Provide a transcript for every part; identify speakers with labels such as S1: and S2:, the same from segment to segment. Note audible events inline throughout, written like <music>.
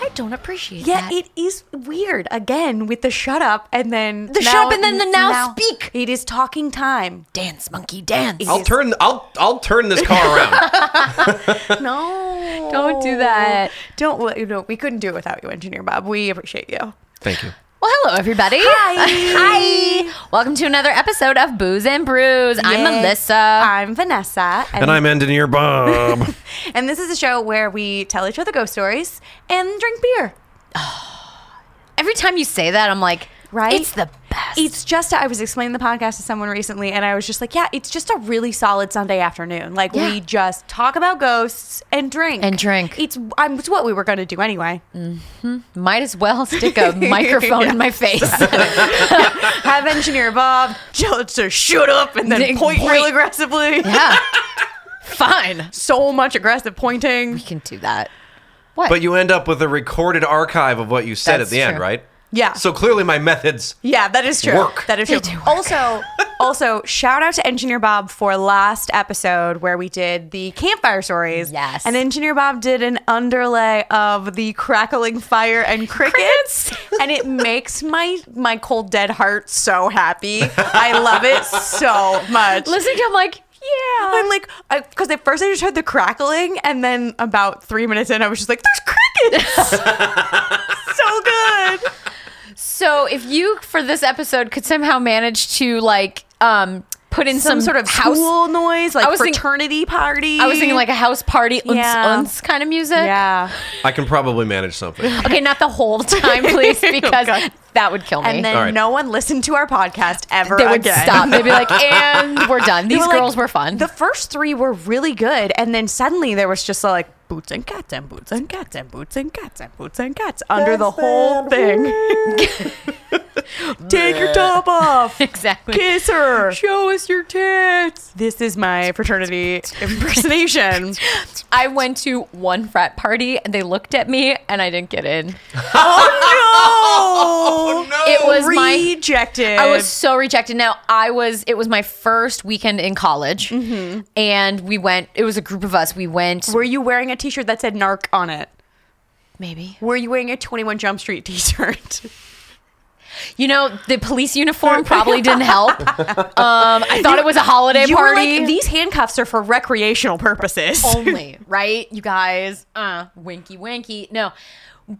S1: I don't appreciate
S2: Yeah,
S1: that.
S2: it is weird. Again, with the shut up and then
S1: The shut up and then the now speak.
S2: It is talking time.
S1: dance, monkey, dance.
S3: I'll turn I'll I'll turn this
S4: <laughs>
S3: car around.
S2: No,
S1: Don't do that.
S2: Don't. well, you know, we couldn't do it without you, Engineer Bob. We appreciate you.
S3: Thank you.
S1: Well, hello, everybody.
S2: Hi.
S1: <laughs> Hi. Welcome to another episode of Booze and Brews. I'm
S2: Yes.
S1: Melissa.
S2: I'm Vanessa,
S3: And I'm engineer Bob.
S2: and this is a show where we tell each other ghost stories and drink beer.
S1: Every time you say that, I'm like,
S2: Right?
S1: It's the best.
S2: It's just I was explaining the podcast to someone recently, and I was just like, "Yeah, it's just a really solid Sunday afternoon. Like
S1: Yeah.
S2: we just talk about ghosts and drink
S1: And drink.
S2: It's I'm, it's what we were going to do anyway.
S1: Might as well stick
S2: <laughs>
S1: a microphone in my face.
S2: Have engineer Bob just to shut up and then
S1: Dig-
S2: point, real
S1: point.
S2: aggressively.
S1: <laughs> yeah. Fine.
S2: So much aggressive pointing.
S1: You can do that.
S3: But you end up with a recorded archive of what you said
S1: That's
S3: at the end,
S1: true.
S3: right?
S2: Yeah.
S3: So clearly my methods
S2: Yeah, that is true.
S3: Work.
S2: That is
S1: They
S2: true.
S1: do work.
S2: Also, also shout out to Engineer Bob for last episode where we did the campfire stories.
S1: Yes.
S2: And Engineer Bob did an underlay of the crackling fire and crickets, <laughs> and it makes my my cold dead heart so happy. I love it so much.
S1: Listening to him, like, yeah.
S2: I'm like, because at first I just heard the crackling, and then about three minutes in, I was just like, "There's <laughs> crickets." so good.
S1: So if you for this episode could somehow manage to like um put in some,
S2: some, sort of
S1: house
S2: school noise,
S1: I
S2: like
S1: was thinking-
S2: fraternity party.
S1: I was thinking like a house party unz,
S2: Yeah.
S1: unz kind of music.
S2: yeah,
S3: I can probably manage something.
S1: Okay, not the
S2: <laughs>
S1: whole time, please, because
S2: Oh, God.
S1: that would kill me.
S2: and then
S3: All right.
S2: no one listened to our podcast ever.
S1: they would
S2: again.
S1: stop. They'd be like, and we're done.
S2: <laughs> They
S1: These
S2: were like-
S1: girls were fun.
S2: The first three were really good, and then suddenly there was just like boots and cats and boots and cats and boots and cats and boots and cats under the whole thing. <laughs> Take your
S1: <laughs>
S2: top off.
S1: <laughs> exactly.
S2: Kiss her.
S1: Show us your tits.
S2: This is my <laughs> fraternity impersonation.
S1: I went to one frat party and they looked at me and I didn't get in.
S2: <laughs> oh no!
S1: It was my
S2: Rejected.
S1: I was so rejected. Now I was. It was my first weekend in college, and we went. It was a group of us. We went.
S2: Mm-hmm. Were you wearing a T-shirt that said "narc" on it?
S1: Maybe
S2: Were you wearing a 21 Jump Street <laughs> T-shirt?
S1: you know the police
S2: <laughs>
S1: uniform probably didn't help. Um, I thought it was a holiday
S2: you were
S1: party
S2: like, these handcuffs are for recreational purposes. <laughs>
S1: only, right? You guys, uh, winky winky. No.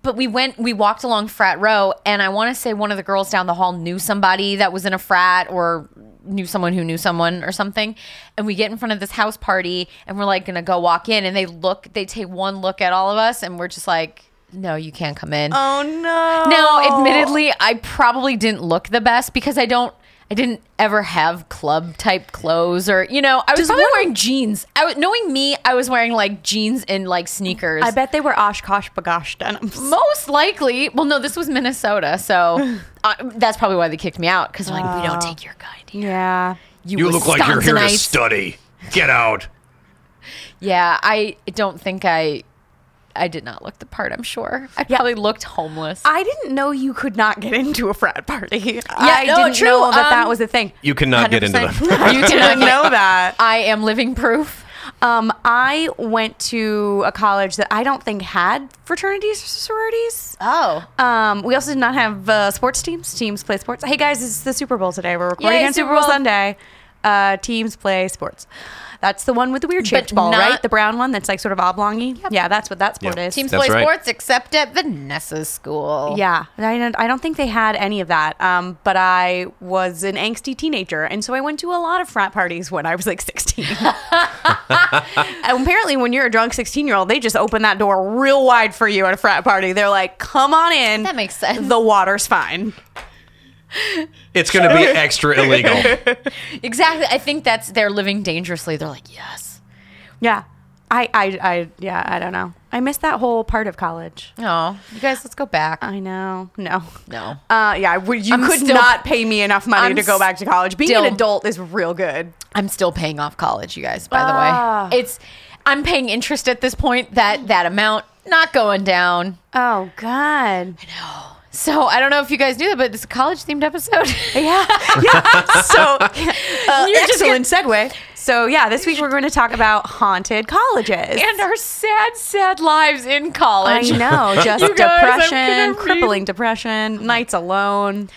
S1: But we went, we walked along frat row, and I want to say one of the girls down the hall knew somebody that was in a frat or knew someone who knew someone or something. And we get in front of this house party, and we're like, gonna go walk in, and they look, they take one look at all of us, and we're just like, no, you can't come in.
S2: Oh no!
S1: Now,
S2: Oh.
S1: admittedly, I probably didn't look the best because I don't. I didn't ever have club type clothes or you know I was probably wearing jeans. I was knowing me, I was wearing like jeans and like sneakers.
S2: I bet they were Oshkosh Bagosh denims.
S1: most likely. Well, no, this was Minnesota,
S2: <laughs>
S1: so uh, that's probably why they kicked me out because like we don't take your kind. here."
S2: Yeah.
S1: You,
S3: You look like you're here to
S1: Wisconsinites."
S3: study. Get out.
S1: Yeah, I don't think I. I did not look the part. I'm sure. I probably looked homeless.
S2: I didn't know you could not get into a frat party. Yeah, I
S1: no,
S2: didn't
S1: true,
S2: know that that
S1: um,
S2: was a thing.
S3: You cannot get into
S1: 100%.
S3: them.
S2: <laughs>
S1: you did not
S2: didn't
S1: know.
S2: know that.
S1: I am living proof.
S2: Um, I went to a college that I don't think had fraternities or sororities.
S1: Oh.
S2: Um, we also did not have uh, sports teams. Teams play sports. Hey guys, it's the Super Bowl today. We're recording
S1: Yay,
S2: on
S1: Super
S2: Super Bowl
S1: Bowl.
S2: Sunday. Uh, teams play sports. That's the one with the weird shaped
S1: But
S2: ball,
S1: not-
S2: right? The brown one that's like sort of oblongy. Yeah, that's what that sport
S3: Yeah.
S2: is.
S1: Teams
S3: That's
S1: play
S3: right.
S1: sports except at Vanessa's school.
S2: yeah, I don't, I don't think they had any of that. Um, but I was an angsty teenager, and so I went to a lot of frat parties when I was
S1: <laughs>
S2: like 16. and apparently, when you're a drunk 16 year old, they just open that door real wide for you at a frat party. They're like, "Come on in."
S1: That makes sense.
S2: The water's fine.
S3: It's going to be extra <laughs>
S2: <laughs>
S3: illegal.
S1: Exactly. I think that's they're living dangerously. They're like, yes.
S2: Yeah. I, I, I, yeah, I don't know. I missed that whole part of college.
S1: Oh, you guys, let's go back.
S2: I know. No.
S1: No.
S2: Uh, yeah, I would- you
S1: I'm
S2: could
S1: still-
S2: not pay me enough money
S1: I'm
S2: to go back to college. Being
S1: still-
S2: an adult is real good.
S1: I'm still paying off college, you guys, by
S2: Ah.
S1: the way. It's I'm paying interest at this point, that that amount not going down.
S2: Oh God.
S1: So I don't know if you guys knew that, but it's a college themed episode. <laughs>
S2: Yeah. <laughs> Yeah. so, <laughs> uh,
S1: You're just
S2: excellent segue. So, yeah, this week we're going to talk about haunted colleges.
S1: and our sad, sad lives in
S2: I
S1: college.
S2: <laughs> know, just
S1: You guys, I'm gonna
S2: depression,
S1: read-
S2: crippling depression, nights alone,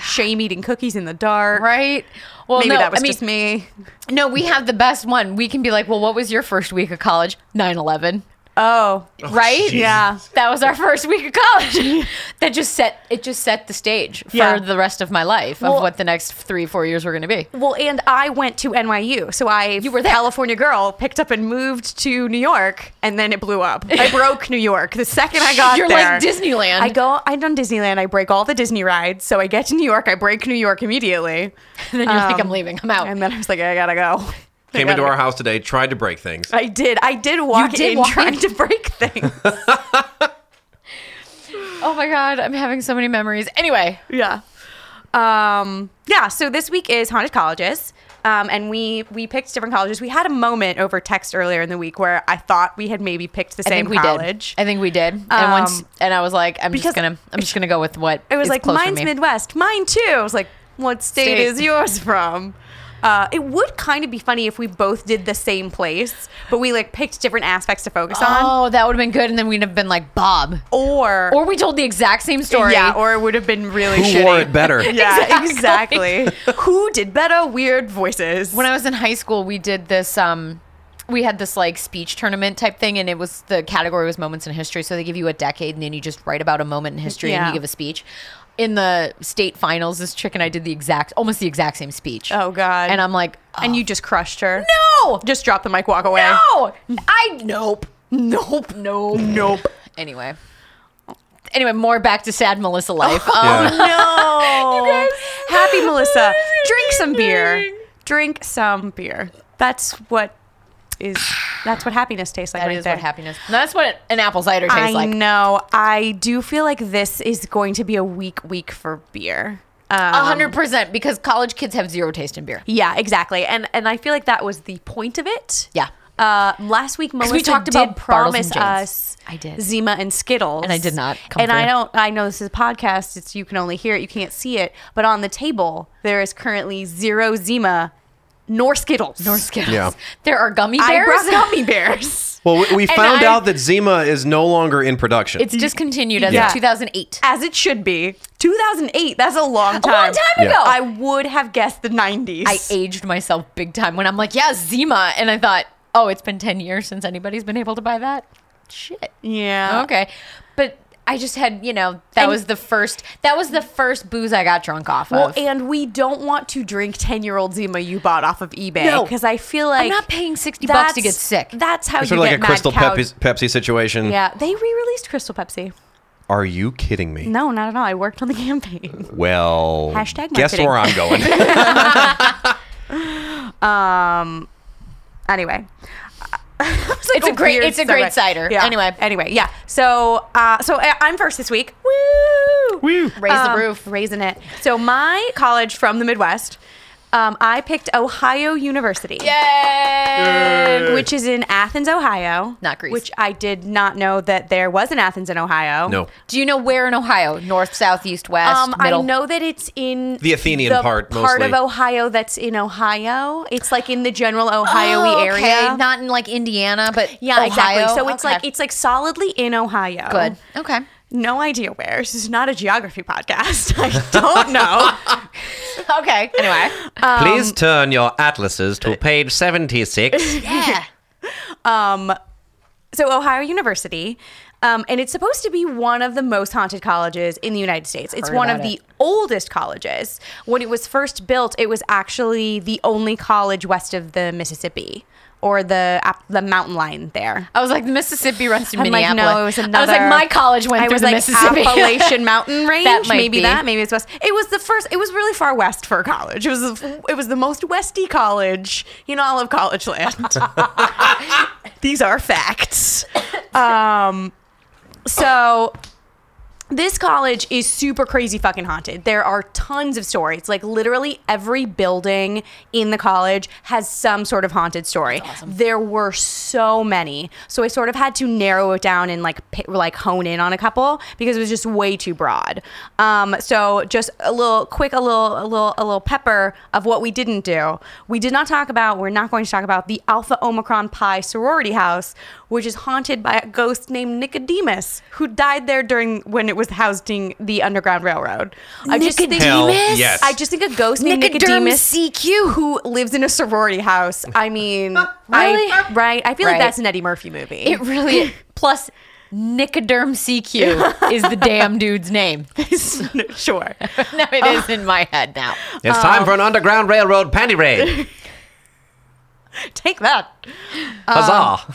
S2: shame eating cookies in the dark.
S1: <laughs> Right? Well,
S2: Maybe
S1: no,
S2: that was
S1: I mean,
S2: just me.
S1: No, we have the best one. We can be like, well, what was your first week of college? 9 11.
S2: Oh,
S1: Right?
S3: Jesus.
S2: yeah.
S1: That was our first week of
S2: <laughs>
S1: college. that just set it just set the stage for
S2: Yeah.
S1: the rest of my life
S2: Well-
S1: of what the next three, four years were gonna be.
S2: Well, and I went to NYU, so I you were the California girl, picked up and moved to New York, and then it blew up. <laughs> I broke New York the second I got
S1: You're
S2: there.
S1: like Disneyland.
S2: I go. I done Disneyland. I break all the Disney rides. So I get to New York. I break New York immediately.
S1: And then you're like, I'm
S2: Um,
S1: leaving. I'm out.
S2: And then I was like, I gotta go. I
S3: Came into
S2: gotta
S3: our house today, tried to break things.
S2: go. I did. I did walk
S1: did
S2: in
S1: walk
S2: trying
S1: in.
S2: to
S1: <laughs>
S2: break things.
S1: oh my God. I'm having so many memories. Anyway,
S2: yeah. Um, yeah. So this week is haunted colleges. Um, and we we picked different colleges. We had a moment over text earlier in the week where I thought we had maybe picked the
S1: I
S2: same
S1: think we
S2: college.
S1: did. I think we did. And
S2: Um,
S1: once, and I was like, I'm
S2: because-
S1: just gonna, I'm just gonna go with what
S2: It was
S1: is
S2: like
S1: close to
S2: mine's
S1: me.
S2: Midwest, mine too. I was like, what state,
S1: State.
S2: is yours from? Uh, it would kind of be funny if we both did the same place, but we like picked different aspects to focus on,
S1: Oh, that would have been good, and then we'd have been like Bob,
S2: or
S1: or we told the exact same story.
S2: yeah, or it would have been really
S3: Who
S2: shitty.
S3: wore it better?
S2: <laughs> Yeah, exactly. Who did better? Weird voices.
S1: when I was in high school, we did this. um we had this like speech tournament type thing, and it was the category was moments in history. So they give you a decade, and then you just write about a moment in history, and
S2: Yeah.
S1: you give a speech. In the state finals, this chick and I did the exact, almost the exact same speech.
S2: oh god,
S1: And I'm like,
S2: and you just crushed her.
S1: no,
S2: just drop the mic, walk away.
S1: No, I nope, nope, nope, nope. Anyway, anyway, more back to sad Melissa
S2: <laughs> Oh,
S1: life. Um,
S3: Yeah.
S1: <laughs>
S2: No. <laughs> Happy
S1: Oh
S2: Melissa. Drink some beer.
S1: amazing.
S2: Drink some beer. That's what is that's what happiness tastes like
S1: That
S2: right
S1: is
S2: there.
S1: what happiness. No, that's what an apple cider tastes
S2: I
S1: like.
S2: know. I do feel like this is going to be a weak week for beer. Um,
S1: A hundred percent, because college kids have zero taste in beer.
S2: Yeah, exactly. And and I feel like that was the point of it.
S1: Yeah.
S2: Uh, last week, Melissa
S1: we talked
S2: did
S1: about Bartles and
S2: promise
S1: Janes.
S2: us
S1: I did.
S2: Zima and Skittles,
S1: And I did not come
S2: and I
S1: through.
S2: don't. I know this is a podcast; it's you can only hear it, you can't see it. But on the table, there is currently zero Zima, nor Skittles,
S1: Nor Skittles.
S3: Yeah.
S1: There are gummy
S2: I
S1: bears.
S2: <laughs> brought gummy bears
S3: Well, we, we
S1: And
S3: found
S1: I-
S3: out that Zima is no longer in production.
S1: It's discontinued as
S2: Yeah.
S1: of 2008.
S2: as it should be. 2008. That's a long
S1: long
S2: time.
S1: time
S3: Yeah. ago.
S2: I would have guessed the 90s.
S1: I aged myself big time when I'm like, yeah, Zima, and I thought, oh, it's been 10 years since anybody's been able to buy that. Shit.
S2: yeah.
S1: Okay. But I just had, you know, that
S2: And-
S1: was the first that was the first booze I got drunk off
S2: Well,
S1: of.
S2: and we don't want to drink 10 year old Zima you bought off of eBay
S1: No.
S2: because I feel like.
S1: I'm not paying 60 bucks to
S2: that's-
S1: get sick.
S2: That's how
S3: It's
S2: you
S3: sort of
S2: get
S3: like a
S2: mad
S3: Crystal
S2: cow-
S3: Pepsi, Pepsi situation.
S2: Yeah, they re-released Crystal Pepsi.
S3: Are you kidding me?
S2: No, not at all. I worked
S1: <laughs>
S2: on the campaign.
S3: Well,
S2: Hashtag
S3: guess
S2: marketing.
S3: where I'm
S2: <laughs>
S3: going.
S2: Um, Anyway. It's,
S1: <laughs> It's a great- it's a great cider.
S2: Yeah.
S1: Anyway.
S2: anyway, yeah. So, uh, so I- I'm first this week. Woo! Um,
S3: Woo.
S1: Raise the roof.
S2: raising it. So my college from the Midwest, um, I picked Ohio University.
S1: Yay!
S2: Which is in Athens, Ohio.
S1: Not Greece.
S2: Which I did not know that there was an Athens in Ohio.
S3: no,
S1: Do you know where in Ohio? North, south, east, west,
S2: Um, I
S1: middle.
S2: know that it's in
S3: The Athenian
S2: the
S3: part,
S2: part of
S3: mostly.
S2: Ohio that's in Ohio. It's like in the general Ohio-y
S1: Oh, okay.
S2: area.
S1: Not in like Indiana, but
S2: yeah, exactly.
S1: Ohio?
S2: So it's
S1: Okay.
S2: like it's like solidly in Ohio.
S1: good. Okay.
S2: No idea where. This is not a geography podcast. <laughs> I don't know.
S1: <laughs> Okay. Anyway.
S2: Um,
S3: please turn your atlases
S2: <laughs>
S3: to page seventy-six.
S1: <laughs> Yeah.
S2: um, so Ohio University, um, and it's supposed to be one of the most haunted colleges in the United States. It's
S1: Heard
S2: one of
S1: about
S2: the
S1: it.
S2: oldest colleges. When it was first built, it was actually the only college west of the Mississippi. or the app- the mountain line there.
S1: I was like, the Mississippi runs through
S2: I'm like,
S1: Minneapolis.
S2: no, it was another.
S1: I was like, my college went
S2: I
S1: through
S2: was
S1: the
S2: like
S1: Mississippi. <laughs>
S2: Appalachian Mountain Range.
S1: might
S2: maybe
S1: be.
S2: that. Maybe it's west. It was the first. It was really far west for college. It was. the- It was the most westy college in all of college land. <laughs> These are facts. Um, so this college is super crazy fucking haunted. There are tons of stories. Like literally every building in the college has some sort of haunted story. There were so many, so I sort of had to narrow it down and like pi- like hone in on a couple because it was just way too broad. Um, so just a little quick, a little a little a little pepper of what we didn't do. We did not talk about. We're not going to talk about the Alpha Omicron Pi sorority house, which is haunted by a ghost named Nicodemus who died there during when it was housing the Underground Railroad. I just think
S3: Hell yes.
S2: I just think a ghost named
S1: Nicodemus
S2: Nicodemus
S1: CQ.
S2: who lives in a sorority house. I mean,
S1: <laughs> Really?
S2: I, right? I feel
S1: Right.
S2: like that's an Eddie Murphy movie.
S1: It really plus Nicoderm
S2: <laughs>
S1: CQ is the damn dude's name. <laughs>
S2: sure.
S1: No, it is in my head now.
S3: It's time
S2: Um,
S3: for an Underground Railroad panty
S2: <laughs>
S3: raid.
S2: Take that. Um,
S3: Huzzah.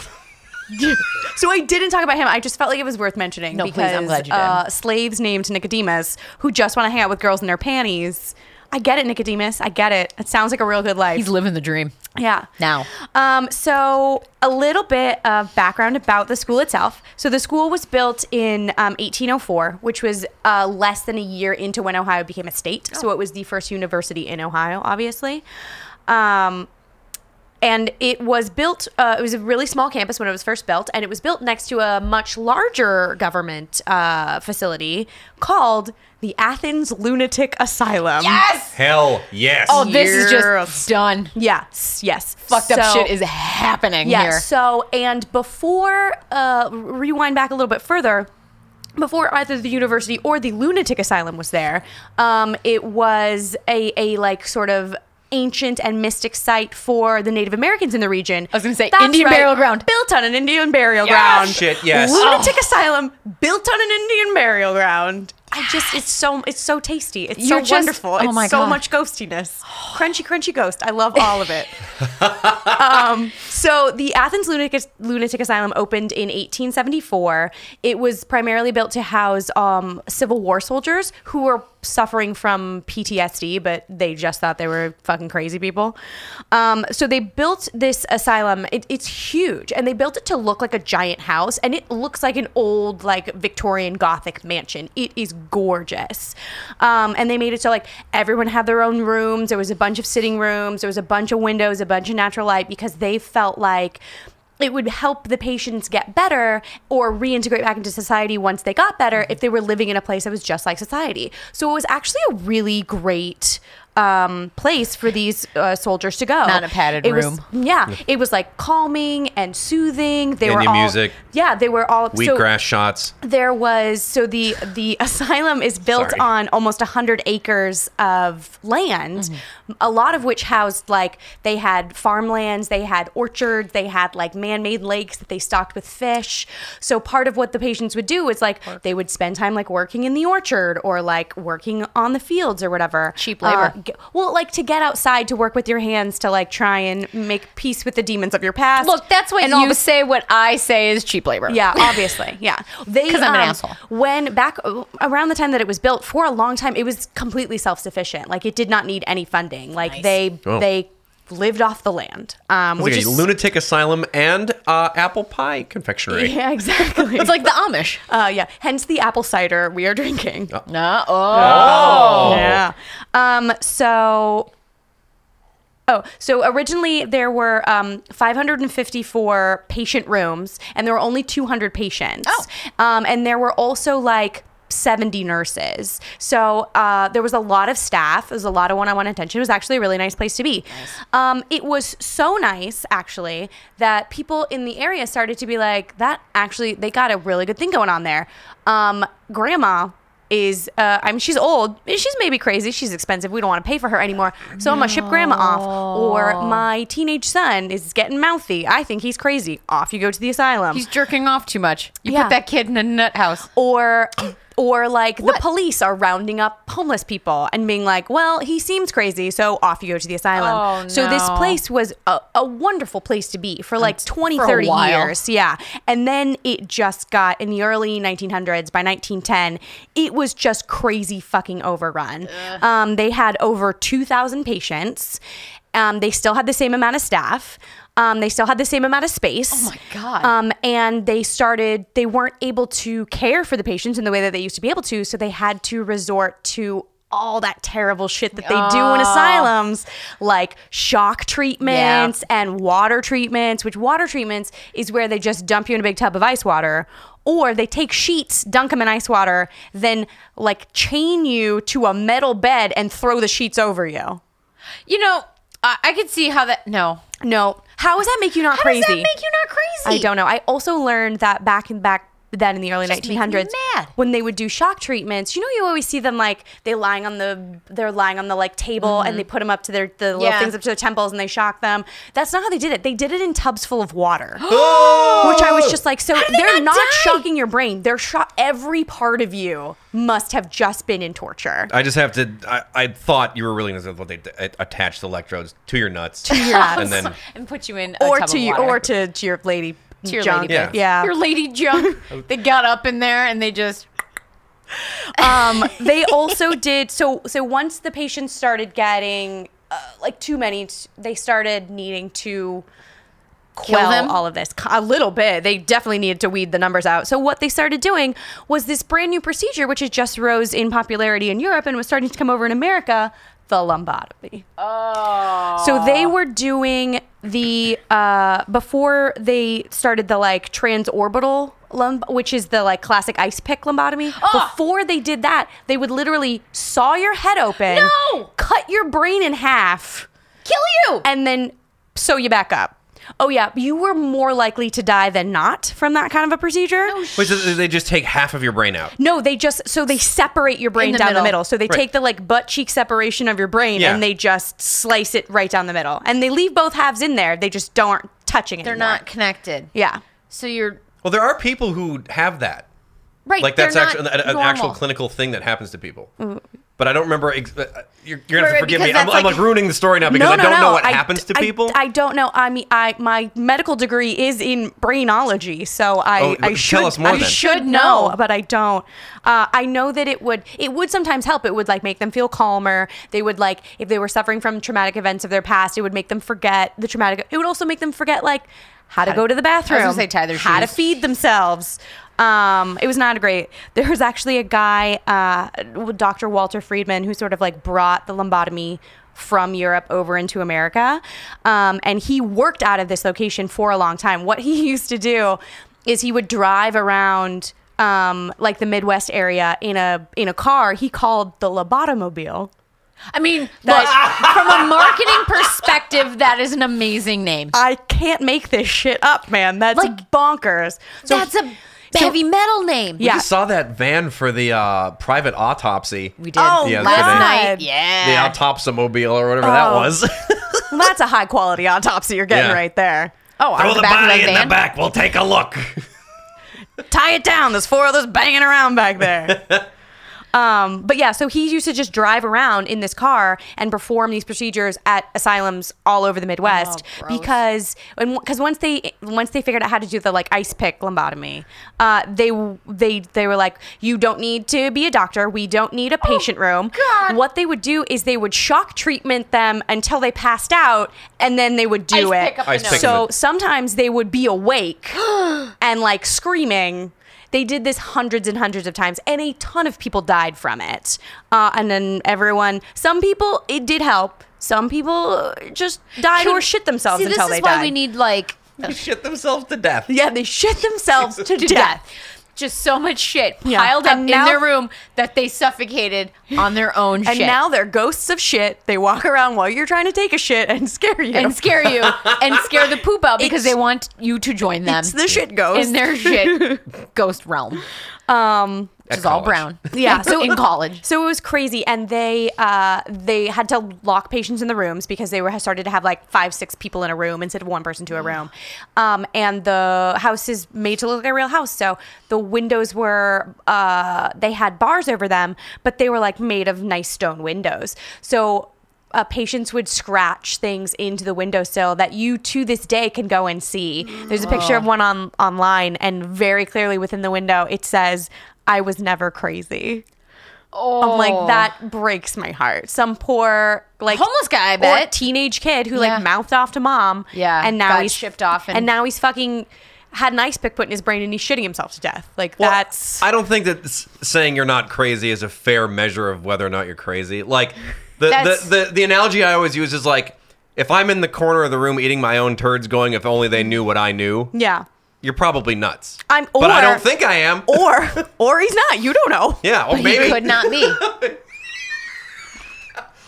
S2: So I didn't talk about him. I just felt like it was worth mentioning
S1: No, please,
S2: because
S1: I'm glad you did.
S2: Uh, slaves named Nicodemus who just want to hang out with girls in their panties. I get it, Nicodemus. I get it. It sounds like a real good life.
S1: He's living the dream.
S2: Yeah.
S1: Now.
S2: Um, so, a little bit of background about the school itself. So, the school was built in um, 1804, which was uh, less than a year into when Ohio became a state.
S1: Oh.
S2: So, it was the first university in Ohio, obviously. Um, and it was built, uh, it was a really small campus when it was first built, and it was built next to a much larger government uh, facility called the Athens Lunatic Asylum.
S1: Yes.
S3: Hell yes.
S1: Oh, this is
S2: Yes.
S1: just done.
S2: Yes, yes.
S1: Fucked up
S2: So-
S1: shit is happening
S2: yeah,
S1: here.
S2: So, and before, uh, rewind back a little bit further, before either the university or the lunatic asylum was there, um, it was a, a like sort of ancient and mystic site for the Native Americans in the region.
S1: I was gonna say, Indian burial ground.
S2: Built on an Indian burial
S3: Ah,
S2: ground.
S3: shit, yes.
S2: Lunatic asylum built on an Indian burial ground. I just it's so it's so tasty. It's
S1: You're
S2: so
S1: just-
S2: wonderful.
S1: oh
S2: it's
S1: my
S2: so
S1: God.
S2: much ghostiness. Crunchy crunchy ghost. I love all
S1: <laughs>
S2: of it. um, so the Athens Lunatic, Lunatic Asylum opened in 1874. It was primarily built to house um, Civil War soldiers who were suffering from PTSD, but they just thought they were fucking crazy people. Um, so they built this asylum. It, it's huge, and they built it to look like a giant house, and it looks like an old like Victorian Gothic mansion. It is gorgeous, um, and they made it so like everyone had their own rooms. There was a bunch of sitting rooms. There was a bunch of windows, a bunch of natural light because they felt like it would help the patients get better or reintegrate back into society once they got better if they were living in a place that was just like society. So it was actually a really great um, place for these uh, soldiers to go.
S1: Not a padded
S2: It was-
S1: room.
S2: yeah, it was like calming and soothing. They were
S3: Indian
S2: all,
S3: music.
S2: Yeah, they were all so-
S3: Wheatgrass shots.
S2: there was so the the <laughs> asylum is built
S3: Sorry.
S2: on almost 100 acres of land
S1: Mm-hmm.
S2: a lot of which housed like they had farmlands they had orchards they had like man-made lakes that they stocked with fish so part of what the patients would do is like they would spend time like working in the orchard or like working on the fields or whatever Uh,
S1: Cheap labor.
S2: g- well like to get outside to work with your hands to like try and make peace with the demons of your past
S1: Look, that's what
S2: and all
S1: you
S2: the
S1: say. What I say is cheap labor.
S2: yeah, obviously. Yeah. They um,
S1: 'Cause I'm an asshole.
S2: When back around the time that it was built for a long time, it was completely self-sufficient. Like it did not need any funding. Like they
S3: Oh.
S2: they lived off the land. Um
S3: It's
S2: which
S3: like
S2: is
S3: a lunatic asylum and uh, apple pie confectionery.
S2: <laughs> Yeah, exactly.
S1: It's like the Amish.
S2: <laughs> uh yeah, hence the apple cider we are drinking.
S1: No. Oh.
S3: Oh.
S2: Yeah. Um, so. Oh, so originally there were um, 554 patient rooms, and there were only 200 patients.
S1: Oh.
S2: Um, and there were also like 70 nurses. So uh, there was a lot of staff. There was a lot of one on one attention. It was actually a really nice place to be. Um, it was so nice, actually, that people in the area started to be like, that actually, they got a really good thing going on there. Um, grandma is uh, I mean she's old. She's maybe crazy. She's expensive. We don't want to pay for her anymore. So I'm gonna ship grandma off. Or my teenage son is getting mouthy. I think he's crazy. Off you go to the asylum.
S1: He's jerking off too much. You
S2: Yeah.
S1: put that kid in a nut house.
S2: or Or like the police are rounding up homeless people and being like, well, he seems crazy, so off you go to the asylum.
S1: Oh,
S2: So this
S1: no.
S2: place was a, a wonderful place to be for like 20,
S1: for a
S2: 30
S1: while.
S2: years. Yeah. And then it just got in the early 1900s, by 1910, it was just crazy fucking overrun. Um, they had over 2,000 patients. Um, they still had the same amount of staff. Um, they still had the same amount of space.
S1: Oh my God.
S2: Um, and they started, they weren't able to care for the patients in the way that they used to be able to. So they had to resort to all that terrible shit that they do in asylums, like shock treatments and water treatments, which water treatments is where they just dump you in a big tub of ice water. Or they take sheets, dunk them in ice water, then like chain you to a metal bed and throw the sheets over you.
S1: You know, I, I could see how that. No.
S2: No, how does that make you not
S1: How
S2: crazy?
S1: does that make you not crazy?
S2: I don't know. I also learned that back and back then in the early
S1: Just make me
S2: 1900s
S1: mad.
S2: when they would do shock treatments you know you always see them like they lying on the they're lying on the like table and they put them up to their the little
S1: Mm-hmm. Yeah.
S2: things up to their temples and they shock them that's not how they did it they did it in tubs full
S1: <gasps>
S2: of water
S3: Oh.
S2: which i was just like so
S1: they
S2: they're
S1: not
S2: not,
S1: die?
S2: shocking your brain they're shock every part of you must have just been in torture
S3: I just have to. I, I thought you were really going to say what they d- attached electrodes to your nuts, to
S2: your nuts.
S3: and then
S1: And put you in a
S2: or
S1: tub
S2: to
S1: of
S2: you
S1: water.
S2: or to, to your lady
S1: to your
S2: junk.
S1: lady
S3: Yeah.
S1: bits.
S2: yeah
S1: Your lady
S2: <laughs>
S1: junk. they got up in there and they just.
S2: um, they also did so so once the patients started getting uh, like too many t- they started needing to quell
S1: them?
S2: all of this a little bit they definitely needed to weed the numbers out so what they started doing was this brand new procedure which has just rose in popularity in europe and was starting to come over in america the lumbotomy
S1: Oh.
S2: so they were doing the uh, before they started the like transorbital lumb, which is the like classic ice pick lumbotomy.
S1: Ah.
S2: Before they did that, they would literally saw your head open,
S1: No!
S2: cut your brain in half,
S1: Kill you!
S2: and then sew you back up. Oh yeah, you were more likely to die than not from that kind of a procedure. No,
S3: Wait, so they just take half of your brain out.
S2: they just so they separate your brain
S1: the
S2: down
S1: middle.
S2: the middle. So they
S3: Right.
S2: take the like butt cheek separation of your brain
S3: Yeah.
S2: and they just slice it right down the middle. And they leave both halves in there. They just don't aren't touching it.
S1: They're not connected.
S2: Yeah.
S1: So you're.
S3: Well, there are people who have that.
S1: Right.
S3: Like that's
S1: they're
S3: actually
S1: not
S3: an, an
S1: normal.
S3: actual clinical thing that happens to people. But I don't remember. Ex- uh, you're you're gonna have
S1: Right,
S3: to
S1: right,
S3: forgive
S1: because
S3: me. I'm,
S1: that's
S3: I'm
S1: like-
S3: like ruining the story now because I don't know what happens to
S2: I-
S3: people.
S2: I, don't know. I mean, I my medical degree is in brainology, so I,
S3: Oh,
S2: I
S3: tell
S2: should
S3: us more
S2: I
S3: then.
S2: should know, but I don't. Uh, I know that it would it would sometimes help. It would like make them feel calmer. They would like if they were suffering from traumatic events of their past, it would make them forget the traumatic. It would also make them forget like how to go to the bathroom,
S1: say tie their
S2: how to
S1: shoes.
S2: feed themselves. Um, it was not great. There was actually a guy, uh, Dr. Walter Friedman, who sort of like brought the lumbotomy from Europe over into America. Um, and he worked out of this location for a long time. What he <laughs> used to do is he would drive around um, like the Midwest area in a in a car he called the lobotomobile.
S1: I mean,
S2: <laughs>
S1: look, from a marketing perspective, that is an amazing name.
S2: I can't make this shit up, man. That's
S1: Like-
S2: bonkers. So
S1: that's a heavy metal name.
S2: Yeah.
S3: I just saw that van for the uh, private autopsy.
S1: We did.
S2: Oh,
S3: Yeah,
S1: Last
S3: today.
S1: night.
S3: The
S1: Yeah.
S3: autopsomobile or whatever that
S2: Oh.
S3: was.
S2: Well, that's a high quality autopsy you're getting
S3: Yeah.
S2: right there.
S3: <laughs>
S1: oh, out of the back of that van.
S3: back. We'll take a look.
S2: tie it down. There's four of us banging around back there.
S1: <laughs>
S2: um, but yeah, so he used to just drive around in this car and perform these procedures at asylums all over the Midwest
S1: Oh, gross.
S2: because and because once they once they figured out how to do the like ice pick lumbotomy, uh, they they they were like, you don't need to be a doctor. We don't need a patient room.
S1: Oh, God.
S2: What they would do is they would shock treatment them until they passed out, and then they would do
S1: Ice
S2: it.
S1: pick up
S3: Ice
S1: the
S3: pick
S1: nose.
S3: in
S2: So
S3: the-
S2: sometimes they would be
S1: <gasps>
S2: awake and like screaming. They did this hundreds and hundreds of times, and a ton of people died from it. Uh, and then everyone, some people, it did help. Some people uh, just died or shit themselves
S1: See,
S2: until
S1: this
S2: they
S1: is why
S2: died.
S1: we need like
S3: Shit themselves to death.
S2: yeah, they shit
S1: <laughs>
S2: themselves to
S1: to
S2: death.
S1: death. Just so much shit
S2: Yeah.
S1: piled up
S2: And
S1: in
S2: now-
S1: their room that they suffocated on their own
S2: And
S1: shit.
S2: now they're ghosts of shit. They walk around while you're trying to take a shit and scare you.
S1: and scare
S2: <laughs>
S1: you and scare the poop out because
S2: It's-
S1: they want you to join them
S2: It's the shit ghost. <laughs>
S1: in their shit ghost realm.
S2: Um,
S3: At
S1: is all
S3: college.
S1: brown.
S2: <laughs> Yeah, so
S1: in <laughs> college.
S2: So it was crazy, and they uh, they had to lock patients in the rooms because they were started to have like five, six people in a room instead of one person to a room. Um, and the house is made to look like a real house, so the windows were uh, they had bars over them, but they were like made of nice stone windows. So. Uh, patients would scratch things into the windowsill that you to this day can go and see. There's a picture of one on online, and very clearly within the window it says, "I was never crazy." I'm like that breaks my heart. Some poor like
S1: Homeless guy, I
S2: or
S1: bet.
S2: teenage kid who
S1: Yeah.
S2: like mouthed off to mom.
S1: Yeah,
S2: and now
S1: got
S2: he's
S1: shipped off and-
S2: and, now he's fucking had an ice pick put in his brain and he's shitting himself to death. Like
S3: Well,
S2: that's
S3: I don't think that s- saying you're not crazy is a fair measure of whether or not you're crazy. Like the
S1: That's-
S3: the, the the analogy I always use is like if I'm in the corner of the room eating my own turds, going, "If only they knew what I knew,"
S2: yeah.
S3: you're probably nuts.
S2: I'm-
S3: but I
S2: or-
S3: don't think I am.
S2: Or or he's not. You don't know.
S3: <laughs> yeah, well,
S1: But
S3: maybe
S1: he could
S3: <laughs>
S1: not be.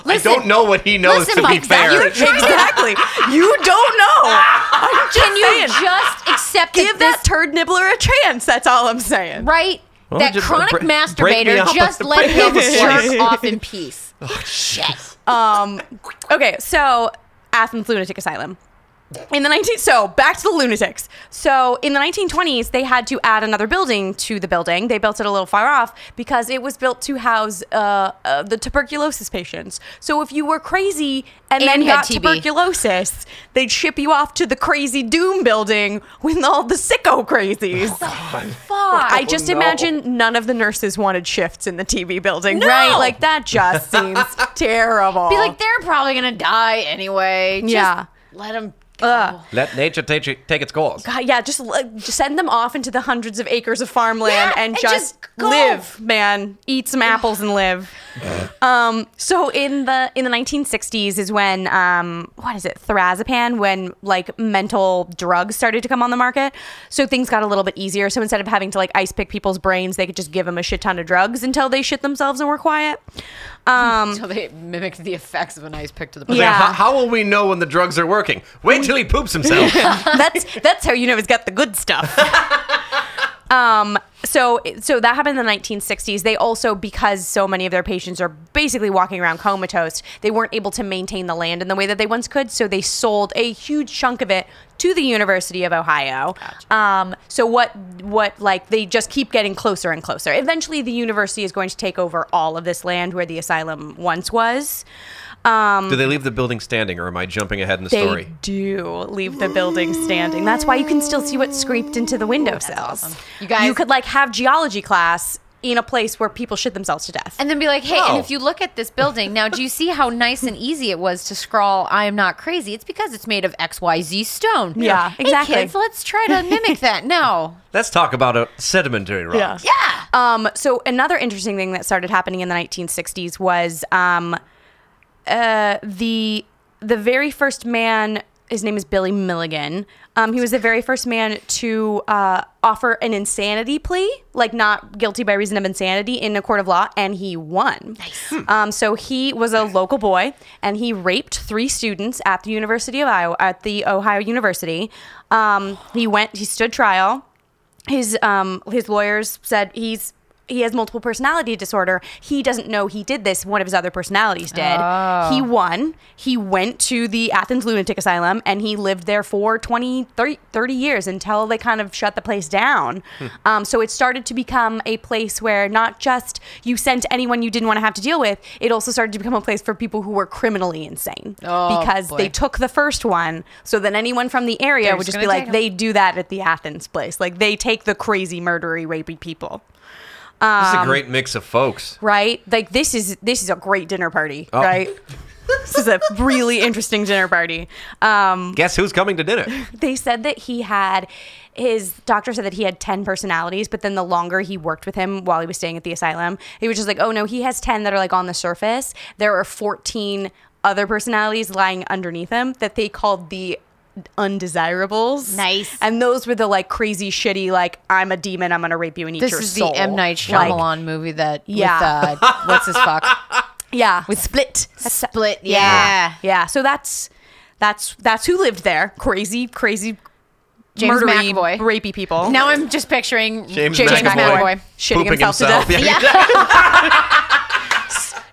S3: I don't know what he knows.
S1: listen,
S3: to be
S1: Mike, that
S3: fair,
S1: you
S2: Exactly. you don't know. I'm just
S1: Can you
S2: saying.
S1: just accept
S2: <laughs>
S1: that
S2: give that
S1: this
S2: turd nibbler a chance? That's all I'm saying.
S1: right?
S3: Well,
S1: that
S3: just
S1: chronic
S3: break- break me
S1: masturbator
S3: up-
S1: just let
S3: break me <laughs>
S1: him
S3: up a
S1: jerk
S3: slice.
S1: off in
S3: <laughs>
S1: peace. Oh shit!
S2: Um, okay, so Athens Lunatic Asylum. In the 19 so back to the lunatics. So in the 1920s they had to add another building to the building. They built it a little far off because it was built to house uh, uh, the tuberculosis patients. So if you were crazy and,
S1: And
S2: then
S1: had
S2: got
S1: TB.
S2: tuberculosis, they'd ship you off to the crazy doom building with all the sicko crazies.
S1: <laughs> Fuck!
S2: I just
S3: no.
S2: imagine none of the nurses wanted shifts in the TV building,
S1: No!
S2: right? Like
S1: <laughs>
S2: that just seems terrible.
S1: be like, they're probably gonna die anyway. Just
S2: Yeah.
S1: let him.
S2: Ugh.
S3: let nature take, it- take its course.
S2: God, yeah, just, like, just send them off into the hundreds of acres of farmland
S1: Yeah,
S2: and
S1: and
S2: just,
S1: just go.
S2: live, man. Eat some apples and live. um, so in the in the 1960s is when um, what is it, Thrazepam, when like mental drugs started to come on the market. So things got a little bit easier. So instead of having to like ice pick people's brains, they could just give them a shit ton of drugs until they shit themselves and were quiet. Um,
S1: So they mimic the effects of a nice pick to the
S2: Yeah.
S3: How, how will we know when the drugs are working? Wait till he poops
S2: <laughs>
S3: himself.
S2: that's that's how you know he's got the good stuff. um. So so that happened in the 1960s. They also because so many of their patients are basically walking around comatose, they weren't able to maintain the land in the way that they once could. So they sold a huge chunk of it to the University of Ohio. Um. So what what like they just keep getting closer and closer. Eventually, the university is going to take over all of this land where the asylum once was. Um,
S3: Do they leave the building standing, or am I jumping ahead in the
S2: they
S3: story?
S2: do leave the building standing. That's why you can still see what's scraped into the windowsills.
S1: You guys-
S2: you could like have geology class in a place where people shit themselves to death.
S1: And then be like, hey,
S3: Oh.
S1: and if you look at this building, now do you see how nice and easy it was to scrawl, I am not crazy? It's because it's made of XYZ stone.
S2: Yeah,
S1: Hey,
S2: exactly.
S1: kids, let's try to mimic that now.
S3: Let's talk about a sedimentary rock.
S2: <laughs> Yeah.
S1: Uh,
S2: Um, so another interesting thing that started happening in the 1960s was um, uh, the the very first man. His name is Billy Milligan. Um, he was the very first man to uh, offer an insanity plea, like not guilty by reason of insanity, in a court of law, and he won. Nice. Um, so he was a local boy, and he raped three students at the University of Iowa, at the Ohio University. Um, he went. He stood trial his um his lawyers said he's he has multiple personality disorder. He doesn't know he did this. One of his other personalities did. He
S1: Oh.
S2: won. He went to the Athens Lunatic Asylum and he lived there for 20, 30, 30 years until they kind of shut the place down.
S1: Hmm.
S2: Um, so it started to become a place where not just you sent anyone you didn't want to have to deal with, it also started to become a place for people who were criminally insane.
S1: Oh,
S2: because
S1: boy.
S2: they took the first one. So then anyone from the area
S1: They're
S2: would
S1: just
S2: just be
S1: gonna
S2: like,
S1: take 'em.
S2: they do that at the Athens place. Like they take the crazy, murdery, rapey people,
S3: This is a great mix of folks.
S2: right? Like this is this is a great dinner party, right? this is a really interesting dinner party. Um,
S3: Guess who's coming to dinner?
S2: they said that he had his doctor said that he had 10 personalities but then the longer he worked with him while he was staying at the asylum he was just like oh no he has 10 that are like on the surface there are 14 other personalities lying underneath him that they called the undesirables
S1: Nice.
S2: and those were the like crazy shitty like i'm a demon i'm gonna rape you and eat
S1: This
S2: your
S1: is
S2: soul
S1: the M. Night
S2: Like,
S1: Shyamalan movie that,
S2: Yeah.
S1: with, uh, what's his
S2: <laughs>
S1: fuck?
S2: yeah
S1: With Split. Split, yeah.
S2: yeah so that's that's that's who lived there crazy crazy
S1: James
S2: murdery,
S1: McAvoy.
S2: rapey people.
S1: Now I'm just picturing
S3: James
S1: James,
S3: McAvoy.
S1: McAvoy.
S2: Shitting
S3: Pooping
S2: himself to
S3: himself.
S2: death.
S3: <laughs> Yeah.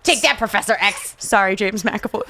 S1: Take that, Professor X.
S2: Sorry, James McAvoy.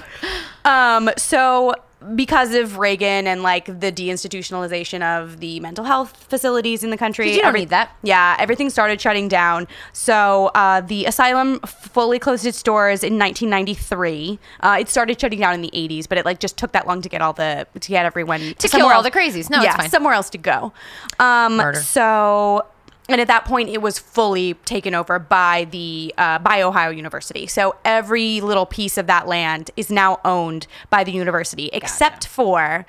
S2: Um, so because of Reagan and like the deinstitutionalization of the mental health facilities in the country,
S1: You don't need that.
S2: Yeah, everything started shutting down. So uh, the asylum fully closed its doors in 1993. Uh, it started shutting down in the 80s, but it like just took that long to get all the to get everyone
S1: To
S2: somewhere
S1: kill all
S2: else-
S1: the crazies. No, it's
S2: yeah,
S1: fine.
S2: somewhere else to go. Um,
S1: Murder.
S2: So, and at that point, it was fully taken over by the uh, by Ohio University. So every little piece of that land is now owned by the university, except for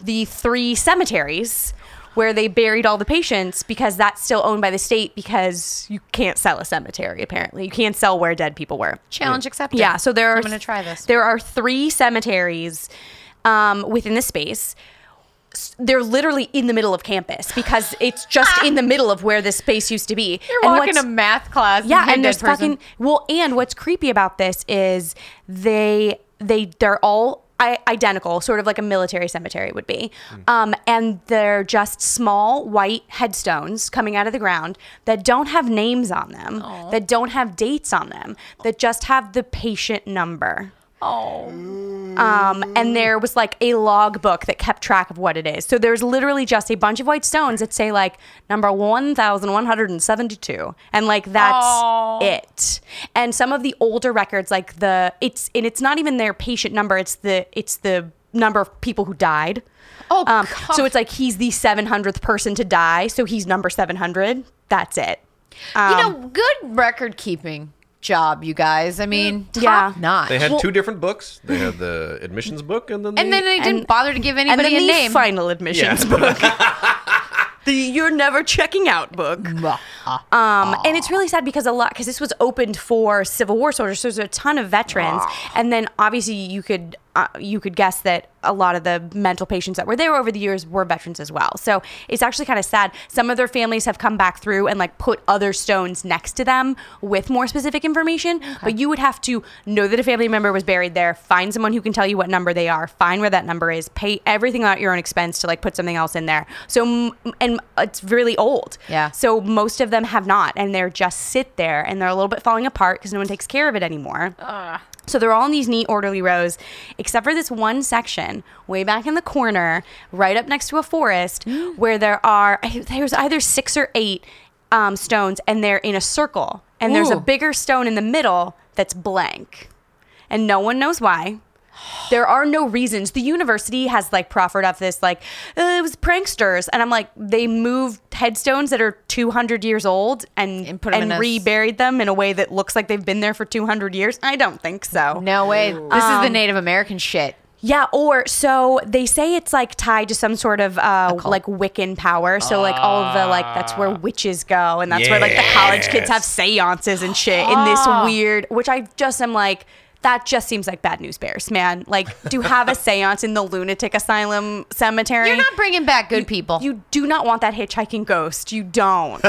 S2: the three cemeteries where they buried all the patients because that's still owned by the state because you can't sell a cemetery apparently you can't sell where dead people were
S1: Challenge accepted.
S2: yeah, so there are
S1: I'm gonna try this.
S2: There are three cemeteries um, within the space. S- They're literally in the middle of campus because it's just in the middle of where this space used to be.
S1: Ah. You're
S2: And
S1: walking
S2: what's-
S1: to math class.
S2: yeah,
S1: you
S2: and
S1: dead
S2: there's fucking well, and what's creepy about this is they they they're all i- identical, sort of like a military cemetery would be, um, and they're just small white headstones coming out of the ground that don't have names on them, that don't have dates on them, that just have the patient number. Um, and there was like a log book that kept track of what it is. So there's literally just a bunch of white stones that say like number 1172 and like that's
S1: Aw.
S2: it. And some of the older records like the it's and it's not even their patient number, it's the it's the number of people who died.
S1: Oh,
S2: Um,
S1: God.
S2: so it's like he's the 700th person to die, so he's number 700. That's it.
S1: you
S2: um,
S1: know, good record keeping job, you guys. I mean, top
S2: Yeah.
S1: notch.
S3: They had two different books. They had the admissions book and then the,
S1: and then they didn't bother to give
S2: And
S1: anybody
S2: then
S1: a
S2: the
S1: name.
S2: final admissions
S3: Yeah.
S2: book. <laughs> the you're never checking out book. Um, and it's really sad because a lot because this was opened for Civil War soldiers, so there's a ton of veterans, and then obviously you could uh, you could guess that a lot of the mental patients that were there over the years were veterans as well. So it's actually kind of sad. Some of their families have come back through and like put other stones next to them with more specific information, but you would have to know that a family member was buried there, find someone who can tell you what number they are, find where that number is, pay everything out your own expense to like put something else in there. So m- and it's really old.
S1: Yeah.
S2: So most of them have not, and they're just sit there and they're a little bit falling apart because no one takes care of it anymore. So they're all in these neat orderly rows, except for this one section way back in the corner, right up next to a forest, where there are I- there's either six or eight um, stones, and they're in a circle, and there's a
S1: Ooh.
S2: bigger stone in the middle that's blank, and no one knows why. There are no reasons. The university has like proffered up this like "Uh, it was pranksters, and I'm like they moved headstones that are 200 years old and
S1: And
S2: and,
S1: put 'em in a s-
S2: reburied them in a way that looks like they've been there for 200 years. I don't think so.
S1: No way. This is
S2: Um,
S1: the Native American shit.
S2: Yeah, or so they say it's like tied to some sort of uh,
S1: cult.
S2: like Wiccan power. So like all of the like that's where witches go, and that's where like the college kids have seances and shit in this
S1: Ah.
S2: weird. Which I just am like. That just seems like bad news bears, man. Like, to have a seance in the lunatic asylum cemetery.
S1: You're not bringing back good people.
S2: You do not want that hitchhiking ghost. You don't.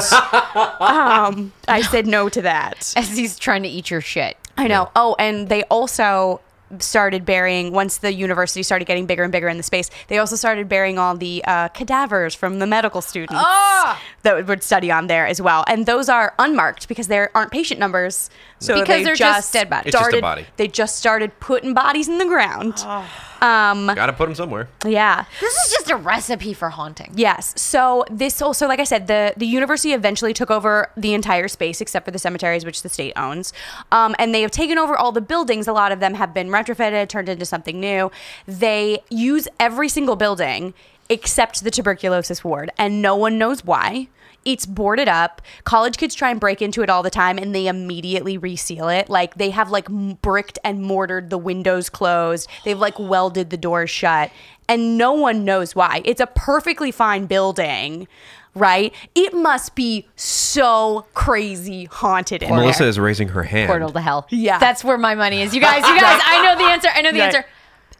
S2: um, I said no to that.
S1: as he's trying to eat your shit.
S2: I know. Oh, and they also started burying once the university started getting bigger and bigger in the space. They also started burying all the uh, cadavers from the medical students
S1: Ah!
S2: that would study on there as well, and those are unmarked because there aren't patient numbers. So
S1: Because
S2: they
S1: they're just dead
S3: It's
S1: bodies.
S3: just a
S2: started-
S3: body.
S2: They just started putting bodies in the ground.
S1: Ah.
S2: Um,
S3: <laughs> Gotta put them somewhere.
S2: yeah.
S1: This is just a recipe for haunting.
S2: Yes. So this also, like I said, the the university eventually took over the entire space except for the cemeteries, which the state owns, um, and they have taken over all the buildings. A lot of them have been retrofitted, turned into something new. They use every single building except the tuberculosis ward, and no one knows why. It's boarded up. College kids try and break into it all the time and they immediately reseal it. Like they have like m- bricked and mortared the windows closed. They've like welded the doors shut and no one knows why. It's a perfectly fine building, right? It must be so crazy haunted in
S3: Melissa
S2: there.
S3: is raising her hand.
S1: Portal to hell.
S2: Yeah.
S1: That's where my money is. You guys, you guys, I know the answer. I know the
S2: <laughs> Right.
S1: answer.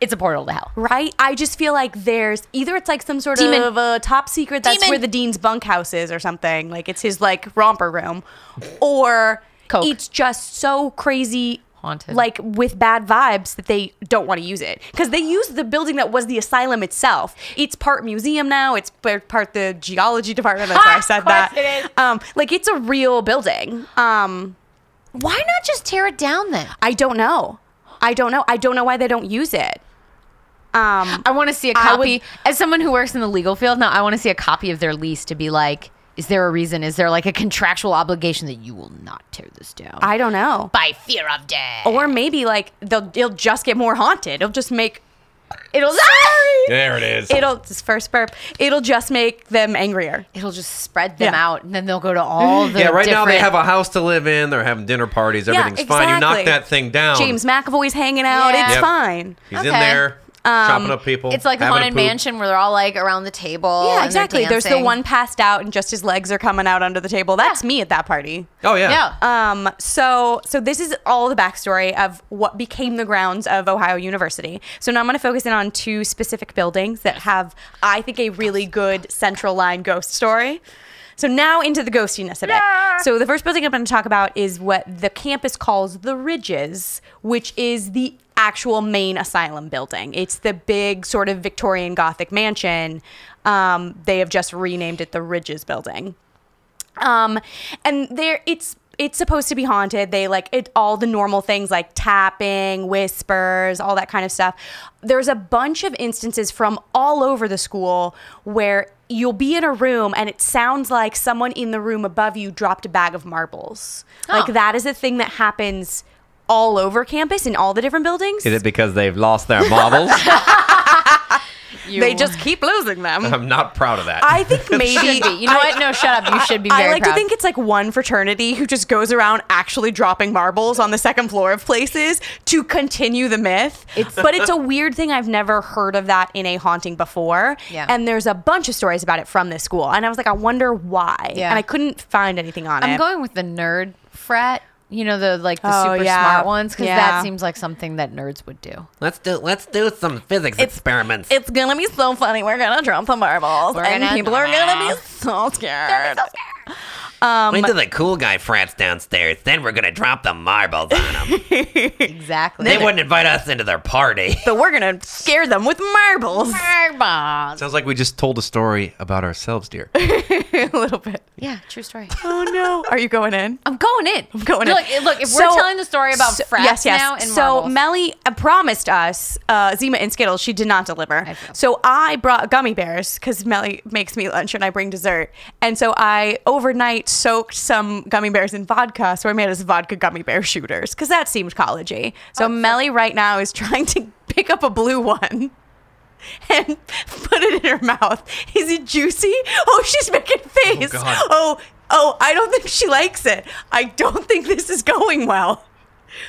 S1: It's a portal to hell.
S2: Right? I just feel like there's either it's like some sort
S1: Demon.
S2: of a top secret that's
S1: Demon.
S2: where the dean's bunkhouse is or something. Like it's his like romper room. Or
S1: Coke.
S2: it's just so crazy
S1: haunted.
S2: like with bad vibes that they don't want to use it because they use the building that was the asylum itself. It's part museum now. It's p- part the geology department. That's why
S1: <laughs>
S2: I
S1: Of
S2: said
S1: course
S2: that.
S1: it is.
S2: Um, like it's a real building. Um,
S1: why not just tear it down then?
S2: I don't know. I don't know. I don't know why they don't use it. Um,
S1: I want to see a
S2: I would-
S1: copy. As someone who works in the legal field now, I want to see a copy of their lease to be like, is there a reason? Is there like a contractual obligation that you will not tear this down?
S2: I Oh, don't know.
S1: by fear of death.
S2: Or maybe like they'll it'll just get more haunted. It'll just make
S1: it'll
S2: <laughs>
S3: There it is.
S2: it'll this first burp. It'll just make them angrier.
S1: it'll just spread them
S2: Yeah.
S1: out, and then they'll go to all <laughs> the
S3: yeah, right now they
S1: different-
S3: have a house to live in. They're having dinner parties. Everything's fine. You knock
S2: exactly.
S3: that thing down.
S2: James McAvoy's hanging out.
S1: Yeah.
S2: It's
S3: Yep.
S2: fine.
S3: He's in
S1: Okay.
S3: there chopping up people.
S1: It's like the
S3: having a
S1: haunted
S3: poop.
S1: mansion where they're all like around the table. and
S2: Yeah,
S1: they're
S2: exactly. There's the
S1: dancing.
S2: one passed out and just his legs are coming out under the table. That's
S1: Yeah.
S2: me at that party.
S3: Oh yeah.
S1: Yeah.
S2: Um, so so this is all the backstory of what became the grounds of Ohio University. So now I'm going to focus in on two specific buildings that have, I think, a really good central line ghost story. So now into the ghostiness of it. So the first building I'm going to talk about is what the campus calls the Ridges, which is the actual main asylum building. It's the big sort of Victorian Gothic mansion. Um, they have just renamed it the Ridges Building um and there it's it's supposed to be haunted they like it all the normal things like tapping whispers all that kind of stuff there's a bunch of instances from all over the school where you'll be in a room and it sounds like someone in the room above you dropped a bag of marbles like
S1: Oh.
S2: that is a thing that happens all over campus in all the different buildings
S3: Is it because they've lost their marbles?
S1: You-
S2: they just keep losing
S3: <laughs>
S2: them
S3: I'm not proud of that.
S2: i think maybe
S1: should be. You know what? No, shut up. You should be.
S2: <laughs> I-
S1: Very
S2: I like
S1: proud.
S2: to think it's like one fraternity who just goes around actually dropping marbles on the second floor of places to continue the myth. but it's a weird thing. I've never heard of that in a haunting before.
S1: Yeah.
S2: And there's a bunch of stories about it from this school. And I was like, I wonder why.
S1: Yeah.
S2: And I couldn't find anything on it.
S1: I'm going with the nerd frat. You know the like the
S2: Oh,
S1: super
S2: yeah.
S1: smart ones because
S2: Yeah.
S1: that seems like something that nerds would do.
S3: let's do let's do some physics experiments.
S2: it's gonna be so funny. We're gonna drop the marbles,
S1: We're
S2: and
S1: gonna
S2: people are
S1: drop
S2: gonna
S1: it.
S2: be so scared.
S5: Wait till the cool guy frats downstairs. Then we're gonna drop the marbles on them.
S1: Exactly.
S5: they wouldn't invite us into their party.
S2: But we're gonna scare them with marbles
S3: <laughs>
S1: Fireballs.
S3: Sounds like we just told a story about ourselves,
S2: <laughs>
S3: dear.
S2: <laughs> a little bit.
S1: Yeah, true story.
S2: Oh no! Are you going in?
S1: I'm going in. I'm
S2: <laughs> going in.
S1: Look, look. If
S2: So-
S1: we're telling the story about
S2: so-
S1: frats
S2: yes, yes.
S1: now and
S2: so
S1: marbles,
S2: Melly uh, promised us uh, Zima and Skittles. She did not deliver.
S1: I feel-
S2: so I brought gummy bears because Melly makes me lunch and I bring dessert. And so I overnight soaked some gummy bears in vodka. So I made us vodka gummy bear shooters because that seemed collegey.
S1: Oh,
S2: So Melly right now is <laughs> trying to pick up a blue one. <laughs> And put it in her mouth. Is it juicy? Oh, she's making face.
S3: God.
S2: oh, oh, I don't think she likes it. I don't think this is going well.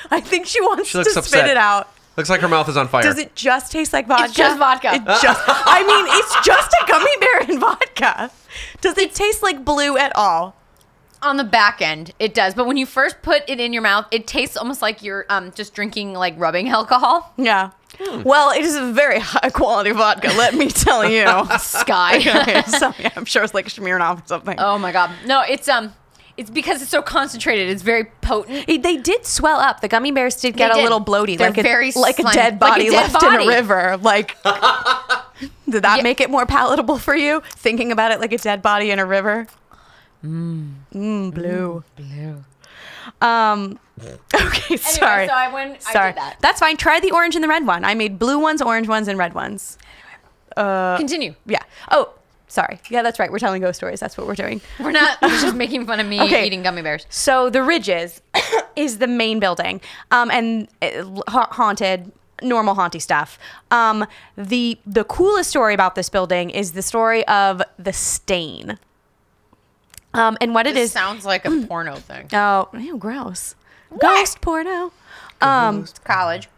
S2: I think she wants
S3: She looks
S2: to
S3: upset.
S2: spit it out.
S3: Looks like her mouth is on fire.
S2: Does it just taste like vodka?
S1: just vodka.
S2: It just, I mean,
S3: <laughs>
S2: it's just a gummy bear and vodka. Does it taste like blue at all?
S1: on the back end it does, but when you first put it in your mouth, it tastes almost like you're um just drinking like rubbing <laughs> alcohol.
S2: Yeah.
S3: Hmm.
S2: Well, it is a very high quality vodka, let me tell
S3: <laughs>
S2: you. <laughs>
S1: Sky.
S2: okay, so yeah, I'm sure it's like Smirnoff or something.
S1: oh my god. No, it's um, it's because it's so concentrated. It's very potent.
S2: It- They did swell up. The gummy bears did get
S1: They
S2: a
S1: did.
S2: little bloaty,
S1: They're
S2: like a,
S1: very
S2: like a
S1: slimy.
S2: dead
S1: Like a
S2: body
S1: dead
S2: left in
S1: body.
S2: a river. Like, did that
S1: Yeah.
S2: make it more palatable for you? Thinking about it like a dead body in a river. Mmm, blue.
S1: Blue.
S2: Um, <laughs> okay, sorry.
S1: Anyway, so I went.
S2: sorry.
S1: I did that.
S2: That's fine. Try the orange and the red one. I made blue ones, orange ones, and red ones. Uh,
S1: Continue.
S2: Yeah. Oh, sorry. Yeah, that's right. We're telling ghost stories. That's what we're doing.
S1: We're not we're just making fun of me
S2: <laughs> Okay.
S1: eating gummy bears.
S2: So the Ridges <coughs> is the main building, um, and uh, ha- haunted, normal haunty stuff. Um, the the coolest story about this building is the story of the stain. Um, and what it is? Mm.
S1: sounds like a porno thing.
S2: oh, ew, gross. Ghost porno. Um,
S1: It's college.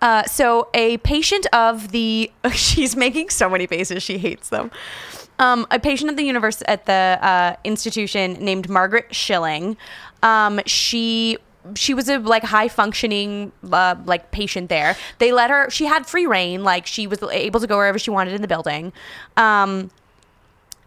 S2: uh, so a patient of the <laughs> she's making so many faces she hates them. Um, a patient at the universe at the uh, institution named Margaret Schilling. Um, she she was a like high functioning uh, like patient there. They let her. She had free reign. Like she was able to go wherever she wanted in the building. Um,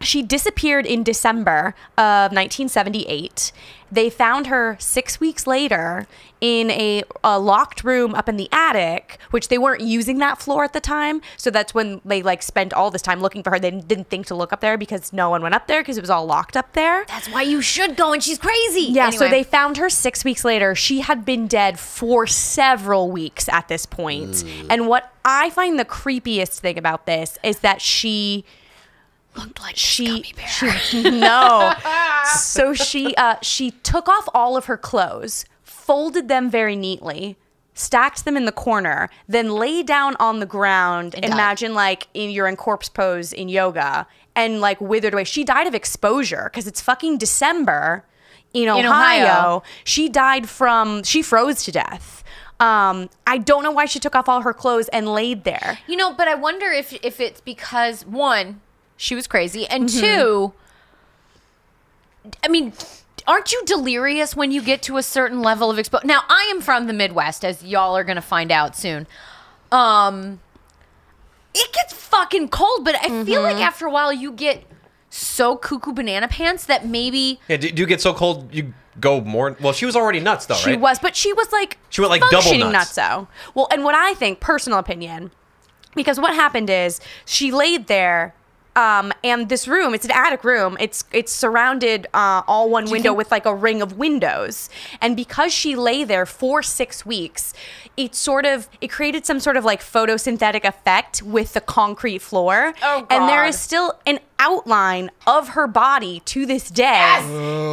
S2: She disappeared in December of 1978. They found her six weeks later in a, a locked room up in the attic, which they weren't using that floor at the time. So that's when they like spent all this time looking for her. They didn't think to look up there because no one went up there because it was all locked up there.
S1: That's why you should go, and she's crazy.
S2: Yeah, so they
S1: Anyway.
S2: found her six weeks later. She had been dead for several weeks at this point. And what I find the creepiest thing about this is that she looked like she,
S1: <laughs>
S2: she no. so she uh, she took off all of her clothes, folded them very neatly. Stacked them in the corner, then lay down on the ground.
S1: died.
S2: imagine like in, you're in corpse pose in yoga, and like withered away. She died of exposure because it's fucking December in Ohio.
S1: In Ohio.
S2: She died from she froze to death. Um, I don't know why she took off all her clothes and laid there.
S1: You know, but I wonder if if it's because one, she was crazy, and
S2: Mm-hmm.
S1: two, I mean, aren't you delirious when you get to a certain level of exposure? Now, I am from the Midwest, as y'all are gonna find out soon. Um, it gets fucking cold, but I feel like
S2: Mm-hmm.
S1: after a while you get so cuckoo banana pants that maybe
S3: Yeah, do, do you get so cold you go more? Well, she was already nuts though,
S2: She
S3: right?
S2: was, but she was like
S3: She went, like, double
S2: functioning
S3: nuts.
S2: nutso. Well, and what I think, personal opinion, because what happened is she laid there. Um, and this room, it's an attic room. It's it's surrounded uh, all one window with like a ring of windows. And because she lay there for six weeks, it sort of it created some sort of like photosynthetic effect with the concrete floor.
S1: Oh,
S2: And there
S1: God.
S2: is still an outline of her body to this day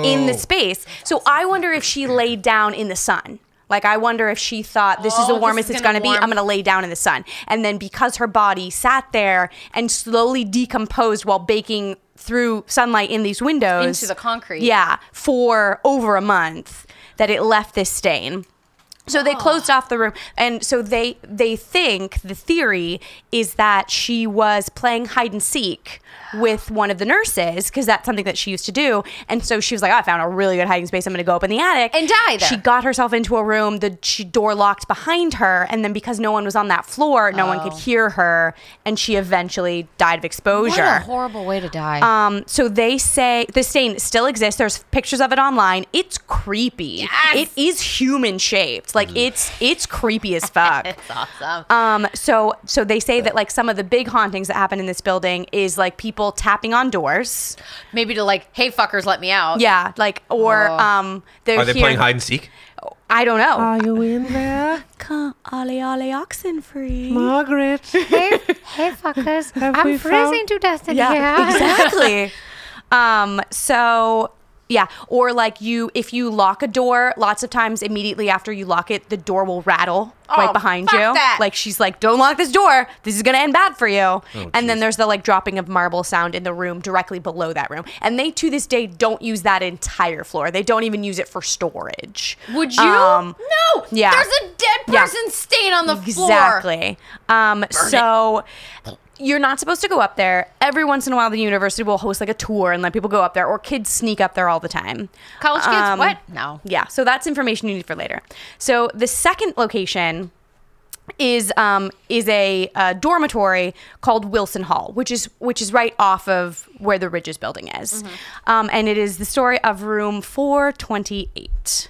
S2: in the space. So I wonder if she laid down in the sun. Like I wonder if she thought this is
S1: Oh,
S2: the
S1: this
S2: warmest
S1: is
S2: it's
S1: gonna
S2: going to be. I'm
S1: warm.
S2: going to lay down in the sun. And then because her body sat there and slowly decomposed while baking through sunlight in these windows
S1: Into the concrete.
S2: Yeah, for over a month that it left this stain. So
S1: Oh.
S2: they closed off the room, and so they they think the theory is that she was playing hide and seek with one of the nurses because that's something that she used to do. And so she was like, oh, "I found a really good hiding space. I'm going to go up in the attic
S1: And die there.
S2: She got herself into a room. The she, door locked behind her, and then because no one was on that floor, no one
S1: Oh.
S2: could hear her, and she eventually died of
S1: what
S2: exposure.
S1: a horrible way to die.
S2: Um, so they say the stain still exists. There's pictures of it online. It's creepy. It is human shaped. Like it's it's <laughs> creepy as fuck.
S1: it's awesome.
S2: Um, so so they say that like some of the big hauntings that happen in this building is like people tapping on doors.
S1: maybe to like, hey fuckers, let me out.
S2: Yeah, like or
S1: Oh.
S2: um they're
S3: Are they
S2: here-
S3: playing hide and seek?
S2: I don't know.
S6: you in
S5: <laughs>
S6: there,
S2: Come, Ollie Ollie Oxen free.
S6: Margaret?
S7: hey, hey,
S1: <laughs>
S7: fuckers.
S6: we
S7: I'm freezing
S6: found-
S7: to death in
S2: Yeah,
S7: here. <laughs>
S2: exactly. um, so yeah, or like you, if you lock a door, lots of times immediately after you lock it, the door will rattle right
S1: Oh,
S2: behind
S1: fuck
S2: you.
S1: that.
S2: Like she's like, "Don't lock this door. This is gonna end bad for you." and then there's the like dropping of marble sound in the room directly below that room, and they to this day don't use that entire floor. They don't even use it for storage.
S1: Would you?
S2: Um,
S1: no.
S2: yeah.
S1: There's a dead
S2: Yeah.
S1: person stain on the floor.
S2: Exactly. Um, so you're not supposed to go up there. Every once in a while, the university will host like a tour and let people go up there, or kids sneak up there all the time.
S1: College kids?
S2: Um,
S1: what? No.
S2: Yeah. So that's information you need for later. So the second location is um is a, uh dormitory called Wilson Hall, which is which is right off of where the Ridges building is,
S1: Mm-hmm.
S2: um, and it is the story of room four twenty eight.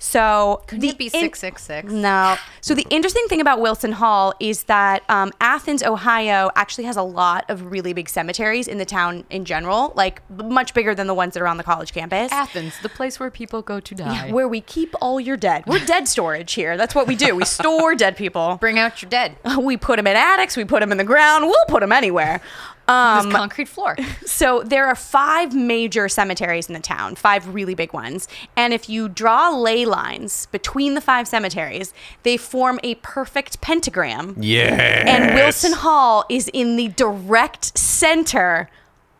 S2: So could
S1: Wouldn't it be six six six?
S2: no. So the interesting thing about Wilson Hall is that um, Athens, Ohio, actually has a lot of really big cemeteries in the town in general, like b- much bigger than the ones that are on the college campus.
S1: Athens, the place where people go to die.
S2: Where we keep all your dead. We're dead storage here. That's what we do. We store dead people. <laughs>
S1: Bring out your dead. <laughs>
S2: We put them in attics. We put them in the ground. We'll put them anywhere. Um,
S1: this concrete floor.
S2: so there are five major cemeteries in the town, five really big ones. And if you draw ley lines between the five cemeteries, they form a perfect pentagram.
S3: Yeah.
S2: And Wilson Hall is in the direct center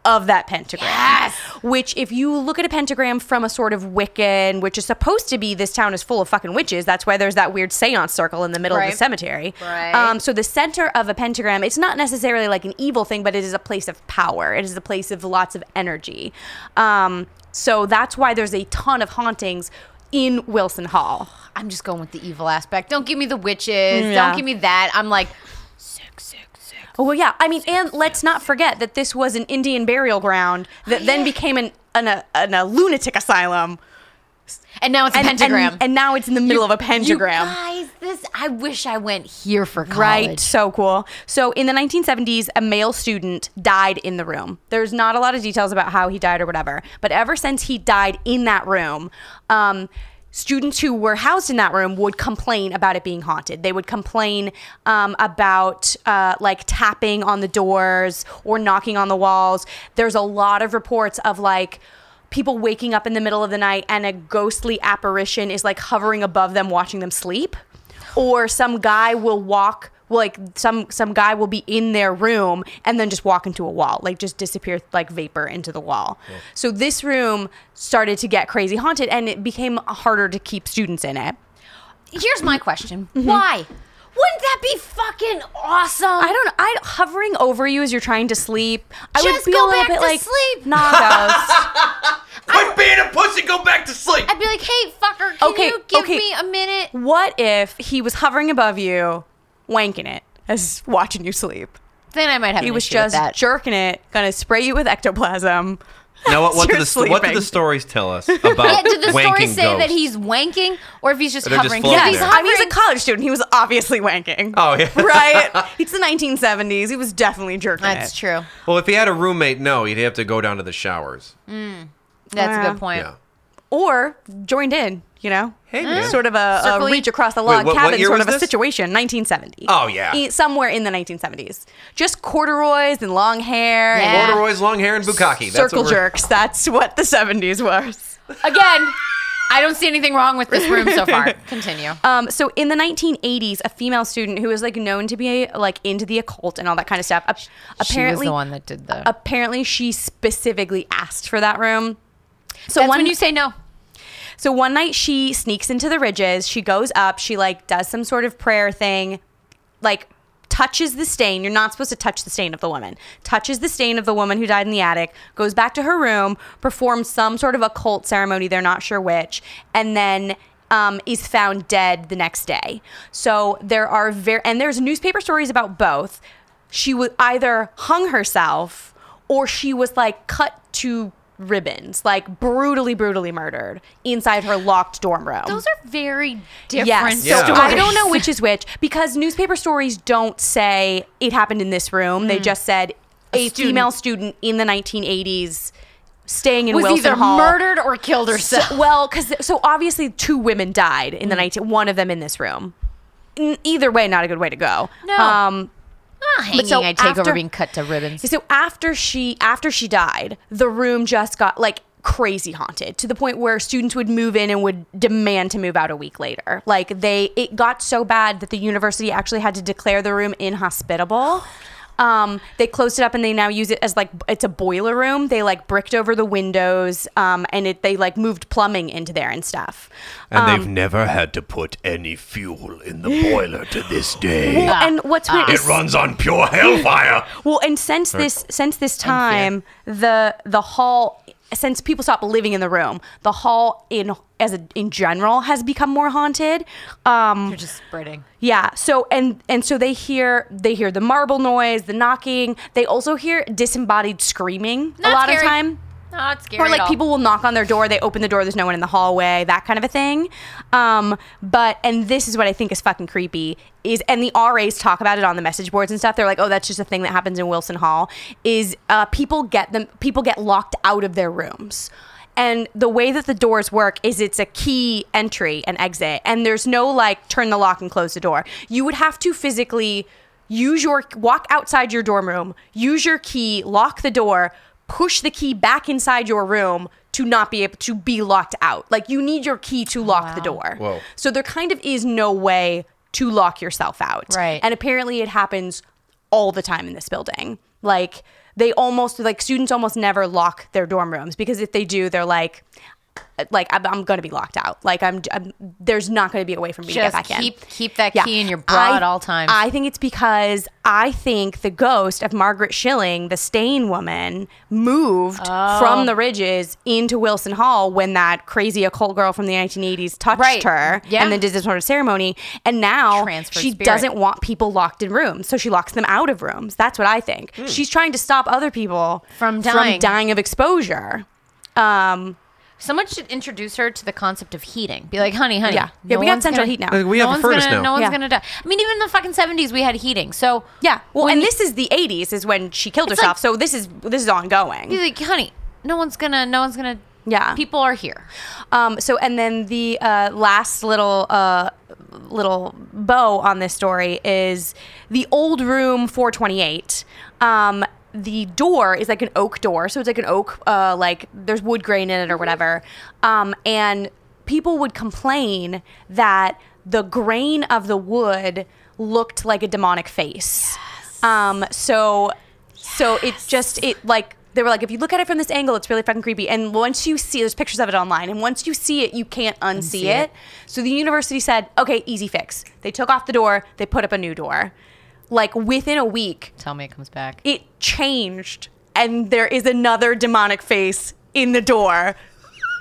S2: of that pentagram.
S1: Yes.
S2: Which, if you look at a pentagram from a sort of Wiccan, which is supposed to be this town is full of fucking witches, that's why there's that weird seance circle in the middle of
S1: Right.
S2: the cemetery.
S1: Right.
S2: Um, so, the center of a pentagram, it's not necessarily like an evil thing, but it is a place of power, it is a place of lots of energy. Um, so, that's why there's a ton of hauntings in Wilson Hall.
S1: <laughs> I'm just going with the evil aspect. Don't give me the witches.
S2: Yeah.
S1: Don't give me that. I'm like,
S2: Oh well, yeah. I mean, and let's not forget that this was an Indian burial ground that
S1: Oh,
S2: then became an an, a, an a lunatic asylum.
S1: And now it's a
S2: And, and-
S1: pentagram. Ah,
S2: And, now it's in the middle of
S1: <gasps>
S2: a pentagram.
S1: You guys, this I wish I went here for college.
S2: Right, so cool. So in the 1970s, a male student died in the room. There's not a lot of details about how he died or whatever, but ever since he died in that room, um, students who were housed in that room would complain about it being haunted. They would complain um, about uh, like tapping on the doors or knocking on the walls. There's a lot of reports of like, people waking up in the middle of the night and a ghostly apparition is like hovering above them watching them sleep or some guy will walk like some some guy will be in their room and then just walk into a wall like just disappear like vapor into the wall so this room started to get crazy haunted and it became harder to keep students in it
S1: Here's my question. Why? Wouldn't that be fucking awesome?
S2: i don't know i hovering over you as you're trying to sleep i
S1: Just
S2: would be
S1: go
S2: a little
S1: back
S2: bit
S1: to
S2: like
S1: sleep. <laughs>
S2: nah ghost
S3: Quit being a pussy. Go back to sleep.
S1: I'd be like, hey, fucker, can
S2: Okay,
S1: you give
S2: okay.
S1: me a minute?
S2: What if he was hovering above you, wanking it, as watching you sleep?
S1: Then I might have
S2: He
S1: an
S2: was
S1: issue with
S2: just
S1: that.
S2: jerking it, gonna spray you with ectoplasm.
S3: Now, what, what, do
S2: You're <laughs>
S3: the, sto- what do
S2: sleeping.
S3: the stories tell us about
S1: Yeah,
S3: <laughs>
S1: did the
S3: wanking
S1: story say that
S3: ghosts?
S1: he's wanking or if he's just
S3: Or they're just
S1: hovering?
S3: floating
S1: If
S2: Yeah,
S1: he's
S3: there.
S2: I mean,
S1: hovering,
S2: he's a college student. He was obviously wanking.
S3: Oh, yeah.
S2: <laughs>
S3: <laughs>
S2: right. It's the 1970s. He was definitely jerking it.
S1: that's true.
S3: Well, if he had a roommate, no, he'd have to go down to the showers.
S1: That's a
S2: Yeah.
S1: good point.
S3: Yeah.
S2: Or joined in, you know?
S3: Hey, man.
S2: Sort of a, a
S1: Circle
S2: reach
S1: you-
S2: across the
S3: Wait,
S2: log
S3: what- what
S2: cabin
S3: year
S2: sort
S3: was
S2: of a
S3: this?
S2: situation, 1970.
S3: Oh, yeah.
S2: E- Somewhere in the 1970s. Just corduroys and long hair
S1: Yeah.
S2: and
S3: Corduroys, long hair, and bukkake. That's
S2: circle
S3: what we're-
S2: jerks. That's what the 70s was.
S1: Again, I don't see anything wrong with this room <laughs> so far. Continue.
S2: Um, so in the 1980s, a female student who was like known to be like into the occult and all that kind of stuff. ap-
S1: she was
S2: apparently,
S1: the one that did the.
S2: apparently she specifically asked for that room. So
S1: That's
S2: one
S1: when you say no.
S2: so one night she sneaks into the ridges. She goes up. She like does some sort of prayer thing, like touches the stain. You're not supposed to touch the stain of the woman. Touches the stain of the woman who died in the attic. Goes back to her room, performs some sort of occult ceremony. They're not sure which, and then. Um, is found dead the next day. So there are very and there's newspaper stories about both. She would either hung herself or she was like cut to ribbons, like brutally, brutally murdered inside her locked dorm room.
S1: Those are very different
S2: Yes.
S3: Yeah.
S2: So
S1: stories.
S2: I don't know which
S1: <laughs>
S2: is which because newspaper stories don't say it happened in this room. They just said a,
S1: Mm. student.
S2: female student in the 1980s
S1: <laughs>
S2: staying in
S1: was
S2: Wilson
S1: either
S2: Hall.
S1: murdered or killed <laughs>
S2: So,
S1: herself.
S2: well, because so obviously two women died in
S1: Mm.
S2: the 19. One of them in this room. N- Either way, not a good way to go.
S1: No.
S2: Um,
S1: Ah, hanging,
S2: so
S1: I take over
S2: after-
S1: being cut to ribbons.
S2: So after she after she died, the room just got like crazy haunted to the point where students would move in and would demand to move out a week later. Like they it got so bad that the university actually had to declare the room inhospitable. Um, they closed it up and they now use it as like it's a boiler room. They like bricked over the windows um, and it they like moved plumbing into there and stuff.
S6: And
S2: Um,
S6: they've never had to put any fuel in the boiler to this day.
S2: Well, and what's weird
S6: It
S2: is
S6: runs on pure hellfire.
S2: Well, and since this since this time, the the hall since people stopped living in the room, the hall in as a, in general has become more haunted. Um,
S1: They're just spreading.
S2: yeah. So and and so they hear they hear the marble noise, the knocking. They also hear disembodied screaming a
S1: Not
S2: lot
S1: scary.
S2: of time.
S1: Not scary.
S2: Or
S1: at
S2: like
S1: all.
S2: people will knock on their door, they open the door, there's no one in the hallway, that kind of a thing. Um, but and this is what I think is fucking creepy is and the RAs talk about it on the message boards and stuff. They're like, oh, that's just a thing that happens in Wilson Hall. Is uh, people get them people get locked out of their rooms. And the way that the doors work is it's a key entry and exit, and there's no like turn the lock and close the door. You would have to physically use your walk outside your dorm room, use your key, lock the door, push the key back inside your room to not be able to be locked out. Like you need your key to lock the door.
S3: Whoa.
S2: So there kind of is no way to lock yourself out.
S1: Right.
S2: And apparently it happens all the time in this building. Like they almost like students almost never lock their dorm rooms because if they do, they're like like I'm, I'm gonna be locked out. Like I'm, I'm there's not gonna be a way for me to get
S1: Just
S2: back in.
S1: keep- keep that key in your bra
S2: I-
S1: at all times.
S2: I think it's because I think the ghost of Margaret Schilling, the Stain woman, moved
S1: Oh.
S2: from the Ridges into Wilson Hall when that crazy occult girl from the 1980s touched
S1: Right.
S2: her
S1: Yeah.
S2: and then did this sort of ceremony. And now
S1: Transferred
S2: she
S1: spirit.
S2: doesn't want people locked in rooms, so she locks them out of rooms. That's what I think. She's trying to stop other people
S1: Hmm. From dying.
S2: dying of exposure. Um,
S1: Someone should introduce her to the concept of heating. Be like, honey, honey.
S2: yeah, yeah,
S1: no
S2: we got
S1: one's
S2: central
S1: gonna-
S2: heat now.
S3: Like, we
S1: no
S3: have a
S1: one's
S3: furnace
S1: gonna,
S3: now.
S1: No one's
S2: Yeah.
S1: gonna die. I mean, even in the fucking seventies, we had heating. So
S2: Yeah. Well,
S1: when
S2: and
S1: you-
S2: this is the 80s is when she killed
S1: It's
S2: herself.
S1: like-
S2: so this is this is ongoing.
S1: He's like, honey, no one's gonna, no one's gonna.
S2: Yeah.
S1: people are here.
S2: Um, so and then the uh, last little uh, little bow on this story is the old room 428. Um, the door is like an oak door, so it's like an oak, uh, like there's wood grain in it or whatever. Um, and people would complain that the grain of the wood looked like a demonic face. Um, so so it's just it like they were like, if you look at it from this angle, it's really fucking creepy. And once you see, there's pictures of it online, and once you see it, you can't unsee it. So the university said, okay, easy fix. They took off the door, they put up a new door. Like within a week,
S1: Tell me it comes back.
S2: it changed, and there is another demonic face in the door.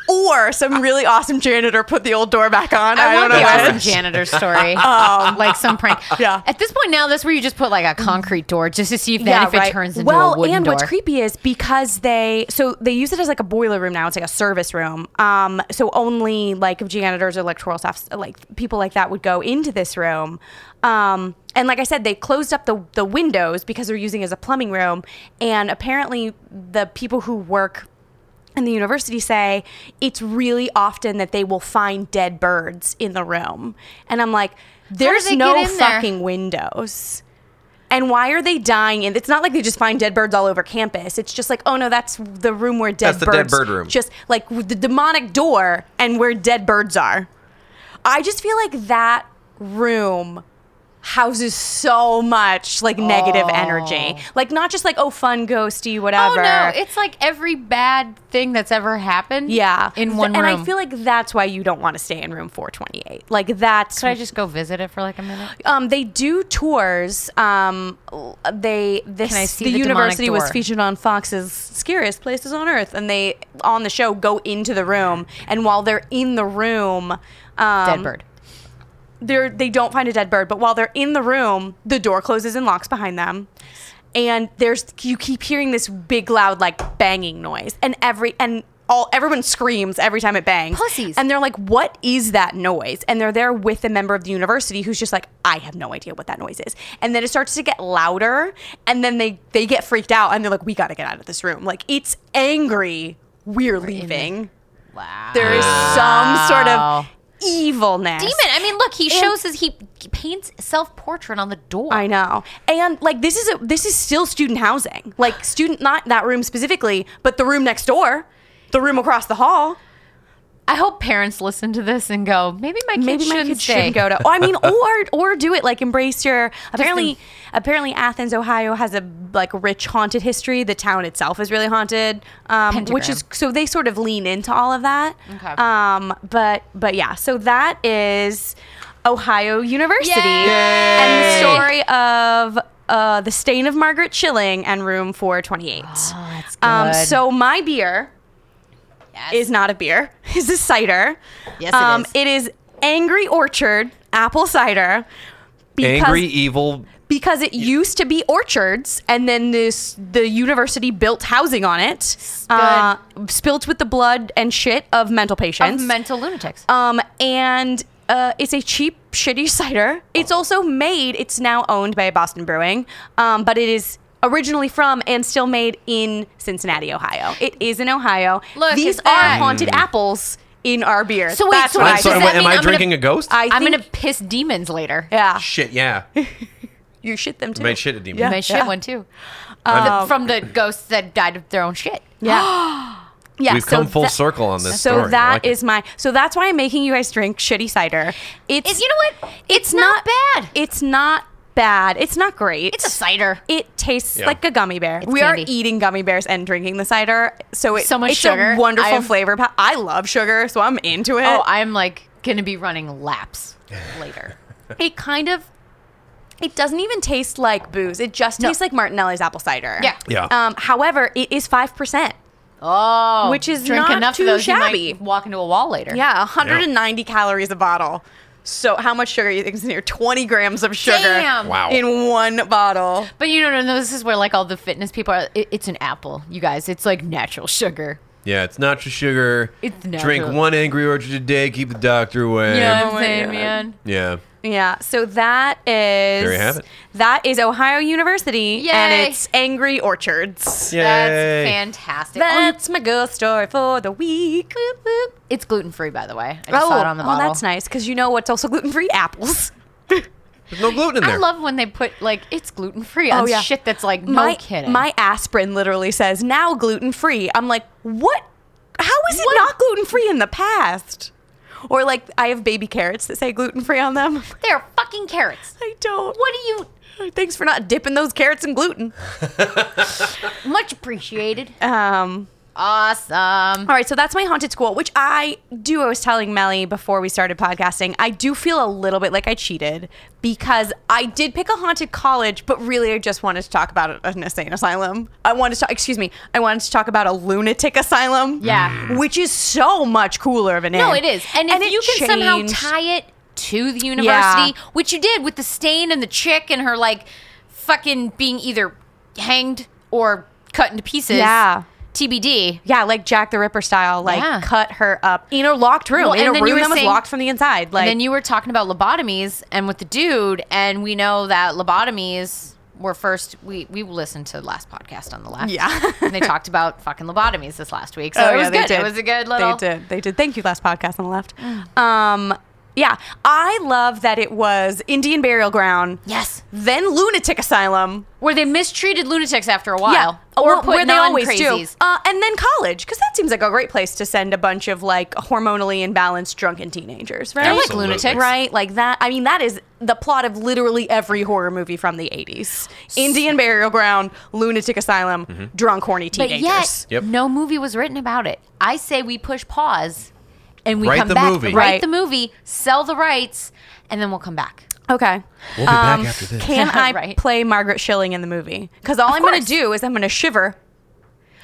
S2: Or some really awesome janitor put the old door back on. I,
S1: I,
S2: don't
S1: want
S2: know.
S1: the
S3: <laughs>
S2: what.
S1: awesome janitor story,
S3: Oh.
S1: like some prank.
S2: Yeah.
S1: At this point now, that's where you just put like a concrete door just to see if, then if it turns into
S2: well,
S1: a wooden
S2: and
S1: door.
S2: what's creepy is because they so they use it as like a boiler room now. It's like a service room. Um, so only like janitors or electoral staff, like people like that, would go into this room. Um, and like I said, they closed up the the windows because they're using it as a plumbing room. And apparently, the people who work and the university say it's really often that they will find dead birds in the room. And I'm like, there's
S1: they
S2: no
S1: get in there?"
S2: fucking windows. And why are they dying? And it's not like they just find dead birds all over campus. It's just like, oh no, that's the room where dead
S3: That's the
S2: birds.
S3: dead bird room.
S2: Just like with the demonic door and where dead birds are. I just feel like that room houses so much like negative energy. Like not just like oh fun ghosty
S1: Oh
S2: whatever.
S1: no! It's like every bad thing that's ever happened.
S2: Yeah.
S1: in
S2: Th-
S1: one
S2: and
S1: room.
S2: I feel like that's why you don't want to stay in room 428. Like that's
S1: Could I just go visit it for like a minute?
S2: um they do tours um l- they this
S1: Can I see
S2: the,
S1: the demonic
S2: university was
S1: door?
S2: featured on Fox's Scariest Places on Earth and they on the show go into the room and while they're in the room um
S1: Dead bird.
S2: they're they don't find a dead bird, but while they're in the room, the door closes and locks behind them. And there's you keep hearing this big loud like banging noise and every and all everyone screams every time it bangs.
S1: Pussies.
S2: And they're like, "What is that noise?" And they're there with a member of the university who's just like, "I have no idea what that noise is." And then it starts to get louder, and then they they get freaked out and they're like, "We got to get out of this room." Like it's angry. We're leaving.
S1: Wow.
S2: There is some sort of evilness.
S1: demon. I mean, look, he
S2: And-
S1: shows his he paints self portrait on the door.
S2: I know. And like this is a this is still student housing. Like student not that room specifically, but the room next door, the room across the hall.
S1: I hope parents listen to this and go, maybe my kid
S2: Maybe my
S1: shouldn't
S2: kids
S1: stay.
S2: shouldn't go to. Oh, I mean, or or do it like embrace your. Apparently, apparently Athens, Ohio has a like rich haunted history. The town itself is really haunted, um, which is so they sort of lean into all of that.
S1: Okay.
S2: Um, but but yeah, so that is Ohio University and the story of uh, the stain of Margaret Schilling and Room 428.
S1: that's
S2: Um,
S1: good.
S2: so my beer is not a beer; <laughs> it's a cider. Um,
S1: Yes, it is.
S2: It is Angry Orchard apple cider. Because,
S3: Angry, evil.
S2: because it used to be orchards, and then this the university built housing on it, uh, spilt with the blood and shit of mental
S1: Of
S2: patients.
S1: mental lunatics.
S2: Um, and uh, it's a cheap, shitty <laughs> cider. It's also made, it's now owned by Boston Brewing, um, but it is originally from and still made in Cincinnati, Ohio. It is in Ohio.
S1: Look
S2: These
S1: at that.
S2: are haunted apples in our beer.
S1: So wait,
S2: That's
S1: so wait,
S2: what I
S3: Hmm. I'm
S1: does
S3: sorry,
S2: think.
S1: that
S3: am
S1: mean
S3: I
S1: I'm gonna-
S3: drinking a ghost?
S2: I
S1: I'm
S2: think-
S1: gonna piss demons later.
S3: <laughs>
S2: Yeah,
S3: Shit, yeah.
S2: you shit them too.
S3: Made
S1: <gasps>
S3: shit a demon.
S1: My shit
S2: yeah. Oh. Um,
S1: one too. The- from the ghosts that died of their own shit.
S2: Yeah. yeah.
S3: We've
S2: so
S3: come full
S2: tha-
S3: circle on this
S2: So
S3: story. I
S2: that
S3: like it.
S2: is my. So that's why I'm making you guys drink shitty cider. It's
S1: It's, you know what? It's, not, bad.
S2: It's not bad. It's not great.
S1: It's a cider.
S2: It tastes
S3: Yeah.
S2: like a gummy bear. we are
S1: candy.
S2: eating gummy bears and drinking the cider, so it,
S1: So much
S2: it's
S1: sugar.
S2: A wonderful
S1: I'm-
S2: flavor. pa- I love sugar, so I'm into it.
S1: Oh, I'm like gonna be running laps later.
S2: <laughs> it kind of it doesn't even taste like booze. It just tastes like Martinelli's apple cider.
S1: Yeah.
S3: Yeah.
S2: Um, however, it is five percent.
S1: Oh,
S2: Which is
S1: drink
S2: not
S1: enough
S2: too
S1: of those
S2: shabby.
S1: You might walk into a wall later.
S2: Yeah, 190 calories a bottle. So how much sugar you think is in here? 20 grams of sugar.
S1: Damn.
S3: Wow.
S2: In one bottle.
S1: But you know, no, this is where like all the fitness people are. It, it's an apple, you guys. It's like natural sugar.
S3: Yeah, it's not your sugar.
S1: It's
S3: Drink
S1: natural.
S3: one Angry Orchard a day. Keep the doctor away.
S1: You know what
S2: Oh my
S1: I'm saying,
S2: God.
S1: man?
S3: Yeah.
S2: Yeah. So that is
S3: There you have it.
S2: that is Ohio University
S1: Yay.
S2: and it's Angry Orchards.
S3: Yay.
S1: That's fantastic. Oh, you-
S2: That's my girl story for the week.
S1: it's gluten free, by the way. I just saw it on the bottle.
S2: oh, that's nice because you know what's also gluten free apples.
S3: There's no gluten in there.
S1: I love when they put like it's gluten free on
S2: Oh, yeah.
S1: shit that's like no
S2: my
S1: kidding.
S2: my aspirin literally says now gluten free. I'm like, what? How is it not gluten free in the past? Or like, I have baby carrots that say gluten free on them. <laughs>
S1: they're fucking carrots.
S2: I don't.
S1: What do you?
S2: Thanks for not dipping those carrots in gluten.
S1: Much appreciated.
S2: Um,
S1: Awesome.
S2: all right, so that's my haunted school, which I do. I was telling Melly before we started podcasting, I do feel a little bit like I cheated because I did pick a haunted college, but really I just wanted to talk about an insane asylum. I wanted to, talk, excuse me, I wanted to talk about a lunatic asylum.
S1: Yeah.
S2: Which is so much cooler of a name.
S1: No, it is. And if
S2: it
S1: you can somehow
S2: changed-
S1: tie it to the university,
S2: Yeah.
S1: which you did with the stain and the chick and her like fucking being either hanged or cut into pieces.
S2: Yeah.
S1: TBD.
S2: Yeah, like Jack the Ripper style, like
S1: Yeah.
S2: cut her up in a locked room,
S1: Well,
S2: in
S1: and
S2: a
S1: then you
S2: room
S1: were
S2: that was
S1: saying-
S2: locked from the inside. Like,
S1: and then you were talking about lobotomies and with the dude, and we know that lobotomies were first. We we listened to the last podcast on the left.
S2: Yeah.
S1: and they talked about fucking lobotomies this last week, so
S2: Oh,
S1: it was
S2: yeah, they
S1: good.
S2: did.
S1: It was a good little. Mm.
S2: They did. They did. Thank you, last podcast on the left. Um, yeah, I love that it was Indian burial ground,
S1: Yes,
S2: then lunatic asylum.
S1: where they mistreated lunatics after a while, or
S2: well,
S1: put
S2: where they always
S1: non-crazies.
S2: do, uh, and then college because that seems like a great place to send a bunch of like hormonally imbalanced drunken teenagers, right?
S1: I like
S3: Absolutely.
S1: lunatics.
S2: Right, like that. I mean, that is the plot of literally every horror movie from the '80s: Indian burial ground, lunatic asylum, drunk, horny
S1: But
S2: teenagers.
S1: yet,
S3: Yep.
S1: no movie was written about it. I say we push pause and we
S3: Write
S1: come
S3: the
S1: back,
S3: movie.
S1: write
S2: Right.
S1: the movie, sell the rights, and then we'll come back.
S2: Okay. Um,
S6: We'll be back after this.
S1: <laughs>
S2: Can I
S1: Right.
S2: play Margaret Schilling in the movie? Because all I'm going to
S1: course.
S2: do is I'm going to shiver.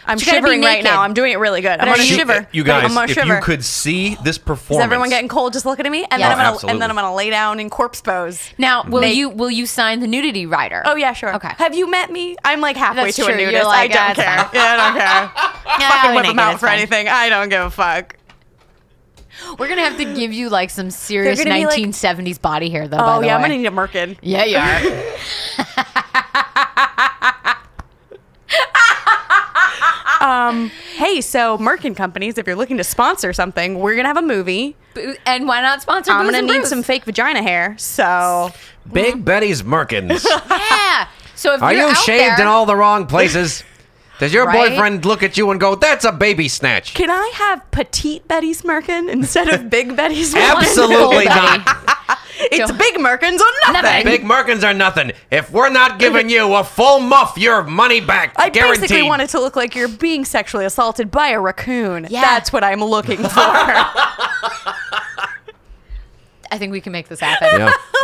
S2: I'm
S1: gotta be
S2: shivering right
S1: naked.
S2: now. I'm doing it really good. I'm
S1: are
S2: going to
S1: you-
S2: shiver.
S3: You
S2: I'm
S3: guys,
S2: gonna
S3: if
S2: shiver.
S3: you could see this
S2: Is
S3: performance.
S2: everyone getting cold just looking at me? And
S1: Yeah.
S2: then
S1: Oh,
S2: I'm gonna
S3: absolutely.
S2: and then I'm gonna lay down in corpse pose.
S1: Now,
S5: Mm-hmm.
S1: will
S2: They-
S1: you will you sign the nudity rider?
S2: Oh yeah, sure.
S1: Okay. <laughs>
S2: Have you met me? I'm like halfway
S1: That's
S2: to
S1: true.
S2: a
S1: You're
S2: nudist.
S1: like,
S2: I
S1: "Ah,
S2: don't
S1: it's
S2: care.
S1: fine."
S2: Yeah, I don't
S1: <laughs>
S2: care.
S1: Yeah,
S2: Fucking
S1: we're
S2: whip 'em
S1: naked,
S2: out
S1: it's
S2: for
S1: fine.
S2: anything. I don't give a fuck.
S1: We're gonna have to give you like some serious
S2: gonna be, like-
S1: 1970s body hair, though. by
S2: Oh
S1: the
S2: yeah, I'm
S1: way.
S2: gonna need a merkin.
S1: <laughs> yeah, you are.
S2: Um, Hey, so merkin companies, if you're looking to sponsor something, we're gonna have a movie.
S1: <laughs> Boo- and why not sponsor?
S2: I'm
S1: Booze
S2: gonna
S1: and
S2: need
S1: Brews?
S2: some fake vagina hair. So Mm-hmm.
S5: Big Betty's
S2: <laughs>
S5: Merkins.
S1: Yeah. So if
S5: Are
S1: you're
S5: you
S1: out
S5: shaved
S1: there,
S5: in
S1: <laughs>
S5: all the wrong places? Does your
S1: Right?
S5: boyfriend look at you and go, "That's a baby snatch"?
S2: Can I have petite Betty Merkin instead of big Betty
S1: <laughs>
S2: Merkin?
S5: Absolutely
S1: Nobody.
S5: not.
S2: it's big Merkins or nothing.
S5: Big Merkins are nothing. If we're not giving you a full muff, your money back,
S2: I
S5: guaranteed.
S2: basically want it to look like you're being sexually assaulted by a raccoon.
S1: Yeah.
S2: That's what I'm
S1: <laughs>
S2: looking for.
S1: I think we can make this happen.
S5: <laughs>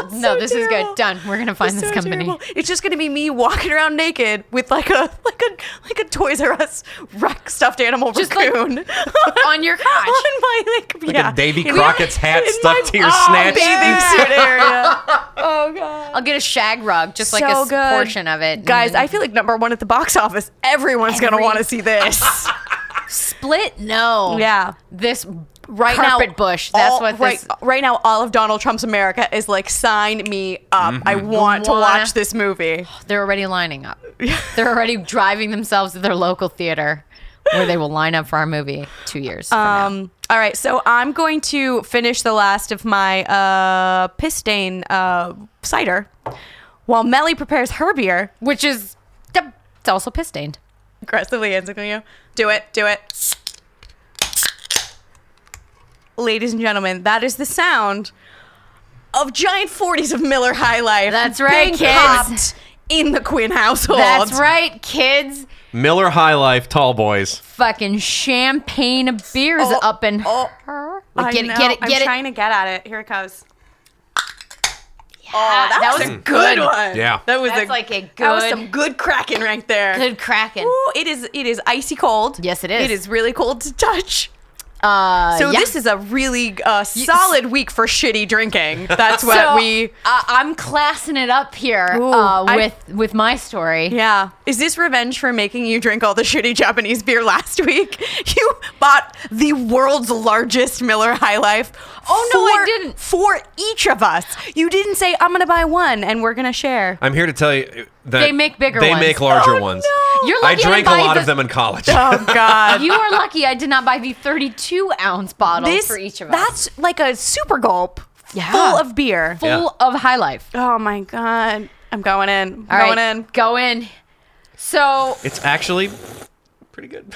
S5: Yeah.
S1: no, this is
S2: terrible.
S1: good. Done. We're gonna find
S2: It's
S1: this
S2: so
S1: company.
S2: terrible. It's just gonna be me walking around naked with like a like a like a Toys R Us wreck stuffed animal
S1: Just, like,
S2: raccoon
S1: <laughs> on your crotch.
S2: <laughs> on my like,
S3: Like
S2: yeah.
S3: a Davy
S2: In my-
S3: Crockett's hat
S2: in
S3: stuck
S2: my
S3: to
S2: <laughs>
S3: your snatch.
S2: bathing
S1: <laughs>
S2: suit area. Oh god.
S1: I'll get a shag rug, just like
S2: So
S1: a s-
S2: good.
S1: portion of it, Mm-hmm.
S2: Guys, I feel like number one at the box office. Everyone's gonna
S1: Every-
S2: want to see this.
S1: Mm-hmm. split. No,
S2: Yeah.
S1: this <laughs> right
S2: Carpet
S1: carpet bush. That's
S2: all,
S1: what
S2: right,
S1: this.
S2: right now. All of Donald Trump's America is like, sign me up. I want to
S1: Mm-hmm. Wanna-
S2: watch this movie.
S1: They're already lining
S2: <laughs>
S1: up. They're already driving themselves to their local theater, where they will line up for our movie two years. From now.
S2: Um, all right, so I'm going to finish the last of my uh, piss stain uh, cider while Melly prepares her beer.
S1: which is the- it's also piss stained.
S2: Aggressively answering you. Do it, do it. Ladies and gentlemen, that is the sound of giant 40s of Miller High Life.
S1: That's right,
S2: being
S1: kids.
S2: popped in the Quinn household.
S1: That's right, kids.
S3: Miller High Life, tall boys.
S1: Fucking champagne of beers
S2: Oh,
S1: up in
S2: oh.
S1: her.
S2: I
S1: Like, get
S2: know.
S1: it, get it,
S2: I'm
S1: get it.
S2: trying to get at it. Here it comes.
S1: Oh, that,
S2: was a good one.
S3: Yeah.
S2: that was
S1: That's
S2: a,
S1: like a
S2: That was
S1: good-
S2: some good cracking right there.
S1: Good cracking.
S2: Ooh, it is. It is icy cold.
S1: Yes, it is.
S2: It is really cold to touch.
S1: Uh,
S2: So
S1: yeah.
S2: this is a really uh, solid week for shitty drinking. That's what
S1: So,
S2: we.
S1: uh, I'm classing it up here
S2: Ooh,
S1: uh,
S2: I-
S1: with with my story.
S2: Yeah. Is this revenge for making you drink all the shitty Japanese beer last week? <laughs> You bought the world's largest Miller High Life.
S1: Oh, no, I
S2: for-
S1: didn't.
S2: For each of us. You didn't say I'm going to buy one and we're going to share.
S3: I'm here to tell you that
S1: They make bigger
S3: They
S1: ones. Oh,
S3: make larger ones.
S1: You're
S3: I
S1: lucky didn't
S3: drank a
S1: buy
S3: lot
S1: the-
S3: of them in
S5: <laughs>
S3: college.
S2: <laughs> Oh
S1: <laughs>
S2: god. <laughs>
S1: You are lucky I did not buy the 32 ounce bottle
S2: this
S1: for each of us.
S2: that's like a super gulp
S1: Yeah.
S2: full of beer.
S1: full of high life.
S2: Oh my god. I'm going in. I'm
S1: All right,
S2: going in.
S1: Go in. So
S3: It's actually pretty good.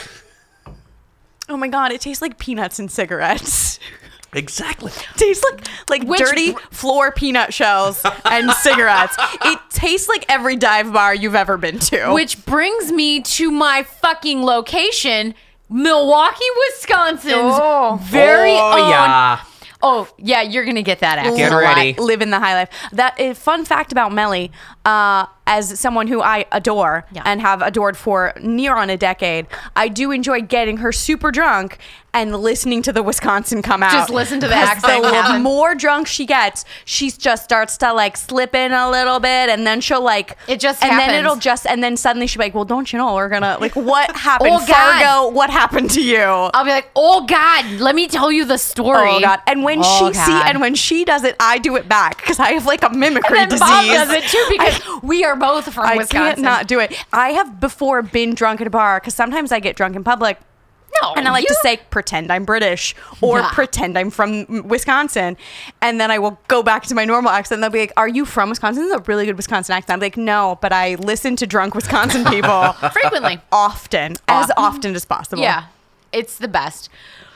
S2: Oh my god, it tastes like peanuts and cigarettes.
S3: <laughs>
S2: <laughs>
S3: exactly.
S2: tastes like like
S1: Which
S2: dirty
S1: br-
S2: floor peanut shells and cigarettes. It tastes like every dive bar you've ever been to.
S1: Which brings me to my fucking location, Milwaukee, Wisconsin's
S2: Oh.
S1: very
S3: Oh,
S1: own.
S3: yeah.
S1: Oh yeah, you're gonna get that accent.
S3: Get
S1: a lot.
S3: ready.
S2: live in the high life. That a fun fact about Melly, uh, as someone who I adore
S1: Yeah.
S2: and have adored for near on a decade, I do enjoy getting her super drunk and listening to the Wisconsin come out.
S1: Just listen to the
S2: 'Cause
S1: accent,
S2: The
S1: Kevin.
S2: more drunk she gets, she just starts to like slip in a little bit, and then she'll like
S1: It just
S2: and
S1: happens.
S2: then it'll just and then suddenly she'll be like, well, don't you know we're gonna like
S1: <laughs>
S2: what happened,
S1: Oh, God.
S2: Fargo? What happened to you?
S1: I'll be like, oh god, let me tell you the story.
S2: Oh god! And when
S1: Oh,
S2: she see
S1: God.
S2: and when she does it, I do it back because I have like a mimicry
S1: and then
S2: disease.
S1: Bob does it too because
S2: I,
S1: we are both from
S2: I can't
S1: Wisconsin.
S2: not do it. I have before been drunk at a bar because sometimes I get drunk in public.
S1: no,
S2: And I like to
S1: you-
S2: say, pretend I'm British or
S1: Yeah.
S2: pretend I'm from Wisconsin. And then I will go back to my normal accent. And they'll be like, Are you from Wisconsin? This is a really good Wisconsin accent. I'm like, No, but I listen to drunk
S1: <laughs>
S2: Wisconsin people
S1: frequently.
S2: often, as often as possible.
S1: Yeah, it's the best.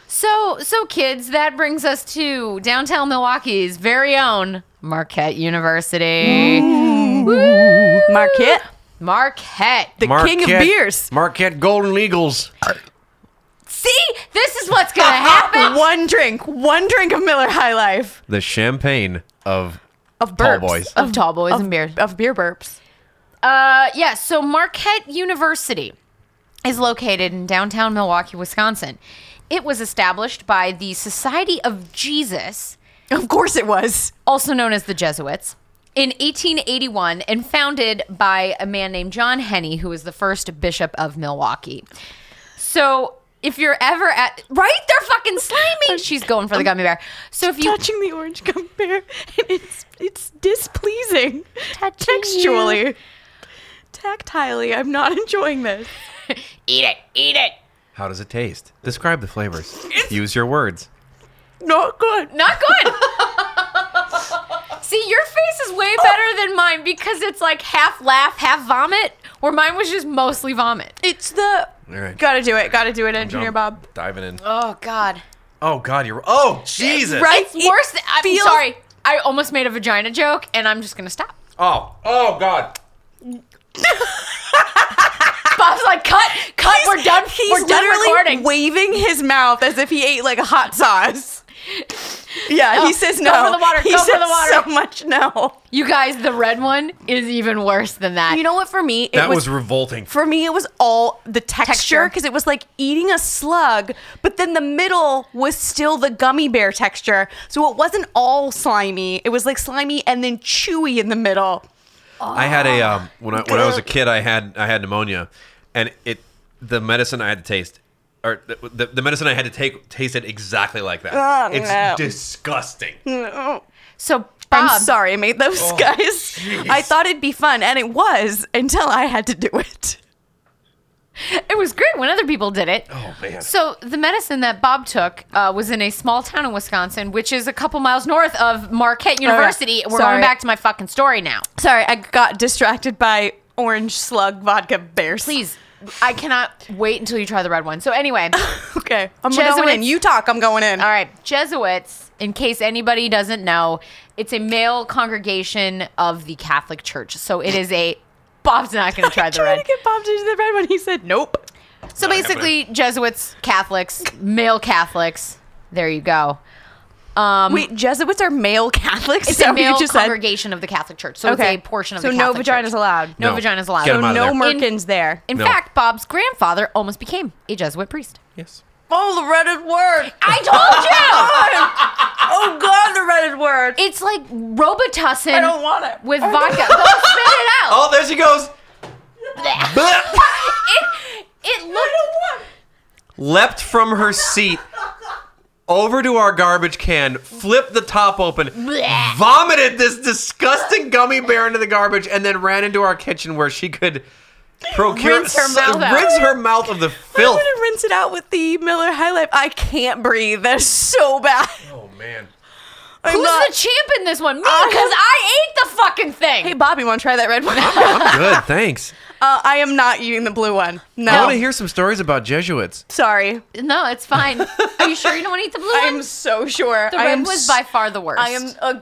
S1: So, so kids, that brings us to downtown Milwaukee's very own Marquette University. Woo!
S2: Marquette,
S1: Marquette.
S2: the king of beers.
S3: Marquette Golden Eagles.
S1: See, this is what's
S2: <laughs>
S1: gonna happen.
S2: one drink, one drink of Miller High Life
S3: The champagne of
S2: of
S3: Tall
S2: burps.
S3: boys.
S1: Of tall boys and beer.
S2: of beer burps.
S1: Uh, yeah. So Marquette University is located in downtown Milwaukee, Wisconsin. It was established by the Society of Jesus,
S2: Of course it was.
S1: also known as the Jesuits, in 1881 and founded by a man named John Henney, who was the first bishop of Milwaukee. So if you're ever at right, they're fucking slamming. She's going for the gummy bear. So if you
S2: Touching the orange gum bear, <laughs> and it's it's displeasing.
S7: Touching
S2: Textually, tactilely, I'm not enjoying this.
S1: eat it, eat it.
S3: How does it taste? Describe the flavors. Use your words.
S2: Not good.
S1: Not good. See, your face is way better than mine because it's like half laugh, half vomit, where mine was just mostly vomit.
S2: It's the
S3: All right.
S2: gotta do it. Gotta do it, engineer Bob.
S3: Diving in.
S1: Oh God.
S3: Oh God, you're. Oh Jesus.
S2: Right?
S1: It's
S2: It
S1: worse. Than, I'm
S2: feels-
S1: sorry. I almost made a vagina joke, and I'm just gonna stop.
S3: Oh. Oh God.
S1: Bob's like, cut, cut. we're done.
S2: He's
S1: we're done
S2: literally
S1: recording.
S2: waving his mouth as if he ate like a hot sauce. Yeah,
S1: No,
S2: he says
S1: go
S2: no.
S1: for the water,
S2: He
S1: go for
S2: says
S1: the water.
S2: So much no.
S1: you guys, the red one is even worse than that.
S2: You know what? For me, it
S3: That was,
S2: was
S3: revolting.
S2: for me it was all the texture
S1: Texture.
S2: because it was like eating a slug but then the middle was still the gummy bear texture so it wasn't all slimy it was like slimy and then chewy in the middle
S3: I had a
S2: Ah.
S3: um, when I when I was a kid, I had I had pneumonia, and it the medicine I had to taste. Or the, the, the medicine I had to take tasted exactly like that.
S2: Oh,
S3: it's
S2: no. Hmm.
S3: disgusting.
S1: so Bob,
S2: i'm sorry i made those guys i thought it'd be fun and it was until i had to do it
S1: It was great when other people did it.
S3: Oh man.
S1: So the medicine that Bob took uh, was in a small town in Wisconsin, which is a couple miles north of Marquette University. We're
S2: Oh, Sorry.
S1: going back to my fucking story now.
S2: sorry i got distracted by orange slug vodka bears
S1: Please I cannot wait until you try the red one. So
S2: <laughs>
S1: anyway,
S2: Okay. I'm going in.
S1: Jesuits-
S2: You talk. I'm going in.
S1: all right, Jesuits. In case anybody doesn't know, it's a male congregation of the Catholic Church. So it is a. Bob's not going to
S2: <laughs>
S1: try
S2: I
S1: the
S2: tried
S1: red.
S2: to get Bob to do the red one. He said nope.
S1: So basically, Jesuits, Catholics, male Catholics. There you go. Um,
S2: Wait, Jesuits are male Catholics.
S1: it's
S2: Is that
S1: a
S2: what you
S1: male
S2: just said?
S1: congregation of the Catholic Church. So
S2: Okay.
S1: it's a portion of
S2: So
S1: the
S2: no
S1: Catholic
S2: vaginas
S1: Church.
S2: allowed?
S1: No,
S3: No.
S1: vaginas allowed.
S3: Get
S2: So
S3: 'em out of
S2: no
S3: there.
S2: merkins there.
S1: In
S3: No.
S1: fact, Bob's grandfather almost became a Jesuit priest.
S3: Yes.
S2: Oh, the redded <laughs> word.
S1: I told
S2: Oh God, the redded word.
S1: you! it's like Robitussin
S2: I don't want it.
S1: with vodka. Don't spit it out.
S3: Oh, there she
S2: <laughs>
S3: goes.
S1: It, it looked.
S3: Leapt from her seat over to our garbage can, flipped the top open, vomited this disgusting gummy bear into the garbage, and then ran into our kitchen where she could procure
S1: Rinse her mouth out.
S3: rinse her mouth
S1: <laughs>
S3: of the
S2: I'm
S3: filth.
S2: gonna rinse it out with the Miller High Life. I can't breathe. That's so bad.
S3: Oh man.
S2: I'm
S1: Who's
S2: not-
S1: the champ in this one? Me, because I ate the fucking thing.
S2: Hey, Bobby, want to try that red one?
S3: I'm good,
S1: <laughs>
S3: thanks.
S2: <laughs> Uh, I am not eating the blue one.
S3: I want
S2: No,
S3: to hear some stories about Jesuits.
S2: sorry.
S1: No, it's fine. Are you sure you don't want to eat the blue
S2: <laughs> I
S1: one?
S2: am so sure.
S1: The
S2: I
S1: red
S2: am
S1: was
S2: s-
S1: by far the worst.
S2: I am uh,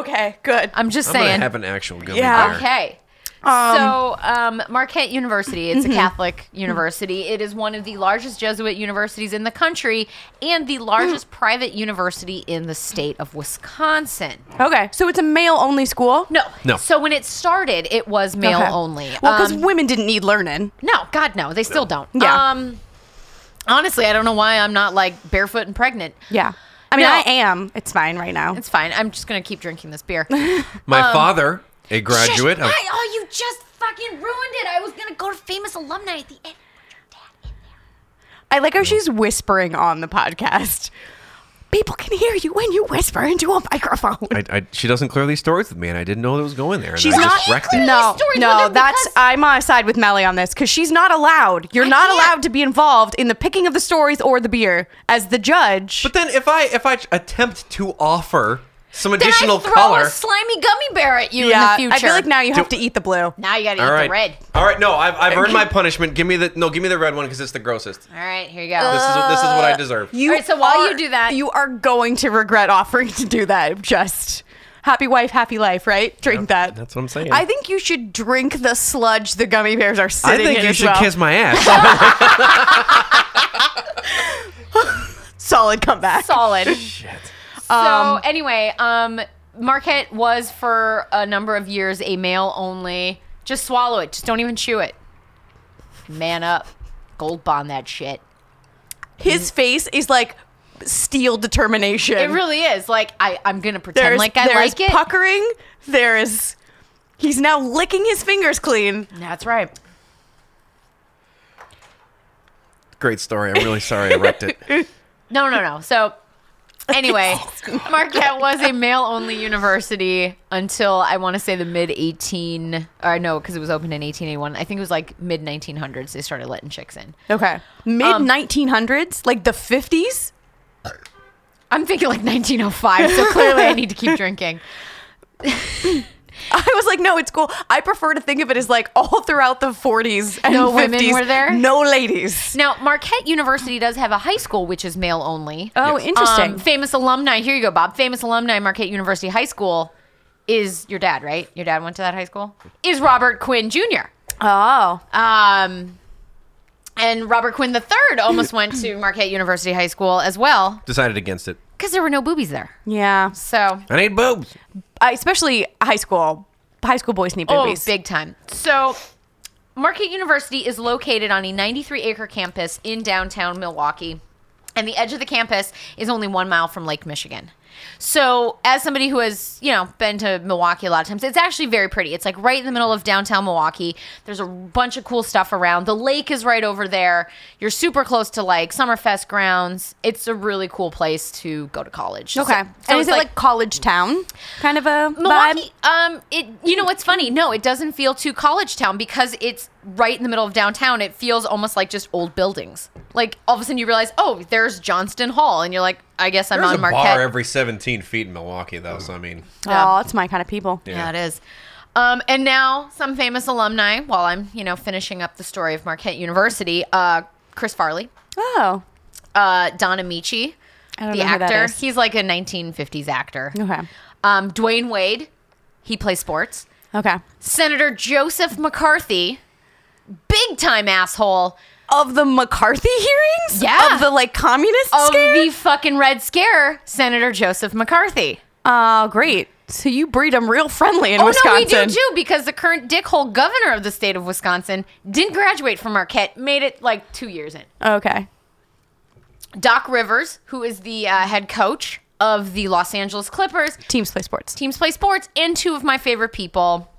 S2: okay. Good.
S1: I'm just
S3: I'm
S1: saying.
S3: gonna have an actual gummy
S2: Yeah.
S3: bear.
S1: okay. so, um, Marquette University,
S2: mm-hmm.
S1: it's a Catholic university. It is one of the largest Jesuit universities in the country and the
S2: Mm.
S1: largest private university in the state of Wisconsin.
S2: okay, so it's a male-only school.
S1: No.
S3: No.
S1: So, when it started, it was male only.
S2: Well, because
S1: Um,
S2: women didn't need learning.
S1: No, God, no. They still don't.
S2: Yeah.
S1: Um, honestly, I don't know why I'm not like barefoot and pregnant.
S2: Yeah. I mean,
S1: No.
S2: I am. It's fine right now.
S1: It's fine. I'm just going to keep drinking this beer.
S3: My
S1: Um,
S3: father, a graduate
S1: Shush,
S3: of
S1: I- oh, you just fucking ruined it. I was going to go to famous alumni at the end.
S2: I like how she's whispering on the podcast. People can hear you when you whisper into a microphone. <laughs>
S3: I, I, she doesn't clear these stories with me, and I didn't know that was going there. and
S2: She's
S3: I
S2: not
S3: just wrecked it.
S2: no,
S1: stories with
S2: no.
S1: her
S2: That's
S1: because-
S2: I'm on side with Melly on this because she's not allowed. You're
S1: I
S2: not
S1: can't.
S2: allowed to be involved in the picking of the stories or the beer as the judge.
S3: But then, if I if I attempt to offer some
S1: Then
S3: additional
S1: I throw
S3: color,
S1: a slimy gummy bear at you
S2: yeah,
S1: in the future.
S2: I feel like now you have to eat the blue.
S1: Now you got to eat
S3: all right,
S1: the red.
S3: all right, no, I've, I've
S1: <laughs>
S3: earned my punishment. Give me the no, give me the red one because it's the grossest.
S1: All right, here you go.
S3: This is this is what I deserve.
S2: You
S1: All right, so while Uh, you
S2: are-
S1: do that-
S2: you are going to regret offering to do that. Just happy wife, happy life, right? Drink that.
S3: That's what I'm saying.
S2: I think you should drink the sludge the gummy bears are
S3: I
S2: sitting
S3: think
S2: in
S3: you
S2: as
S3: should
S2: well.
S3: kiss my ass.
S1: <laughs>
S3: <laughs>
S2: Solid
S1: <laughs>
S2: comeback.
S1: Solid. So anyway, um, Marquette was for a number of years a male only. Just swallow it. Just don't even chew it. Man up. Gold bond that shit.
S2: His face is like steel determination.
S1: It really is. Like I, I'm gonna pretend
S2: there's
S1: like I
S2: there's
S1: like it.
S2: puckering. There is. He's now licking his fingers clean.
S1: That's right.
S3: Great story. I'm really sorry I wrecked
S1: <laughs>
S3: it.
S1: No, no, no.
S2: <laughs>
S1: So anyway, Marquette was a male-only university until I want to say the mid 18 or no, because it was opened in 1881. I think it was like mid 1900s they started letting chicks in.
S2: Okay. Um, Mid 1900s, like the 50s.
S1: I'm thinking like 1905, so clearly I need to keep drinking.
S2: <laughs> I was like, no, it's cool. I prefer to think of it as like all throughout the 40s and
S1: No
S2: 50s.
S1: women were there?
S2: No ladies.
S1: Now, Marquette University does have a high school which is male only.
S2: Oh, interesting.
S1: Um, famous alumni. Here you go, Bob. Famous alumni, Marquette University High School is your dad, right? Your dad went to that high school? Is Robert Quinn Jr.
S2: oh.
S1: Um, and Robert Quinn III almost went to Marquette University High School as well
S3: Decided against it.
S1: because there were no boobies there.
S2: Yeah.
S1: So,
S3: I need boobs.
S2: I, especially high school. High school boys need
S1: oh,
S2: boobies.
S1: big time. So, Marquette University is located on a 93 acre campus in downtown Milwaukee, and the edge of the campus is only one mile from Lake Michigan. So, as somebody who has, you know, been to Milwaukee a lot of times, it's actually very pretty. It's like right in the middle of downtown Milwaukee. There's a bunch of cool stuff around. The lake is right over there. You're super close to like Summerfest grounds. It's a really cool place to go to college. So-
S2: Okay.
S1: So,
S2: and
S1: it's
S2: is it like, college town kind of a
S1: Milwaukee,
S2: vibe?
S1: um, it you know what's funny? No, it doesn't feel too college town because it's right in the middle of downtown. It feels almost like just old buildings. Like all of a sudden you realize, oh, there's Johnston Hall, and you're like, I guess I'm
S3: There's a
S1: on Marquette.
S3: bar every 17 feet in Milwaukee, though. So I mean,
S1: Yeah.
S2: Oh, it's my kind of people.
S1: yeah. it is. Um, and now some famous alumni, while I'm, you know, finishing up the story of Marquette University, uh, Chris Farley,
S2: Oh.
S1: uh, Don Amici,
S2: I don't
S1: the
S2: know who
S1: actor.
S2: that is.
S1: He's like a 1950s actor.
S2: Okay.
S1: Um, Dwayne Wade, he plays sports.
S2: Okay.
S1: Senator Joseph McCarthy, big time asshole
S2: Of the McCarthy hearings?
S1: Yeah.
S2: Of the like communist
S1: of
S2: scare?
S1: the fucking Red Scare, Senator Joseph McCarthy.
S2: Oh, great. So you breed them real friendly in
S1: Oh
S2: Wisconsin.
S1: no, we do too because the current dickhole governor of the state of Wisconsin didn't graduate from Marquette, made it like two years in.
S2: Okay.
S1: Doc Rivers, who is the uh, head coach of the Los Angeles Clippers,
S2: Teams play sports.
S1: teams play sports, and two of my favorite people,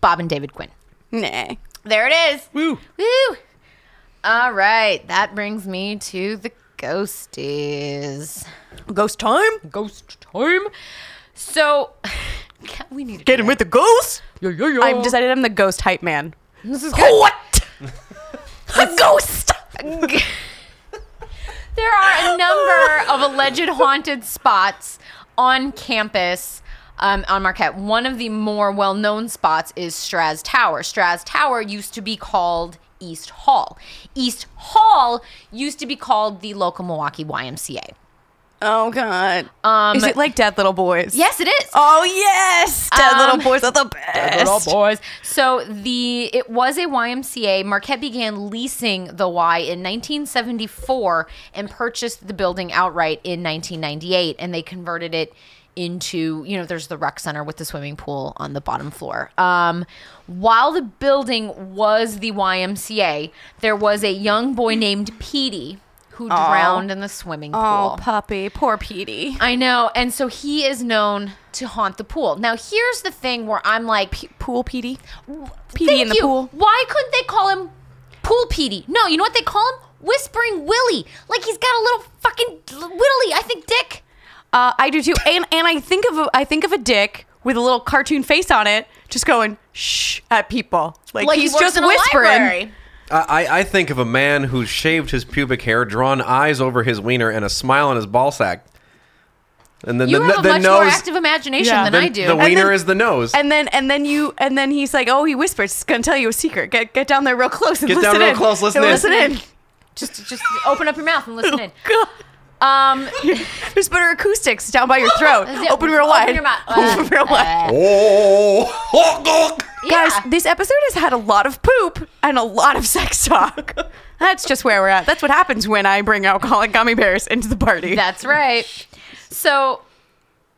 S1: Bob and David Quinn.
S2: Nah.
S1: There it is. Woo. Woo. All right, that brings me to the ghosties.
S2: Ghost time?
S1: Ghost time. So, <laughs> God, we need to
S2: Get him with the ghost? I've decided I'm the ghost hype man.
S1: This is
S2: What? a ghost!
S1: There are a number of alleged haunted spots on campus um, on Marquette. One of the more well known spots is Straz Tower. Straz Tower used to be called East Hall. East Hall used to be called the local Milwaukee YMCA.
S2: Oh god.
S1: Um,
S2: Is it like Dead Little Boys?
S1: Yes, it is.
S2: Oh yes. Dead
S1: Um,
S2: Little Boys are the best.
S1: boys. So the it was a YMCA. Marquette began leasing the Y in 1974 and purchased the building outright in 1998, and they converted it into you know there's the rec center with the swimming pool on the bottom floor. Um, while the building was the YMCA, there was a young boy named Petey who drowned in the swimming pool.
S2: Oh puppy, poor Petey.
S1: I know. And so he is known to haunt the pool. Now, here's the thing where I'm like,
S2: Pool Petey. Petey in the
S1: you.
S2: pool.
S1: Why couldn't they call him Pool Petey? No, you know what they call him? Whispering Willie. Like he's got a little fucking l- whittly, I think, dick.
S2: Uh, I do too. And and I think of a, I think of a dick with a little cartoon face on it, just going shh at people. Like,
S1: Like he
S2: he's
S1: works
S2: just
S1: in a
S2: whispering.
S1: library.
S3: I, I- I think of a man who shaved his pubic hair, drawn eyes over his wiener, and a smile on his ball sack. And then
S1: You
S3: the,
S1: have a
S3: the
S1: much
S3: nose,
S1: more active imagination
S2: Yeah.
S1: than
S3: the,
S1: I do.
S3: the wiener
S2: then-
S3: is the nose.
S2: And then and then you and then he's like, oh, he whispers. It's gonna tell you a secret. Get get down there real close and
S3: Get down
S2: listen
S3: real
S2: in.
S3: close, listen
S2: And
S3: in.
S2: Listen in.
S1: just, just open up your mouth and
S2: <laughs>
S1: listen in.
S2: God. <laughs>
S1: Um,
S2: There's better acoustics down
S1: <laughs>
S2: by your throat.
S1: Is it-
S2: open real
S1: open
S2: wide.
S1: your mouth.
S2: <laughs>
S1: Uh,
S2: open real wide.
S3: oh, <laughs> oh, oh.
S1: yeah.
S2: Guys, this episode has had a lot of poop and a lot of sex talk. <laughs> That's just where we're at. That's what happens when I bring alcoholic gummy bears into the party.
S1: That's right. So,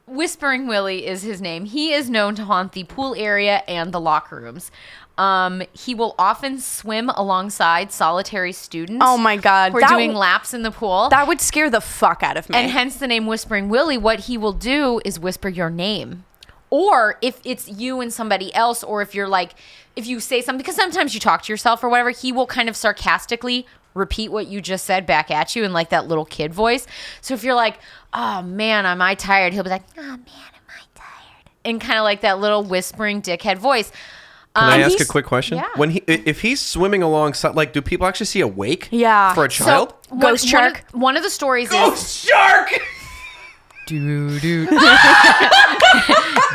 S1: Whispering Willie is his name. He is known to haunt the pool area and the locker rooms. Um, he will often swim alongside solitary students.
S2: Oh my God,
S1: We're
S2: that
S1: doing
S2: w-
S1: laps in the pool.
S2: that would scare the fuck out of me.
S1: and hence the name Whispering Willie. What he will do is whisper your name. Or if it's you and somebody else, or if you're like, if you say something, because sometimes you talk to yourself or whatever, he will kind of sarcastically repeat what you just said back at you in like that little kid voice. So if you're like, oh man, am I tired? He'll be like, oh man, am I tired? And kind of like that little whispering dickhead voice. Um,
S3: Can I
S2: And
S3: ask a
S2: he's-
S3: quick question?
S1: yeah.
S3: When he, i- if he's swimming alongside, like, do people actually see a wake?
S2: Yeah.
S3: For a
S2: So-
S3: child.
S1: one-
S2: Ghost
S1: one of-
S2: shark?
S1: One, of the stories is
S3: shark.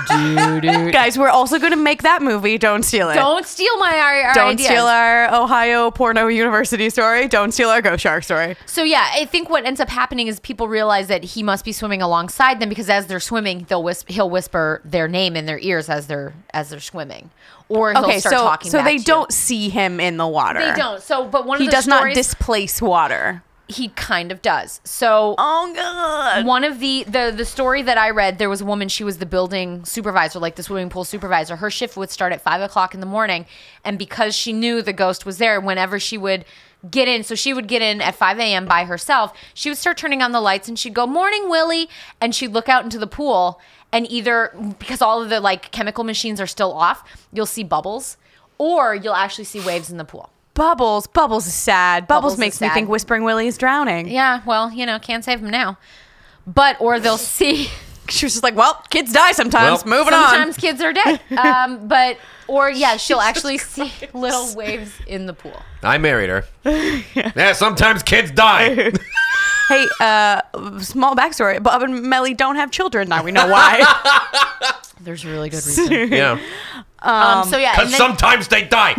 S2: Guys, we're also going to make that movie. Don't steal it.
S1: don't steal my our,
S2: Don't steal our Ohio porno university story. Don't steal our ghost shark story.
S1: So yeah, I think what ends up happening is people realize that he must be swimming alongside them because as they're swimming, they'll whisp- he'll whisper their name in their ears as they're as they're swimming, or he'll
S2: Okay,
S1: start
S2: so
S1: talking.
S2: so
S1: back
S2: they
S1: to you.
S2: don't see him in the water.
S1: They don't. So, but one of
S2: He
S1: the
S2: does not
S1: stories
S2: displace water.
S1: he kind of does. So
S2: Oh god.
S1: one of the the the story that I read, there was a woman. She was the building supervisor, like the swimming pool supervisor. Her shift would start at five o'clock in the morning, and because she knew the ghost was there, whenever she would get in, so she would get in at five a.m. by herself. She would start turning on the lights, and she'd go, "Morning, Willie," and she'd look out into the pool, and either because all of the like chemical machines are still off, you'll see bubbles, or you'll actually see waves in the pool.
S2: Bubbles. Bubbles is sad. Bubbles,
S1: Bubbles is
S2: makes me
S1: sad.
S2: think Whispering Willie is drowning.
S1: Yeah, well, you know, can't save them now, but or they'll <laughs> see.
S2: She was just like, well, kids die sometimes.
S3: Well,
S2: Moving
S1: Sometimes kids are
S2: <laughs>
S1: dead. Um, but or yeah, she'll actually see little waves in the pool.
S3: I married
S1: <laughs>
S3: her.
S6: Yeah, sometimes kids die.
S2: on. Hey, uh, small backstory. Bob <laughs> and Melly don't have children. Now we know why.
S1: There's really good reason.
S3: Yeah.
S1: Um, so yeah, and
S6: Because
S1: then-
S6: sometimes they die.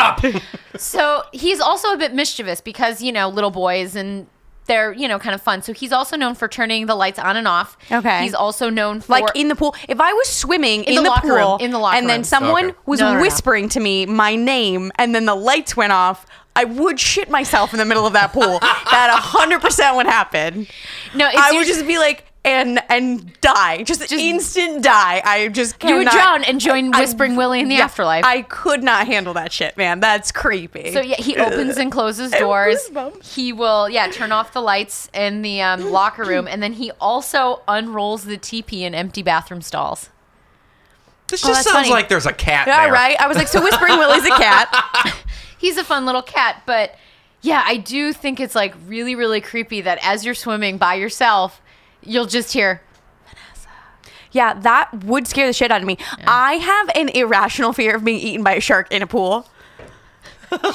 S1: <laughs>
S6: up.
S1: Oh, so he's also a bit mischievous because you know little boys and they're you know kind of fun. So he's also known for turning the lights on and off.
S2: Okay.
S1: He's also known for
S2: like in the pool. If I was swimming in,
S1: the
S2: the,
S1: locker
S2: pool
S1: room, in the locker
S2: and then
S1: room.
S2: someone
S6: Okay.
S2: was
S1: No, no, no.
S2: whispering to me my name and then the lights went off, I would shit myself in the middle of
S1: <laughs>
S2: that pool. that 100% would happen.
S1: no. It's
S2: I would
S1: usu-
S2: just be like and and die. Just, instant die. I just cannot.
S1: you would drown and join
S2: I-
S1: Whispering Willie in the
S2: yeah,
S1: afterlife.
S2: I could not handle that shit, man. That's creepy.
S1: so yeah, he opens and
S2: <laughs>
S1: closes doors.
S2: goosebumps.
S1: He will yeah turn off the lights in the um, locker room, and then he also unrolls the teepee in empty bathroom stalls.
S3: This
S1: Oh,
S3: just
S1: that's
S3: sounds
S1: funny.
S3: like there's a cat
S2: yeah,
S3: there.
S2: right. I was like, so Whispering Willie's a cat.
S1: <laughs> he's a fun little cat, but yeah, I do think it's like really, really creepy that as you're swimming by yourself, you'll just hear.
S2: Yeah, that would scare the shit out of me. I have an irrational fear of being eaten by a shark in a pool.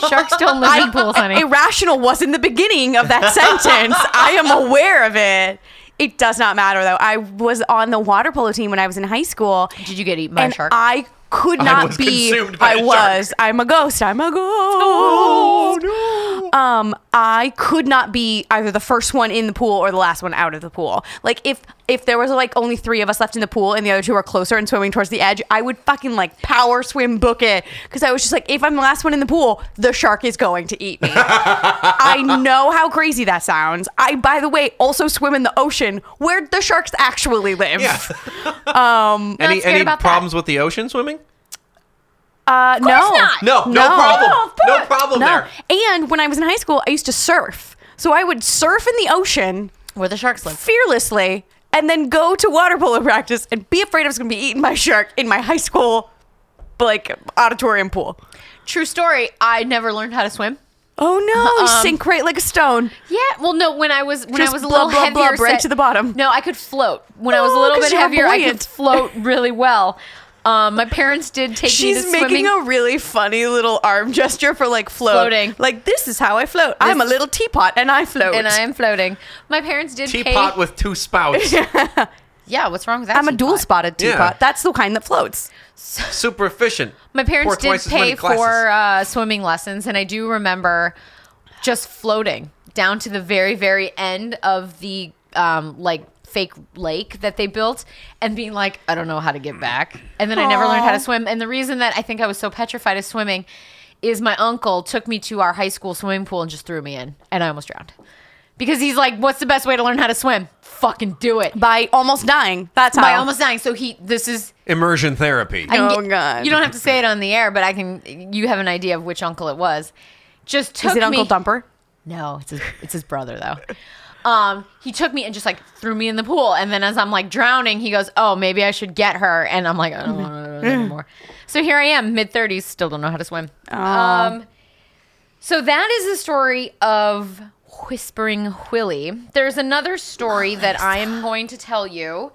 S1: Sharks don't live in pools, honey.
S2: Irrational was in the beginning of that <laughs> sentence. I am aware of it. It does not matter though. I was on the water polo team when I was in high school.
S1: Did you get eaten by
S2: and
S1: a shark?
S2: I could not
S6: was
S2: be.
S6: consumed by
S2: I
S6: a shark. Oh,
S2: was. I'm a ghost. I'm a ghost. Um, I could not be either the first one in the pool or the last one out of the pool. Like if if there was like only three of us left in the pool and the other two are closer and swimming towards the edge, I would fucking like power swim book it because I was just like, if I'm the last one in the pool, the shark is going to eat me.
S6: <laughs>
S2: I know how crazy that sounds. I, by the way, also swim in the ocean where the sharks actually live.
S1: <laughs>
S3: Yeah.
S1: Not
S3: Any
S1: scared
S3: any
S1: about that.
S3: problems with the ocean swimming?
S2: Uh, no.
S1: not.
S3: No, no, problem.
S2: No, of
S3: No,
S2: course.
S3: problem there.
S2: And when I was in high school, I used to surf. So I would surf in the ocean
S1: Where the sharks live.
S2: fearlessly and then go to water polo practice and be afraid I was going to be eaten by a shark in my high school like auditorium pool.
S1: True story. I never learned how to swim.
S2: Oh
S1: <laughs>
S2: no,
S1: Um,
S2: sink right like a stone.
S1: Yeah. Well, no. When I was when
S2: Just
S1: I was a
S2: blub,
S1: little
S2: blub, blub,
S1: heavier,
S2: right
S1: set-
S2: to the bottom.
S1: No, I could float. When I was a
S2: Oh,
S1: little
S2: 'cause
S1: bit
S2: you're
S1: heavier, I could
S2: buoyant.
S1: float really well. Um, my parents did take me
S2: She's
S1: to
S2: making
S1: swimming.
S2: a really funny little arm gesture for like float.
S1: Floating.
S2: Like this is how I float. I'm a little teapot and I float.
S1: and I am floating. My parents did
S3: Teapot
S1: pay.
S3: with two
S1: <laughs>
S3: spouts.
S1: yeah, what's wrong with that?
S2: I'm a dual
S1: teapot?
S2: spotted
S3: Yeah.
S2: teapot. That's the kind that floats.
S3: Super efficient.
S1: My parents
S3: Pour
S1: did
S3: twice as many
S1: pay
S3: glasses.
S1: for uh, swimming lessons, and I do remember just floating down to the very, very end of the um, like fake lake that they built, and being like, I don't know how to get back. And then I never learned how to swim. And the reason that I think I was so petrified of swimming is my uncle took me to our high school swimming pool and just threw me in, and I almost drowned. Because he's like, "What's the best way to learn how to swim? Fucking do it."
S2: By almost dying. That's how
S1: By almost dying. So he, this is
S3: immersion therapy.
S1: I can
S2: Oh,
S1: get-
S2: God.
S1: You don't have to say it on the air, but I can. You have an idea of which uncle it was. Just took
S2: Is it Uncle
S1: me-
S2: Dumper?
S1: No, it's his, it's his brother though. Um, he took me and just like threw me in the pool, and then as I'm like drowning, he goes, "Oh, maybe I should get her," and I'm like, "I don't want to do it anymore." So here I am, mid thirties, still don't know how to swim. Um, so that is the story of Whispering Willie. There's another story
S2: Oh,
S1: that I am going to tell you.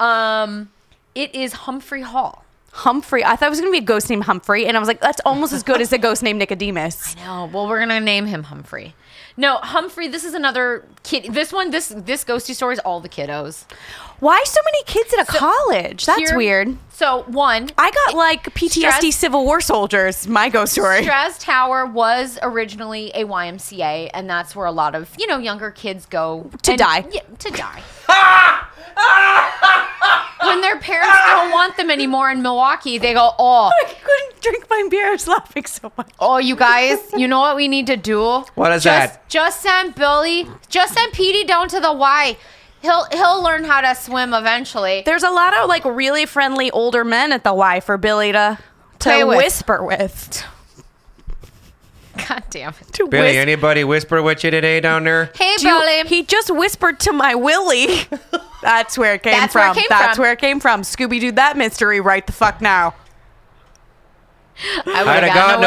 S1: Um, it is Humphrey Hall.
S2: Humphrey. I thought it was going to be a ghost named Humphrey. And I was like, that's almost as good as a ghost
S1: <laughs>
S2: named Nicodemus.
S1: No, Oh, well, we're gonna name him Humphrey. No, Humphrey. This is another kid. This one, this this ghosty story is all the kiddos.
S2: Why so many kids at a college? That's
S1: Here-
S2: weird.
S1: So one,
S2: I got like PTSD
S1: Stress-
S2: Civil War soldiers, my ghost story.
S1: Straz Tower was originally a YMCA, and that's where a lot of you know younger kids go
S2: To
S1: and-
S2: die.
S1: Yeah, to die. <laughs> when their parents don't want them anymore in Milwaukee, they go, "Oh,
S2: <laughs> I couldn't drink my beer. I was laughing so much.
S1: oh, you guys, you know what we need to do?
S3: What is
S1: just,
S3: that?
S1: Just send Billy, just send Petey down to the Y. He'll he'll learn how to swim eventually. <laughs>
S2: There's a lot of like really friendly older men at the Y for Billy to,
S1: Play
S2: to
S1: with.
S2: whisper with.
S1: God damn it.
S2: To
S3: Billy,
S2: whis-
S3: anybody whisper with you today down there?
S1: Hey,
S2: Do you-
S1: Billy.
S2: he just whispered to my
S1: <laughs>
S2: Willie. That's where it came
S1: That's
S2: from.
S1: where it came
S2: That's
S1: from.
S2: where it came from. Scooby Doo, that mystery right the fuck now.
S3: <laughs>
S1: would've
S3: hadn't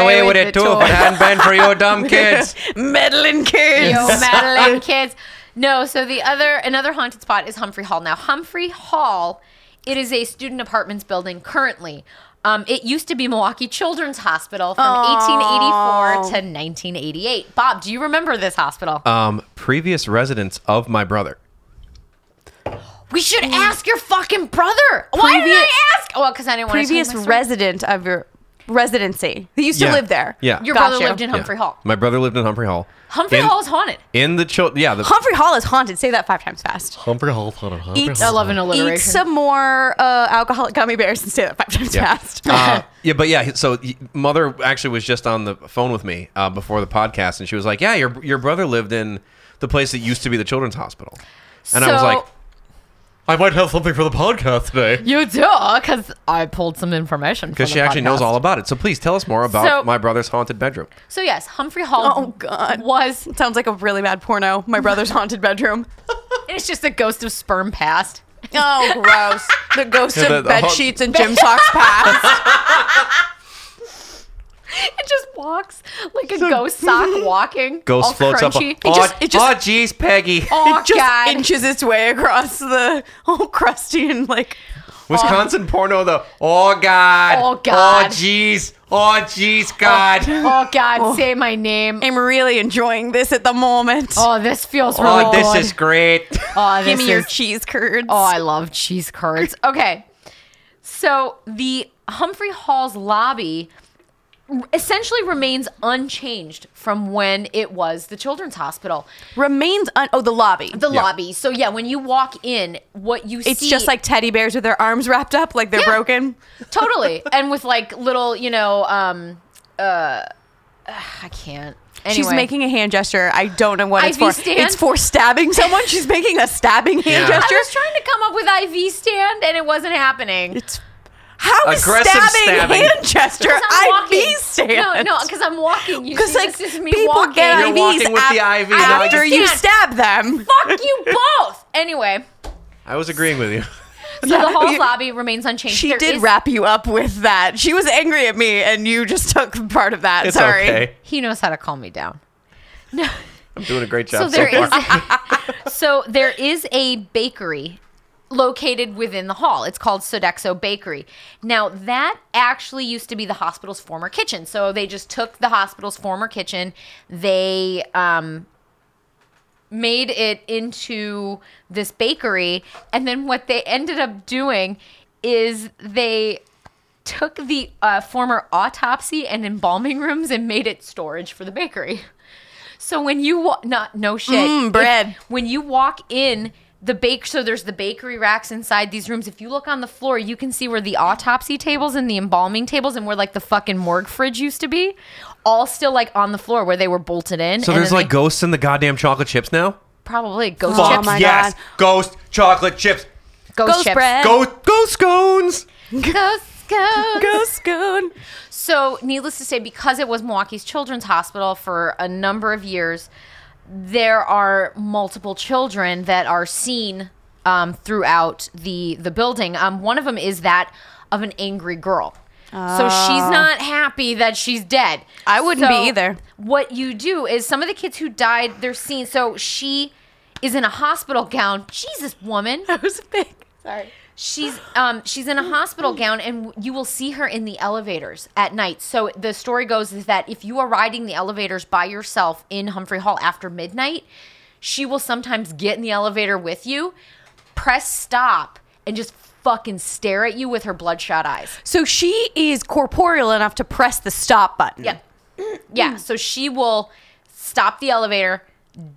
S3: been for you
S1: <laughs>
S3: dumb kids.
S2: Meddling kids.
S3: <laughs>
S1: Yo, Madeline kids. No, so the other another haunted spot is Humphrey Hall. Now, Humphrey Hall, it is a student apartments building currently. Um, it used to be Milwaukee Children's Hospital from 1884 to 1988. Bob, do you remember this hospital?
S3: Um, previous residents of my brother.
S1: We should ask your fucking brother. Why did
S2: Previous-
S1: I ask? Oh, because I didn't want
S2: previous
S1: to
S2: resident of your residency. They used to
S3: Yeah.
S2: live there.
S3: Yeah.
S1: Your
S2: Got
S1: brother
S2: you.
S1: lived in
S3: Yeah.
S1: Humphrey Hall.
S3: My brother lived in Humphrey Hall.
S1: Humphrey
S3: In-
S1: Hall is haunted.
S3: In the child, yeah, the
S2: Humphrey Hall is haunted. Say that five times fast.
S4: Humphrey Hall, Humphrey Hall.
S2: Eat,
S1: I love an
S2: eat
S1: alliteration.
S2: some more uh, alcoholic gummy bears and say that five times
S3: yeah.
S2: fast.
S1: <laughs>
S3: Uh, yeah, but yeah. So y- mother actually was just on the phone with me uh, before the podcast, and she was like, "Yeah, your your brother lived in the place that used to be the children's hospital," and I was
S1: So-
S3: like,
S4: I might have something for the podcast today.
S1: You do, because I pulled some information.
S3: "Because she actually knows all about it." So please tell us more about
S1: So-
S3: my brother's haunted bedroom.
S1: So yes, Humphrey Hall.
S2: Oh, God.
S1: was
S2: <laughs> Sounds like a really bad porno. My brother's haunted bedroom.
S1: it's just a ghost of sperm past.
S2: <laughs>
S1: <laughs>
S2: Oh, gross. The ghost
S3: Yeah, the-
S2: of
S3: the
S2: bed
S3: haunt-
S2: sheets and gym socks <laughs> past.
S1: It just walks like a ghost <laughs> sock walking.
S3: Ghost
S1: all
S3: floats
S1: crunchy.
S3: up. Oh,
S2: just- it just-
S3: oh, geez, Peggy.
S1: <laughs> Oh,
S2: Just
S1: God.
S2: inches its way across the whole crusty and like
S3: Wisconsin porno though. Oh God.
S1: Oh, God.
S3: Oh jeez. Oh jeez, God.
S1: oh God, say my name.
S2: I'm really enjoying this at the moment.
S1: Oh, this feels really
S3: Oh,
S1: good.
S3: this is great.
S1: oh,
S2: Give
S1: this
S2: me your
S1: is-
S2: cheese curds.
S1: Oh, I love cheese curds. Okay. So the Humphrey Hall's lobby essentially remains unchanged from when it was the children's hospital.
S2: Remains un- oh the lobby.
S1: The lobby. So yeah, when you walk in, what you see
S2: it's just like <laughs> teddy bears with their arms wrapped up like they're
S1: Yeah.
S2: broken.
S1: totally. and with like little, you know, um uh I can't. Anyway.
S2: She's making a hand gesture. I don't know what it's
S1: IV
S2: for.
S1: stand?
S2: It's for
S1: <laughs>
S2: stabbing someone. She's making a stabbing hand
S3: Yeah.
S1: I
S2: gesture.
S1: was trying to come up with IV stand and it wasn't happening.
S2: It's how is
S3: Aggressive
S2: stabbing,
S3: stabbing.
S2: hand gesture? I
S1: walking.
S2: be stand.
S1: No, no, because I'm walking. You
S2: because
S1: see,
S2: like
S1: this is me
S2: people
S1: walking.
S2: get
S3: You're
S2: IVs
S3: walking with the IV, not
S2: after
S1: like-
S2: you
S1: Stand.
S2: stab them.
S1: Fuck you both. Anyway,
S3: <laughs> I was agreeing with you. <laughs>
S1: so the hall's
S2: You-
S1: lobby remains unchanged.
S2: She
S1: There
S2: did
S1: is-
S2: wrap you up with that. She was angry at me, and you just <laughs> took part of that.
S3: It's
S2: Sorry.
S3: okay.
S1: He knows how to calm me down. No.
S3: I'm doing a great job.
S1: So there
S3: far.
S1: is. <laughs> so there is a bakery located within the hall. It's called Sodexo Bakery. Now that actually used to be the hospital's former kitchen. So they just took the hospital's former kitchen. They um, made it into this bakery. And then what they ended up doing is they took the uh, former autopsy and embalming rooms and made it storage for the bakery. So when you wa- not no shit
S2: Mm,
S1: If-
S2: bread.
S1: when you walk in the bake so there's the bakery racks inside these rooms. If you look on the floor, you can see where the autopsy tables and the embalming tables and where like the fucking morgue fridge used to be, all still like on the floor where they were bolted in.
S3: So
S1: and
S3: there's
S1: then
S3: like
S1: they-
S3: ghosts in the goddamn chocolate chips now.
S1: probably ghost
S2: Oh
S1: chips.
S2: my
S3: yes,
S2: God.
S3: ghost chocolate chips.
S1: ghost,
S2: Ghost
S1: chips.
S2: bread. <laughs>
S3: Ghost ghost scones.
S1: Ghost, ghost.
S2: Ghost goon.
S1: So, needless to say, because it was Milwaukee's Children's Hospital for a number of years, there are multiple children that are seen um, throughout the the building. Um, one of them is that of an angry girl. So she's not happy that she's dead.
S2: Oh. I wouldn't be either.
S1: What you do is some of the kids who died, they're seen. So she is in a hospital gown. Jesus, woman.
S2: That was big. Sorry.
S1: She's um she's in a hospital gown and you will see her in the elevators at night. So the story goes is that if you are riding the elevators by yourself in Humphrey Hall after midnight, she will sometimes get in the elevator with you, press stop and just fucking stare at you with her bloodshot eyes.
S2: So she is corporeal enough to press the stop button.
S1: Yeah. <clears throat> Yeah, so she will stop the elevator,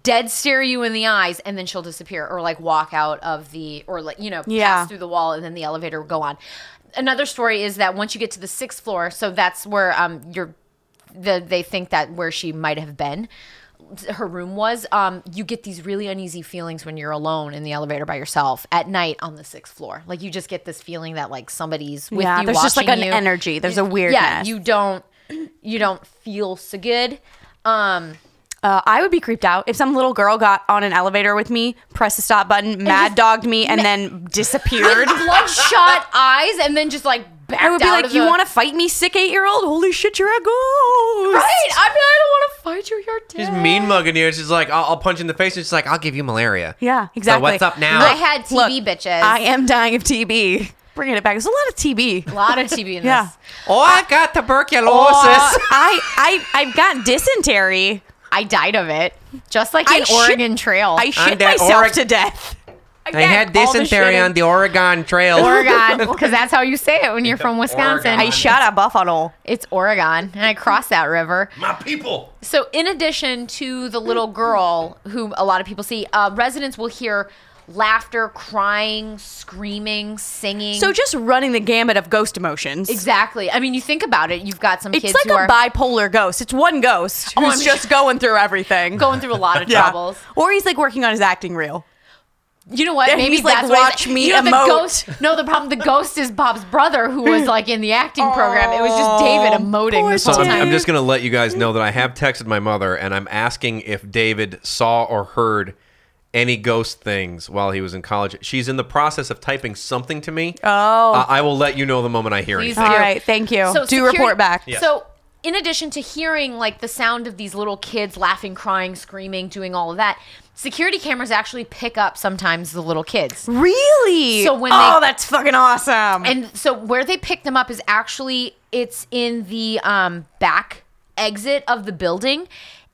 S1: dead stare you in the eyes and then she'll disappear or like walk out of the or like you know
S2: Yeah.
S1: pass through the wall and then the elevator will go on. Another story is that once you get to the sixth floor, so that's where um you're the, they think that where she might have been her room was um you get these really uneasy feelings when you're alone in the elevator by yourself at night on the sixth floor like you just get this feeling that like somebody's with
S2: Yeah,
S1: you
S2: there's just, like,
S1: watching
S2: an
S1: you.
S2: energy. There's a
S1: yeah
S2: weirdness.
S1: you don't you don't feel so good um
S2: Uh, I would be creeped out if some little girl got on an elevator with me, pressed the stop button, mad dogged me, and then
S1: <laughs>
S2: disappeared.
S1: bloodshot eyes and then just like backed
S2: I would be
S1: out
S2: like,
S1: of
S2: "You
S1: the-
S2: want to fight me, sick eight year old? Holy shit, you're a ghost!"
S1: right i mean i don't want to fight you you're dead
S3: She's mean mugging you. and She's like, I'll, I'll punch you in the face. And she's like, I'll give you malaria.
S2: Yeah, exactly.
S3: what's up now?
S1: i had tb bitches
S2: I am dying of TB. Bringing it back. It's a lot of TB.
S1: a lot of tb in
S2: <laughs> Yeah.
S1: this
S3: Oh, I got
S2: Uh,
S3: tuberculosis.
S2: I I I've got dysentery.
S1: i died of it just like
S2: I
S1: an
S2: shit-
S1: oregon trail
S2: I shit
S3: dead
S2: myself
S3: Oregon-
S2: to death.
S5: I had this
S1: all the
S5: in
S1: shit
S5: theory
S1: in-
S5: on the Oregon Trail.
S2: <laughs>
S1: Oregon, because that's how you say it when you're from Wisconsin.
S3: Oregon.
S2: I shot at Buffalo.
S1: It's Oregon, and I crossed that river.
S6: My people.
S1: So, in addition to the little girl, who a lot of people see, uh, residents will hear laughter, crying, screaming, singing.
S2: So just running the gamut of ghost emotions.
S1: exactly. I mean, you think about it. You've got some
S2: It's
S1: kids
S2: like
S1: who
S2: a
S1: are
S2: bipolar ghost. It's one ghost
S1: Oh,
S2: who's
S1: I'm
S2: just going through everything.
S1: going through a lot
S2: <laughs>
S1: of troubles.
S2: Or he's like working on his acting reel.
S1: You know what?
S2: And
S1: Maybe
S2: he's like,
S1: that's what
S2: "Watch
S1: he's-
S2: me
S1: you know, the
S2: emote."
S1: ghost. No, the problem. The ghost is Bob's brother, who was like in the acting program. It was just
S2: <laughs>
S1: David emoting.
S2: poor
S1: This
S3: So
S1: whole
S3: I'm,
S1: time.
S3: I'm just gonna let you guys know that I have texted my mother and I'm asking if David saw or heard any ghost things while he was in college. She's in the process of typing something to me.
S2: Oh.
S3: Uh, I will let you know the moment I hear
S1: Please
S3: anything.
S1: do.
S2: All right, thank you. Do
S1: security-
S2: report back.
S1: So, in addition to hearing like the sound of these little kids laughing, crying, screaming, doing all of that, security cameras actually pick up sometimes the little kids.
S2: Really?
S1: So when
S2: oh,
S1: they-
S2: that's fucking awesome.
S1: And so, where they pick them up is actually it's in the um, back exit of the building,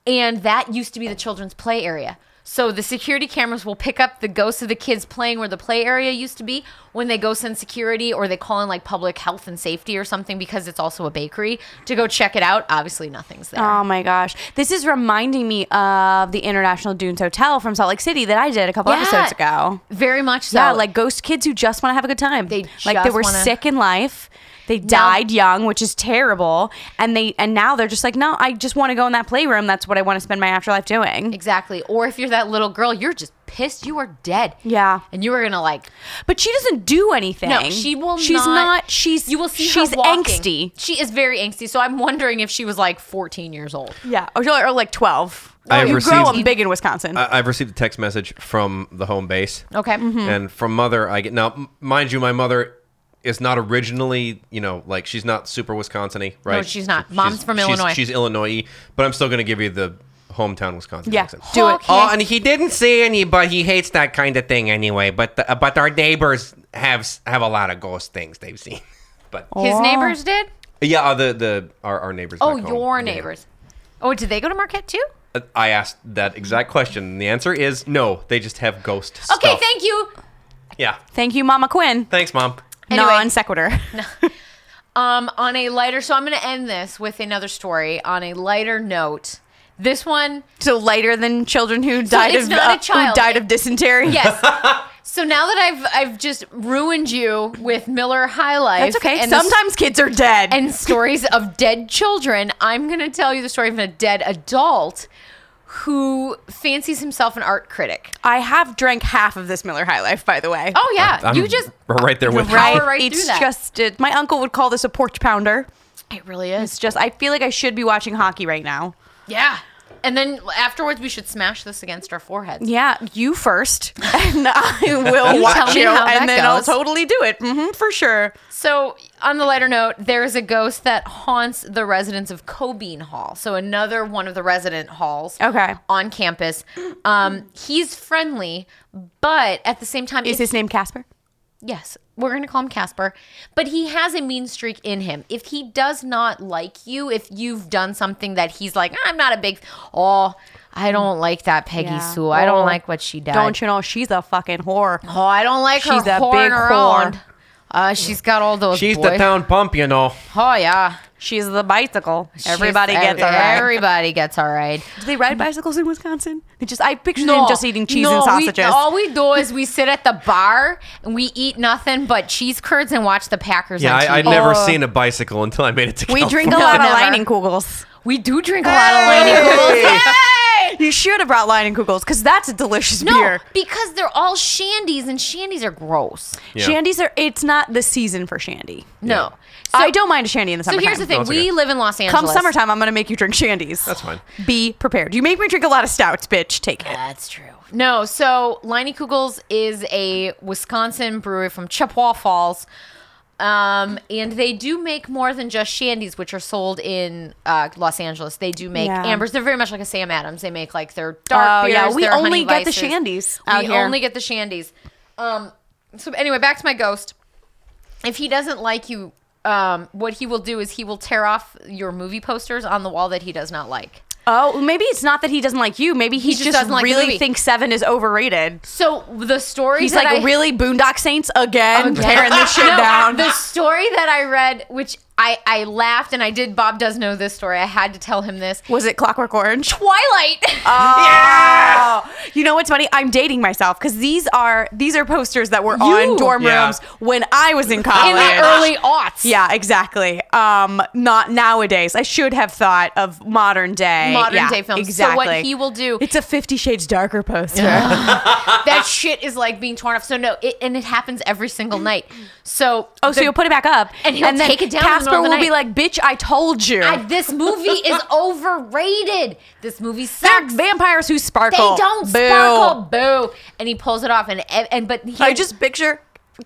S1: and that used to be the children's play area. So the security cameras will pick up the ghosts of the kids playing where the play area used to be when they go send security or they call in like public health and safety or something because it's also a bakery to go check it out. Obviously, nothing's there.
S2: Oh my gosh. This is reminding me of the International Dunes Hotel from Salt Lake City that I did a couple
S1: Yeah.
S2: episodes ago.
S1: Very much so.
S2: yeah, like ghost kids who just want to have a good time.
S1: They
S2: like they
S1: just
S2: were
S1: wanna-
S2: sick in life. They died young, which is terrible, and they and now they're just like, "No, I just want to go in that playroom. That's what I want to spend my afterlife doing."
S1: exactly. Or if you're that little girl, you're just pissed. You are dead.
S2: Yeah.
S1: and you are gonna like
S2: But she doesn't do anything.
S1: No, she will
S2: She's
S1: not.
S2: not she's
S1: You will see
S2: she's
S1: her walking.
S2: angsty.
S1: She is very angsty. So I'm wondering if she was like 14 years old.
S2: Yeah, or, or like 12.
S3: I
S2: you grow
S3: received- Uh,
S2: them big in Wisconsin.
S3: I- I've received a text message from the home base.
S1: Okay.
S2: Mm-hmm.
S1: Mm-hmm.
S3: and from mother i get now m- mind you my mother is not originally you know like she's not super wisconsiny right
S1: she's not. Mom's from Illinois.
S3: she's illinois but i'm still going to give you the hometown wisconsin
S2: yeah,
S3: accent.
S2: do it.
S1: Okay.
S5: Oh, and he didn't say any, but he hates that kind of thing anyway. But
S3: uh,
S5: the, but our neighbors have have a lot of ghost things they've
S3: <laughs>
S5: seen. But
S1: His neighbors did.
S3: yeah uh, the the our, our neighbors
S1: Oh,
S3: back home.
S1: your
S3: Yeah.
S1: neighbors. Oh, did they go to Marquette too?
S3: Uh, i asked that exact question and the answer is no they just have ghost
S1: Okay,
S3: stuff.
S1: thank you.
S3: yeah
S2: Thank you, Mama Quinn.
S3: thanks mom
S1: Anyway. <laughs>
S2: Non sequitur.
S1: Um, on a lighter. So I'm going to end this with another story on a lighter note. This one
S2: So lighter than children who died
S1: it's
S2: of
S1: not a
S2: uh,
S1: child.
S2: who died of dysentery. <laughs>
S1: Yes. so now that I've I've just ruined you with Miller High Life.
S2: That's okay.
S1: And the s-
S2: Sometimes kids are dead.
S1: and <laughs> stories of dead children, I'm going to tell you the story of a dead adult who fancies himself an art critic.
S2: I have drank half of this Miller High Life, by the way.
S1: Oh yeah,
S3: I'm
S1: you just
S3: right there with you.
S1: Right. power through
S2: it's
S1: that.
S2: just it, my uncle would call this a porch pounder.
S1: it really is.
S2: It's just I feel like I should be watching hockey right now.
S1: Yeah. And then afterwards we should smash this against our foreheads.
S2: Yeah, you first, <laughs>
S1: <laughs>
S2: and I will
S1: You tell
S2: watch
S1: me
S2: you,
S1: how that
S2: and then I'll
S1: goes.
S2: totally do it hmm for sure.
S1: So, on the lighter note, there is a ghost that haunts the residents of Cobean Hall. So, another one of the resident halls
S2: Okay.
S1: on campus. Um, he's friendly, but at the same time
S2: Is his name Casper?
S1: Yes, we're going to call him Casper, but he has a mean streak in him. If he does not like you, if you've done something that he's like, I'm not a big, oh, I don't like that Peggy
S2: Mm. Yeah.
S1: Sue. I don't
S2: Oh,
S1: like what she does.
S2: Don't you know she's a fucking whore?
S1: Oh, I don't like her.
S2: She's a
S1: whoring
S2: big whore.
S1: around. Uh, she's got all those.
S3: she's
S1: Oh, boy-
S3: the town pump you know
S1: Oh yeah,
S2: She's the bicycle. Everybody
S1: She's-
S2: gets
S1: ev-
S2: all right.
S1: Everybody gets all right.
S2: Do they ride bicycles in Wisconsin? They just I picture them just eating cheese and
S1: no, we-
S2: sausages.
S1: all we do is we sit at the bar and we eat nothing but cheese curds and watch the Packers.
S3: yeah
S1: on
S3: I, i'd
S1: TV.
S3: never seen a bicycle until i made it to
S2: We drink a
S1: No,
S2: lot of
S1: never.
S2: lining kugels.
S1: Oh, We do drink a lot of Laney Gold.
S2: You should have brought lining kugels because that's a delicious
S1: No,
S2: beer.
S1: because they're all shandies, and shandies are gross.
S3: Yeah.
S2: Shandies are. It's not the season for shandy.
S1: No. So,
S2: I don't mind a shandy in the
S1: so
S2: summertime.
S1: here's the
S3: No,
S1: thing.
S3: it's
S1: we
S3: okay.
S1: live in Los Angeles.
S2: Come summertime, I'm gonna make you drink shandies.
S3: that's fine
S2: Be prepared. You make me drink a lot of stouts, bitch. Take it.
S1: That's true. No, so Liney Kugels is a Wisconsin brewery from Chippewa Falls. Um, and they do make more than just shandies, which are sold in uh, Los Angeles. They do make
S2: Yeah.
S1: ambers. They're very much like a Sam Adams. They make like their dark
S2: Oh,
S1: beers.
S2: yeah, we
S1: their honey
S2: only get the
S1: Weisses.
S2: shandies
S1: We
S2: out here.
S1: only get the shandies. Um, so anyway, back to my ghost. If he doesn't like you, um, what he will do is he will tear off your movie posters on the wall that he does not like.
S2: Oh, maybe it's not that he doesn't like you. Maybe he,
S1: just
S2: just,
S1: doesn't like the
S2: really
S1: movie.
S2: thinks Seven is overrated.
S1: So the story
S2: He's
S1: that
S2: like,
S1: I-
S2: really, Boondock Saints again,
S1: Again.
S2: tearing this <laughs> shit
S1: No,
S2: down.
S1: The story that I read, which I I laughed and I did. Bob does know this story. I had to tell him this.
S2: was it Clockwork Orange? <laughs>
S1: Twilight.
S2: Oh, you know what's funny? I'm dating myself because these are these are posters that were
S1: You.
S2: on dorm
S3: Yeah.
S2: rooms when I was in college.
S1: in the early aughts.
S2: yeah, exactly. Um, not nowadays. I should have thought of modern day,
S1: Modern
S2: Yeah,
S1: day films. So
S2: Exactly.
S1: what he will do-
S2: It's a Fifty Shades Darker poster.
S1: that shit is like being torn off. So no, it, and it happens every single night. So
S2: Oh, so
S1: the-
S2: you'll put it back up,
S1: And he'll
S2: then
S1: take it down in the
S2: Casper
S1: middle of the
S2: will be
S1: night.
S2: like, "Bitch, I told you."
S1: I, this movie
S2: <laughs>
S1: is overrated. This movie
S2: They're
S1: sucks.
S2: vampires who
S1: They
S2: sparkle.
S1: don't
S2: Boo.
S1: sparkle. Boo. And he pulls it off. And and but he,
S2: I just picture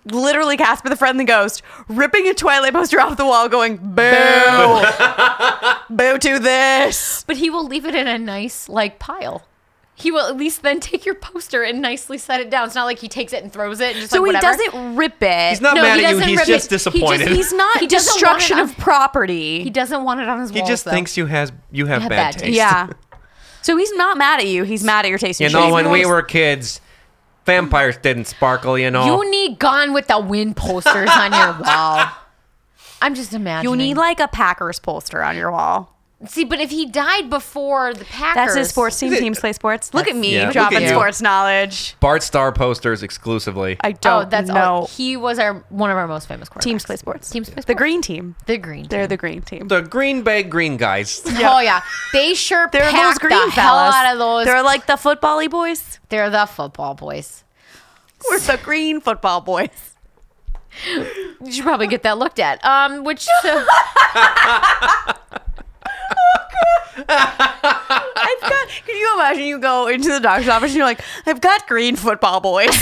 S2: literally Casper the Friendly Ghost ripping a Twilight poster off the wall, going boo, <laughs> boo to this.
S1: But he will leave it in a nice like pile. He will at least then take your poster and nicely set it down. It's not like he takes it and throws it and just
S2: So
S1: like,
S2: he
S1: whatever.
S2: doesn't rip it.
S3: He's not
S1: No,
S3: mad
S1: he
S3: at you.
S1: doesn't
S3: He's
S1: rip
S3: just
S1: it. He just-
S3: disappointed.
S5: <laughs>
S2: He's not
S1: He doesn't want it
S2: destruction
S1: on-
S2: of property.
S1: He doesn't want it on his wall.
S3: he just
S1: though.
S3: thinks you has you have
S1: have
S3: bad,
S1: bad
S3: taste.
S2: yeah. So he's not mad at you. He's mad at your taste. in
S5: You know,
S2: shit.
S5: when we were kids, vampires didn't sparkle. You know,
S1: You need Gone with the Wind posters
S3: <laughs>
S1: on your wall. I'm just imagining.
S2: you need
S5: Mm-hmm.
S2: like a Packers poster on your wall.
S1: see, but if he died before the Packers,
S2: That's his sports team. Teams play sports. Look at me
S5: yeah, look
S3: at
S2: dropping
S3: you.
S2: sports knowledge.
S5: Bart Star posters exclusively.
S2: I don't
S1: Oh, that's
S2: know.
S1: all. He was our one of our most famous quarterbacks.
S2: teams play sports.
S1: Teams play
S2: The
S1: sports.
S2: green team.
S1: The green.
S2: They're
S1: team.
S2: the green team.
S5: the Green Bay Green guys.
S1: Oh yeah, they sure
S2: They're
S1: packed
S2: those green
S1: the hell
S2: fellas.
S1: out of those.
S2: They're like the football boys.
S1: They're the football boys.
S2: We're the green football boys.
S1: You should probably get that looked at. Um, <laughs> which so,
S2: <laughs> I've got. Can you imagine? You go into the doctor's office and you're like, "I've got green football boys,"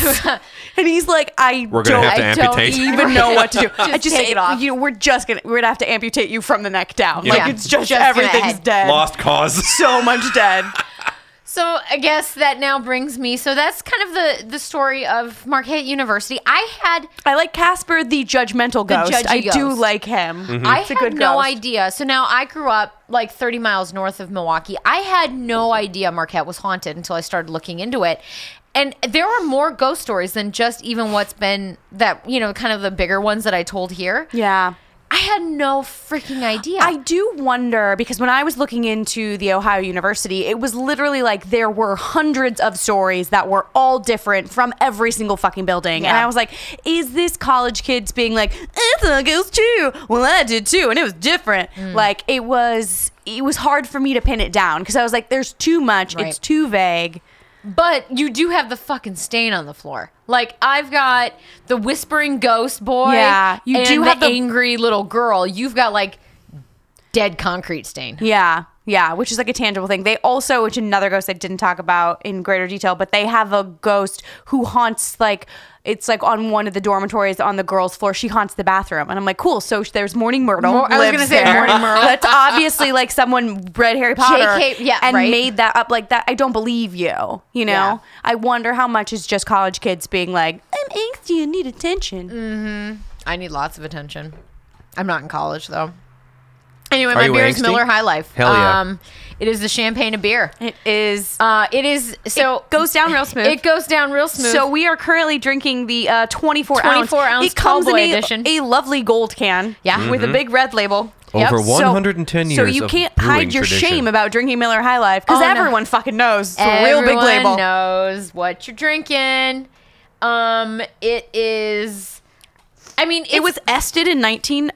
S2: <laughs> and he's like, "I
S3: We're gonna
S2: don't
S3: have to
S1: I don't
S3: amputate.
S1: even-
S2: even know what to
S1: <laughs>
S2: do. I <laughs> just
S1: take it off.
S2: You know, we're just gonna. We're gonna have to amputate you from the neck down.
S1: Yeah.
S2: Like it's just,
S1: Just your
S2: everything's
S1: head.
S2: dead.
S3: Lost cause.
S2: So much dead.
S1: so I guess that now brings me. So that's kind of the the story of Marquette University. I had
S2: I like Casper, the judgmental ghost.
S1: judgy
S2: I do
S1: ghost.
S2: like him.
S1: I
S2: It's a
S1: had
S2: good
S1: no
S2: ghost.
S1: idea. So now I grew up like 30 miles north of Milwaukee. I had no idea Marquette was haunted until I started looking into it. And there are more ghost stories than just even what's been that, you know, kind of the bigger ones that I told here.
S2: Yeah.
S1: I had no freaking idea.
S2: I do wonder because when I was looking into the Ohio University, it was literally like there were hundreds of stories that were all different from every single fucking building. And
S1: Yeah.
S2: I was like, is this college kids being like, it's a ghost too? Well, I did too. And it was different. Like it was, it was hard for me to pin it down because I was like, there's too much. It's
S1: Right.
S2: too vague.
S1: But you do have the fucking stain on the floor. Like I've got the whispering ghost boy.
S2: Yeah, you
S1: and
S2: do
S1: the
S2: have the-
S1: angry little girl. You've got like dead concrete stain.
S2: Yeah. Yeah, which is like a tangible thing. They also, which another ghost I didn't talk about in greater detail, but they have a ghost who haunts like it's like on one of the dormitories on the girls' floor. She haunts the bathroom, and I'm like, cool. So there's Morning Myrtle.
S1: Mor- I was
S2: lives
S1: gonna say
S2: there.
S1: Morning Myrtle.
S2: That's obviously like someone read Harry Potter,
S1: JK yeah,
S2: and
S1: right.
S2: made that up. Like that, I don't believe you. You know,
S1: Yeah.
S2: I wonder how much is just college kids being like, I'm angsty and need attention.
S1: Mm. I need lots of attention. I'm not in college though. Anyway,
S5: you
S1: my beer is
S5: angsty?
S1: Miller High Life.
S5: Hell yeah.
S1: Um, it is the champagne of beer.
S2: It is.
S1: Uh, it is so
S2: It goes down real smooth.
S1: It goes down real smooth.
S2: So we are currently drinking the uh, 24,
S1: 24 ounce
S2: It comes in
S1: Tallboy
S2: a,
S1: edition.
S2: a lovely gold can.
S1: Yeah.
S2: With a big red label.
S1: Yep.
S5: Mm-hmm. Over
S1: So-
S5: 110 years.
S2: So you
S5: of
S2: can't
S5: brewing
S2: hide your
S5: tradition.
S2: shame about drinking Miller High Life because
S1: Oh, no.
S2: everyone fucking knows. It's a real
S1: Everyone
S2: big label.
S1: knows what you're drinking. Um, it is. I mean,
S2: It
S1: it's-
S2: was ested in 19 in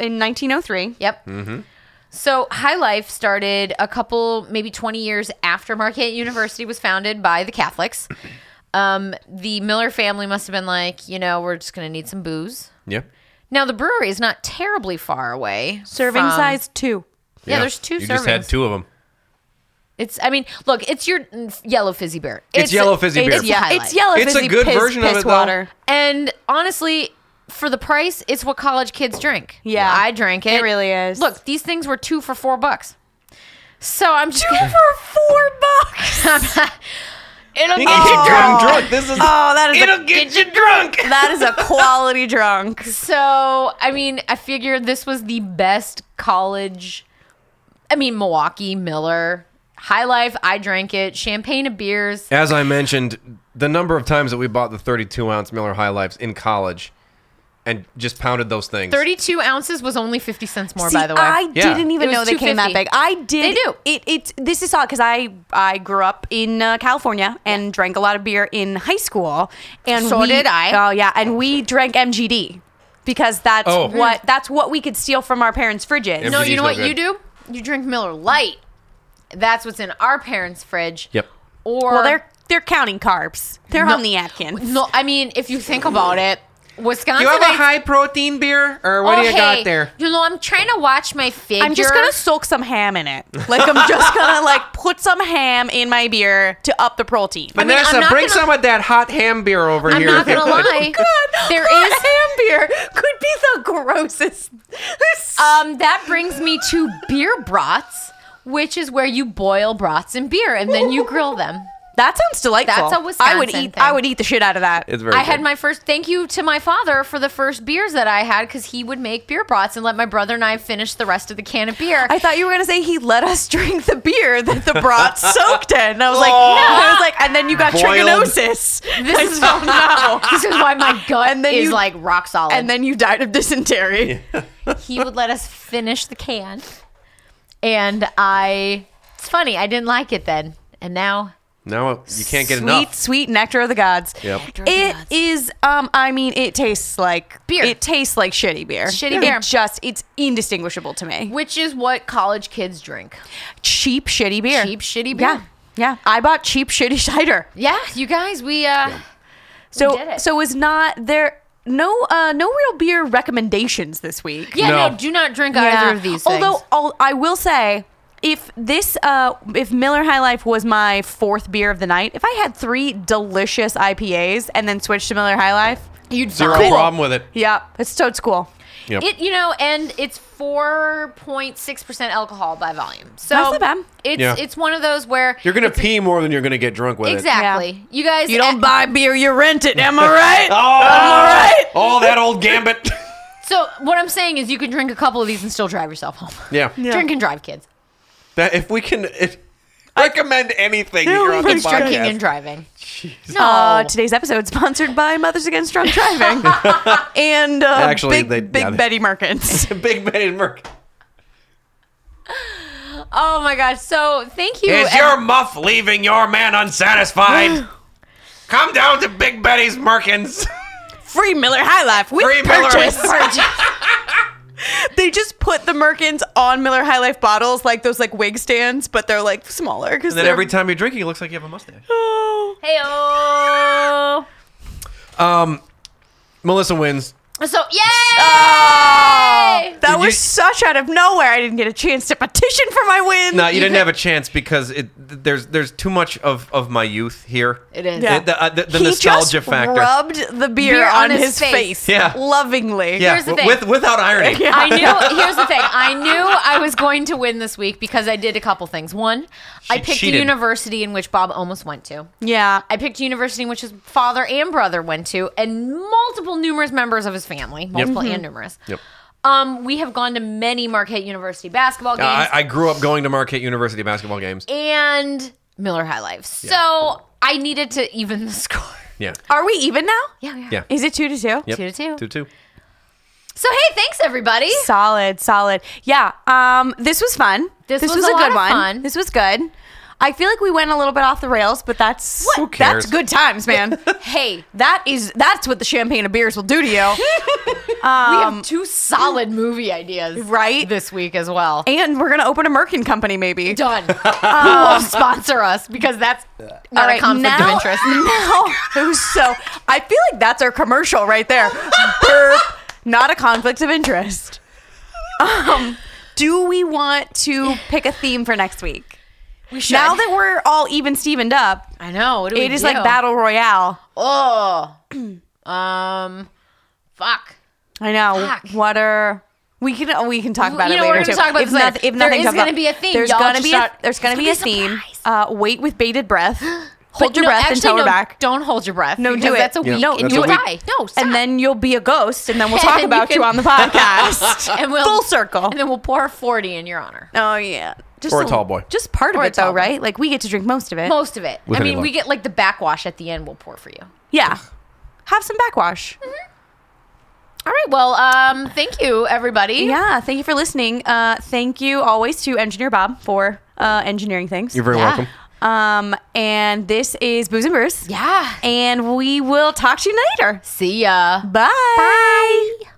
S2: 1903.
S1: Yep.
S5: Mm-hmm.
S1: So High Life started a couple, maybe 20 years after Marquette University was founded by
S5: <clears throat>
S1: the Catholics. Um, the Miller family must have been like, you know, we're just going to need some booze.
S5: <laughs> Yeah.
S1: Now, the brewery is not terribly far away.
S2: Serving
S1: from-
S2: size two.
S1: Yeah, there's two
S5: You
S1: servings.
S5: just had two of them.
S1: It's, I mean, look, it's your mm, yellow fizzy beer.
S5: It's yellow fizzy beer.
S1: It's, High
S2: It's
S1: Life.
S2: yellow.
S5: It's a
S2: fizzy
S5: good
S2: piss-
S5: version of
S2: piss
S5: it, though.
S2: water.
S1: And honestly, for the price, it's what college kids drink.
S2: Yeah.
S1: I drank it.
S2: It really is.
S1: Look, these things were two for four bucks. So I'm just
S2: Two for four
S1: <laughs>
S2: bucks.
S1: It'll
S3: He
S1: get
S3: gets
S1: <laughs>
S3: you
S1: you drunk.
S3: drunk, drunk. This is
S2: Oh, that is a,
S5: It'll get you drunk.
S2: that is a quality drunk.
S1: So I mean, I figured this was the best college. I I mean, Milwaukee, Miller, High Life, I drank it, champagne and beers.
S5: As I mentioned, the number of times that we bought the 32 ounce Miller High Lifes in college, and just pounded those things.
S1: 32 ounces was only 50 cents more,
S2: See,
S1: by the way.
S2: I
S5: Yeah.
S2: didn't even
S1: It was
S2: know they came that
S1: $2.50.
S2: big. I did.
S1: They do.
S2: It, it, this is odd because I, I grew up in uh, California and drank a lot of beer in high school. And
S1: So
S2: we-
S1: did I.
S2: Oh, yeah. And we drank MGD because that's
S5: Oh.
S2: what that's what we could steal from our parents' fridges.
S1: no,
S5: MGD
S1: you
S5: 's
S1: know
S5: no
S1: what
S5: good.
S1: you do? You drink Miller Light. That's what's in our parents' fridge.
S5: Yep.
S1: Or
S2: Well, they're they're counting carbs. They're
S1: No.
S2: on the Atkins.
S1: No, I mean, if you think about it, Wisconsin.
S5: You have a
S1: I-
S5: high protein beer, or what do you
S1: Okay,
S5: got there?
S1: Oh, You know, I'm trying to watch my figure.
S2: I'm just gonna soak some ham in <laughs> it. Like I'm just gonna like put some ham in my beer to up the protein.
S1: mean, I'm
S5: Vanessa,
S1: not
S5: bring
S1: gonna-
S5: some of that hot ham beer Oh, over
S1: I'm
S5: here. <laughs>
S1: not gonna lie. There is
S2: ham beer could be the grossest.
S1: Um, that brings me to beer brats, which is where you boil brats in beer and then you grill them.
S2: that sounds delightful.
S1: That's a
S2: I would
S1: Wisconsin
S2: eat. I
S1: thing.
S2: would eat the shit out of that.
S5: It's very.
S1: I had
S5: good.
S1: my first thank you to my father for the first beers that I had because he would make beer brats and let my brother and I finish the rest of the can of beer.
S2: I thought you were gonna say he let us <laughs> drink the beer that the
S5: <laughs>
S2: brat soaked in. And I was like,
S5: Oh.
S2: no. I was like, and then you got
S3: Boiled.
S1: this
S2: trigonosis.
S1: is <laughs> This is why my gut
S2: And then
S1: is
S2: you-
S1: like rock solid.
S2: <laughs> And then you died of dysentery.
S1: he would let us finish the can, and I. It's funny. I didn't like it then, and now
S5: No, you can't get
S2: sweet,
S5: enough.
S2: Sweet nectar of the gods.
S5: Yep.
S2: It
S5: Nectar
S1: of the
S2: is.
S1: gods.
S2: Um, I mean, it tastes like
S1: Beer.
S2: It tastes like shitty beer.
S1: Shitty
S2: it
S1: beer.
S2: Just it's indistinguishable to me.
S1: which is what college kids drink.
S2: Cheap shitty beer.
S1: Cheap, shitty
S2: Yeah.
S1: beer.
S2: Yeah. I bought cheap shitty cider.
S1: Yeah, you guys, we uh,
S2: So
S1: did it.
S2: so it's not there. No, uh, no real beer recommendations this week.
S1: Yeah, no.
S5: No.
S1: do not drink
S2: Yeah.
S1: either of these.
S2: Although
S1: things.
S2: I'll, I will say, if this, uh, if Miller High Life was my fourth beer of the night, if I had three delicious IPAs and then switched to Miller High Life,
S1: you'd
S5: Zero
S1: vomit.
S5: problem with it.
S2: yeah, it's totes cool.
S5: Yep.
S1: It you know, and it's four point six percent alcohol by volume. So
S2: That's not bad.
S1: It's
S5: Yeah.
S1: it's one of those where
S5: You're gonna pee more than you're gonna get drunk with it.
S1: exactly.
S2: Yeah.
S1: You guys,
S2: You don't
S1: eh,
S2: buy beer, you rent it. Am I right?
S5: <laughs> Oh, oh, that old gambit.
S1: So what I'm saying is, you can drink a couple of these and still drive yourself home. <laughs>
S5: yeah.
S1: Drink and drive, kids.
S5: That if we can if, recommend anything here on the
S1: It's
S5: podcast.
S1: drinking and driving. No,
S2: Uh, today's episode sponsored by Mothers Against Drunk
S5: <laughs>
S2: Driving and uh,
S5: Actually,
S2: Big,
S5: they-
S2: big
S5: yeah, they-
S2: Betty <laughs> Merkins.
S5: Big Ben and Merc.
S1: oh my gosh. So thank you.
S5: Is
S1: ev-
S5: your muff leaving your man
S1: <gasps>
S5: unsatisfied? Come down to Big Betty's Merkins.
S2: Free Miller High Life with
S5: Free Miller
S2: purchase. <laughs> they just put the Merkins on Miller High Life bottles, like those like wig stands, but they're like smaller because
S3: Then every time you drink it, it looks like you have a mustache.
S1: <gasps> Heyo.
S3: Um,
S5: Melissa wins.
S1: So yay!
S5: Ah.
S2: Oh, that
S5: Did
S2: was
S5: you-
S2: such out of nowhere. I didn't get a chance to petition for my win.
S3: No, you didn't have a chance because it there's there's too much of of my youth here.
S1: It is.
S2: Yeah.
S3: It- the, uh, the, the
S2: He
S3: nostalgia
S2: just
S3: factor.
S2: rubbed the beer,
S1: Beer on
S2: on, his
S1: his
S2: face,
S1: face.
S3: Yeah.
S2: lovingly.
S3: yeah,
S1: Here's the
S3: w- with
S1: thing.
S3: without
S1: <laughs>
S3: irony.
S5: <laughs>
S1: I knew. Here's the thing. I knew I was going to win this week because I did a couple things. One, I picked
S3: cheated.
S1: a university in which Bob almost went to.
S2: Yeah.
S1: I picked a university in which his father and brother went to, and multiple numerous members of his family, multiple and numerous.
S5: Mm-hmm. Yep.
S1: Um, we have gone to many Marquette University basketball games
S5: I, I grew up going to Marquette University basketball games.
S1: and Miller High Life. So I needed to even the <laughs> score.
S5: Yeah.
S2: Are we even now?
S1: Yeah, yeah.
S5: Yeah.
S2: Is it two to two?
S5: Yep.
S1: Oh, Two to two.
S5: Two to two.
S1: So hey, thanks everybody.
S2: Solid, solid. Yeah. Um, this was fun.
S1: This was a lot of fun.
S2: This was good. I feel like we went a little bit off the rails, but that's
S5: Who
S2: that's
S5: cares?
S2: good times, man.
S1: <laughs> Hey,
S2: that is that's what the champagne of beers will do
S1: <laughs>
S2: to you.
S1: we have two solid movie ideas
S2: Um, Right?
S1: this week as well.
S2: and we're gonna open a Merkin company, maybe.
S1: Done. <laughs> Who will sponsor us? Because that's not a conflict
S2: Um, now,
S1: of interest.
S2: <laughs> Now, it was so. I feel like that's our commercial right
S1: <laughs>
S2: there. Burp, not a conflict of interest. Um, do we want to pick a theme for next week?
S1: We should.
S2: Now that we're all even stevened up,
S1: I know. What do
S2: it
S1: we
S2: is
S1: do?
S2: like battle royale.
S1: Oh.
S2: <clears throat>
S1: um. Fuck.
S2: I know.
S1: Fuck.
S2: What are we can we can talk about
S1: You
S2: it
S1: know,
S2: later
S1: we're gonna
S2: too.
S1: talk about
S2: if
S1: this later.
S2: noth- if
S1: There
S2: nothing's
S1: is
S2: up-
S1: gonna be a theme,
S2: There's
S1: y'all.
S2: gonna be
S1: Just
S2: a,
S1: not-
S2: there's gonna
S1: it's
S2: be a
S1: gonna be a <gasps>
S2: theme. Uh, wait with bated breath. Hold your breath and tell
S1: no,
S2: her back.
S1: Don't hold your breath.
S2: No,
S1: because
S2: do it.
S1: That's a
S2: Yeah,
S1: week.
S2: no,
S1: and
S2: do
S1: you'll
S2: it.
S1: die. No, stop.
S2: and then you'll be a ghost, and then
S1: <laughs>
S2: we'll
S1: And
S2: talk
S1: then you
S2: about you
S1: can-
S2: on the podcast.
S1: <laughs> and we'll
S2: <laughs> full circle.
S1: And then we'll pour forty in your
S2: <laughs>
S1: honor.
S2: oh yeah, just
S3: Or a tall boy.
S2: Just part of
S1: Or a
S2: it though,
S1: tall boy.
S2: right? Like we get to drink most of it.
S1: Most of it.
S5: With
S1: I mean,
S5: any
S1: we
S5: luck.
S1: get like the backwash at the end. We'll pour for you.
S2: Yeah, have some backwash.
S1: All right. Well, um, thank you, everybody.
S2: Yeah, thank you for listening. Uh, thank you always to Engineer Bob for uh, engineering things.
S5: You're very
S1: Yeah.
S5: welcome.
S2: um, and this is Booze and Bruce.
S1: Yeah.
S2: and we will talk to you later.
S1: See ya.
S2: Bye. Bye.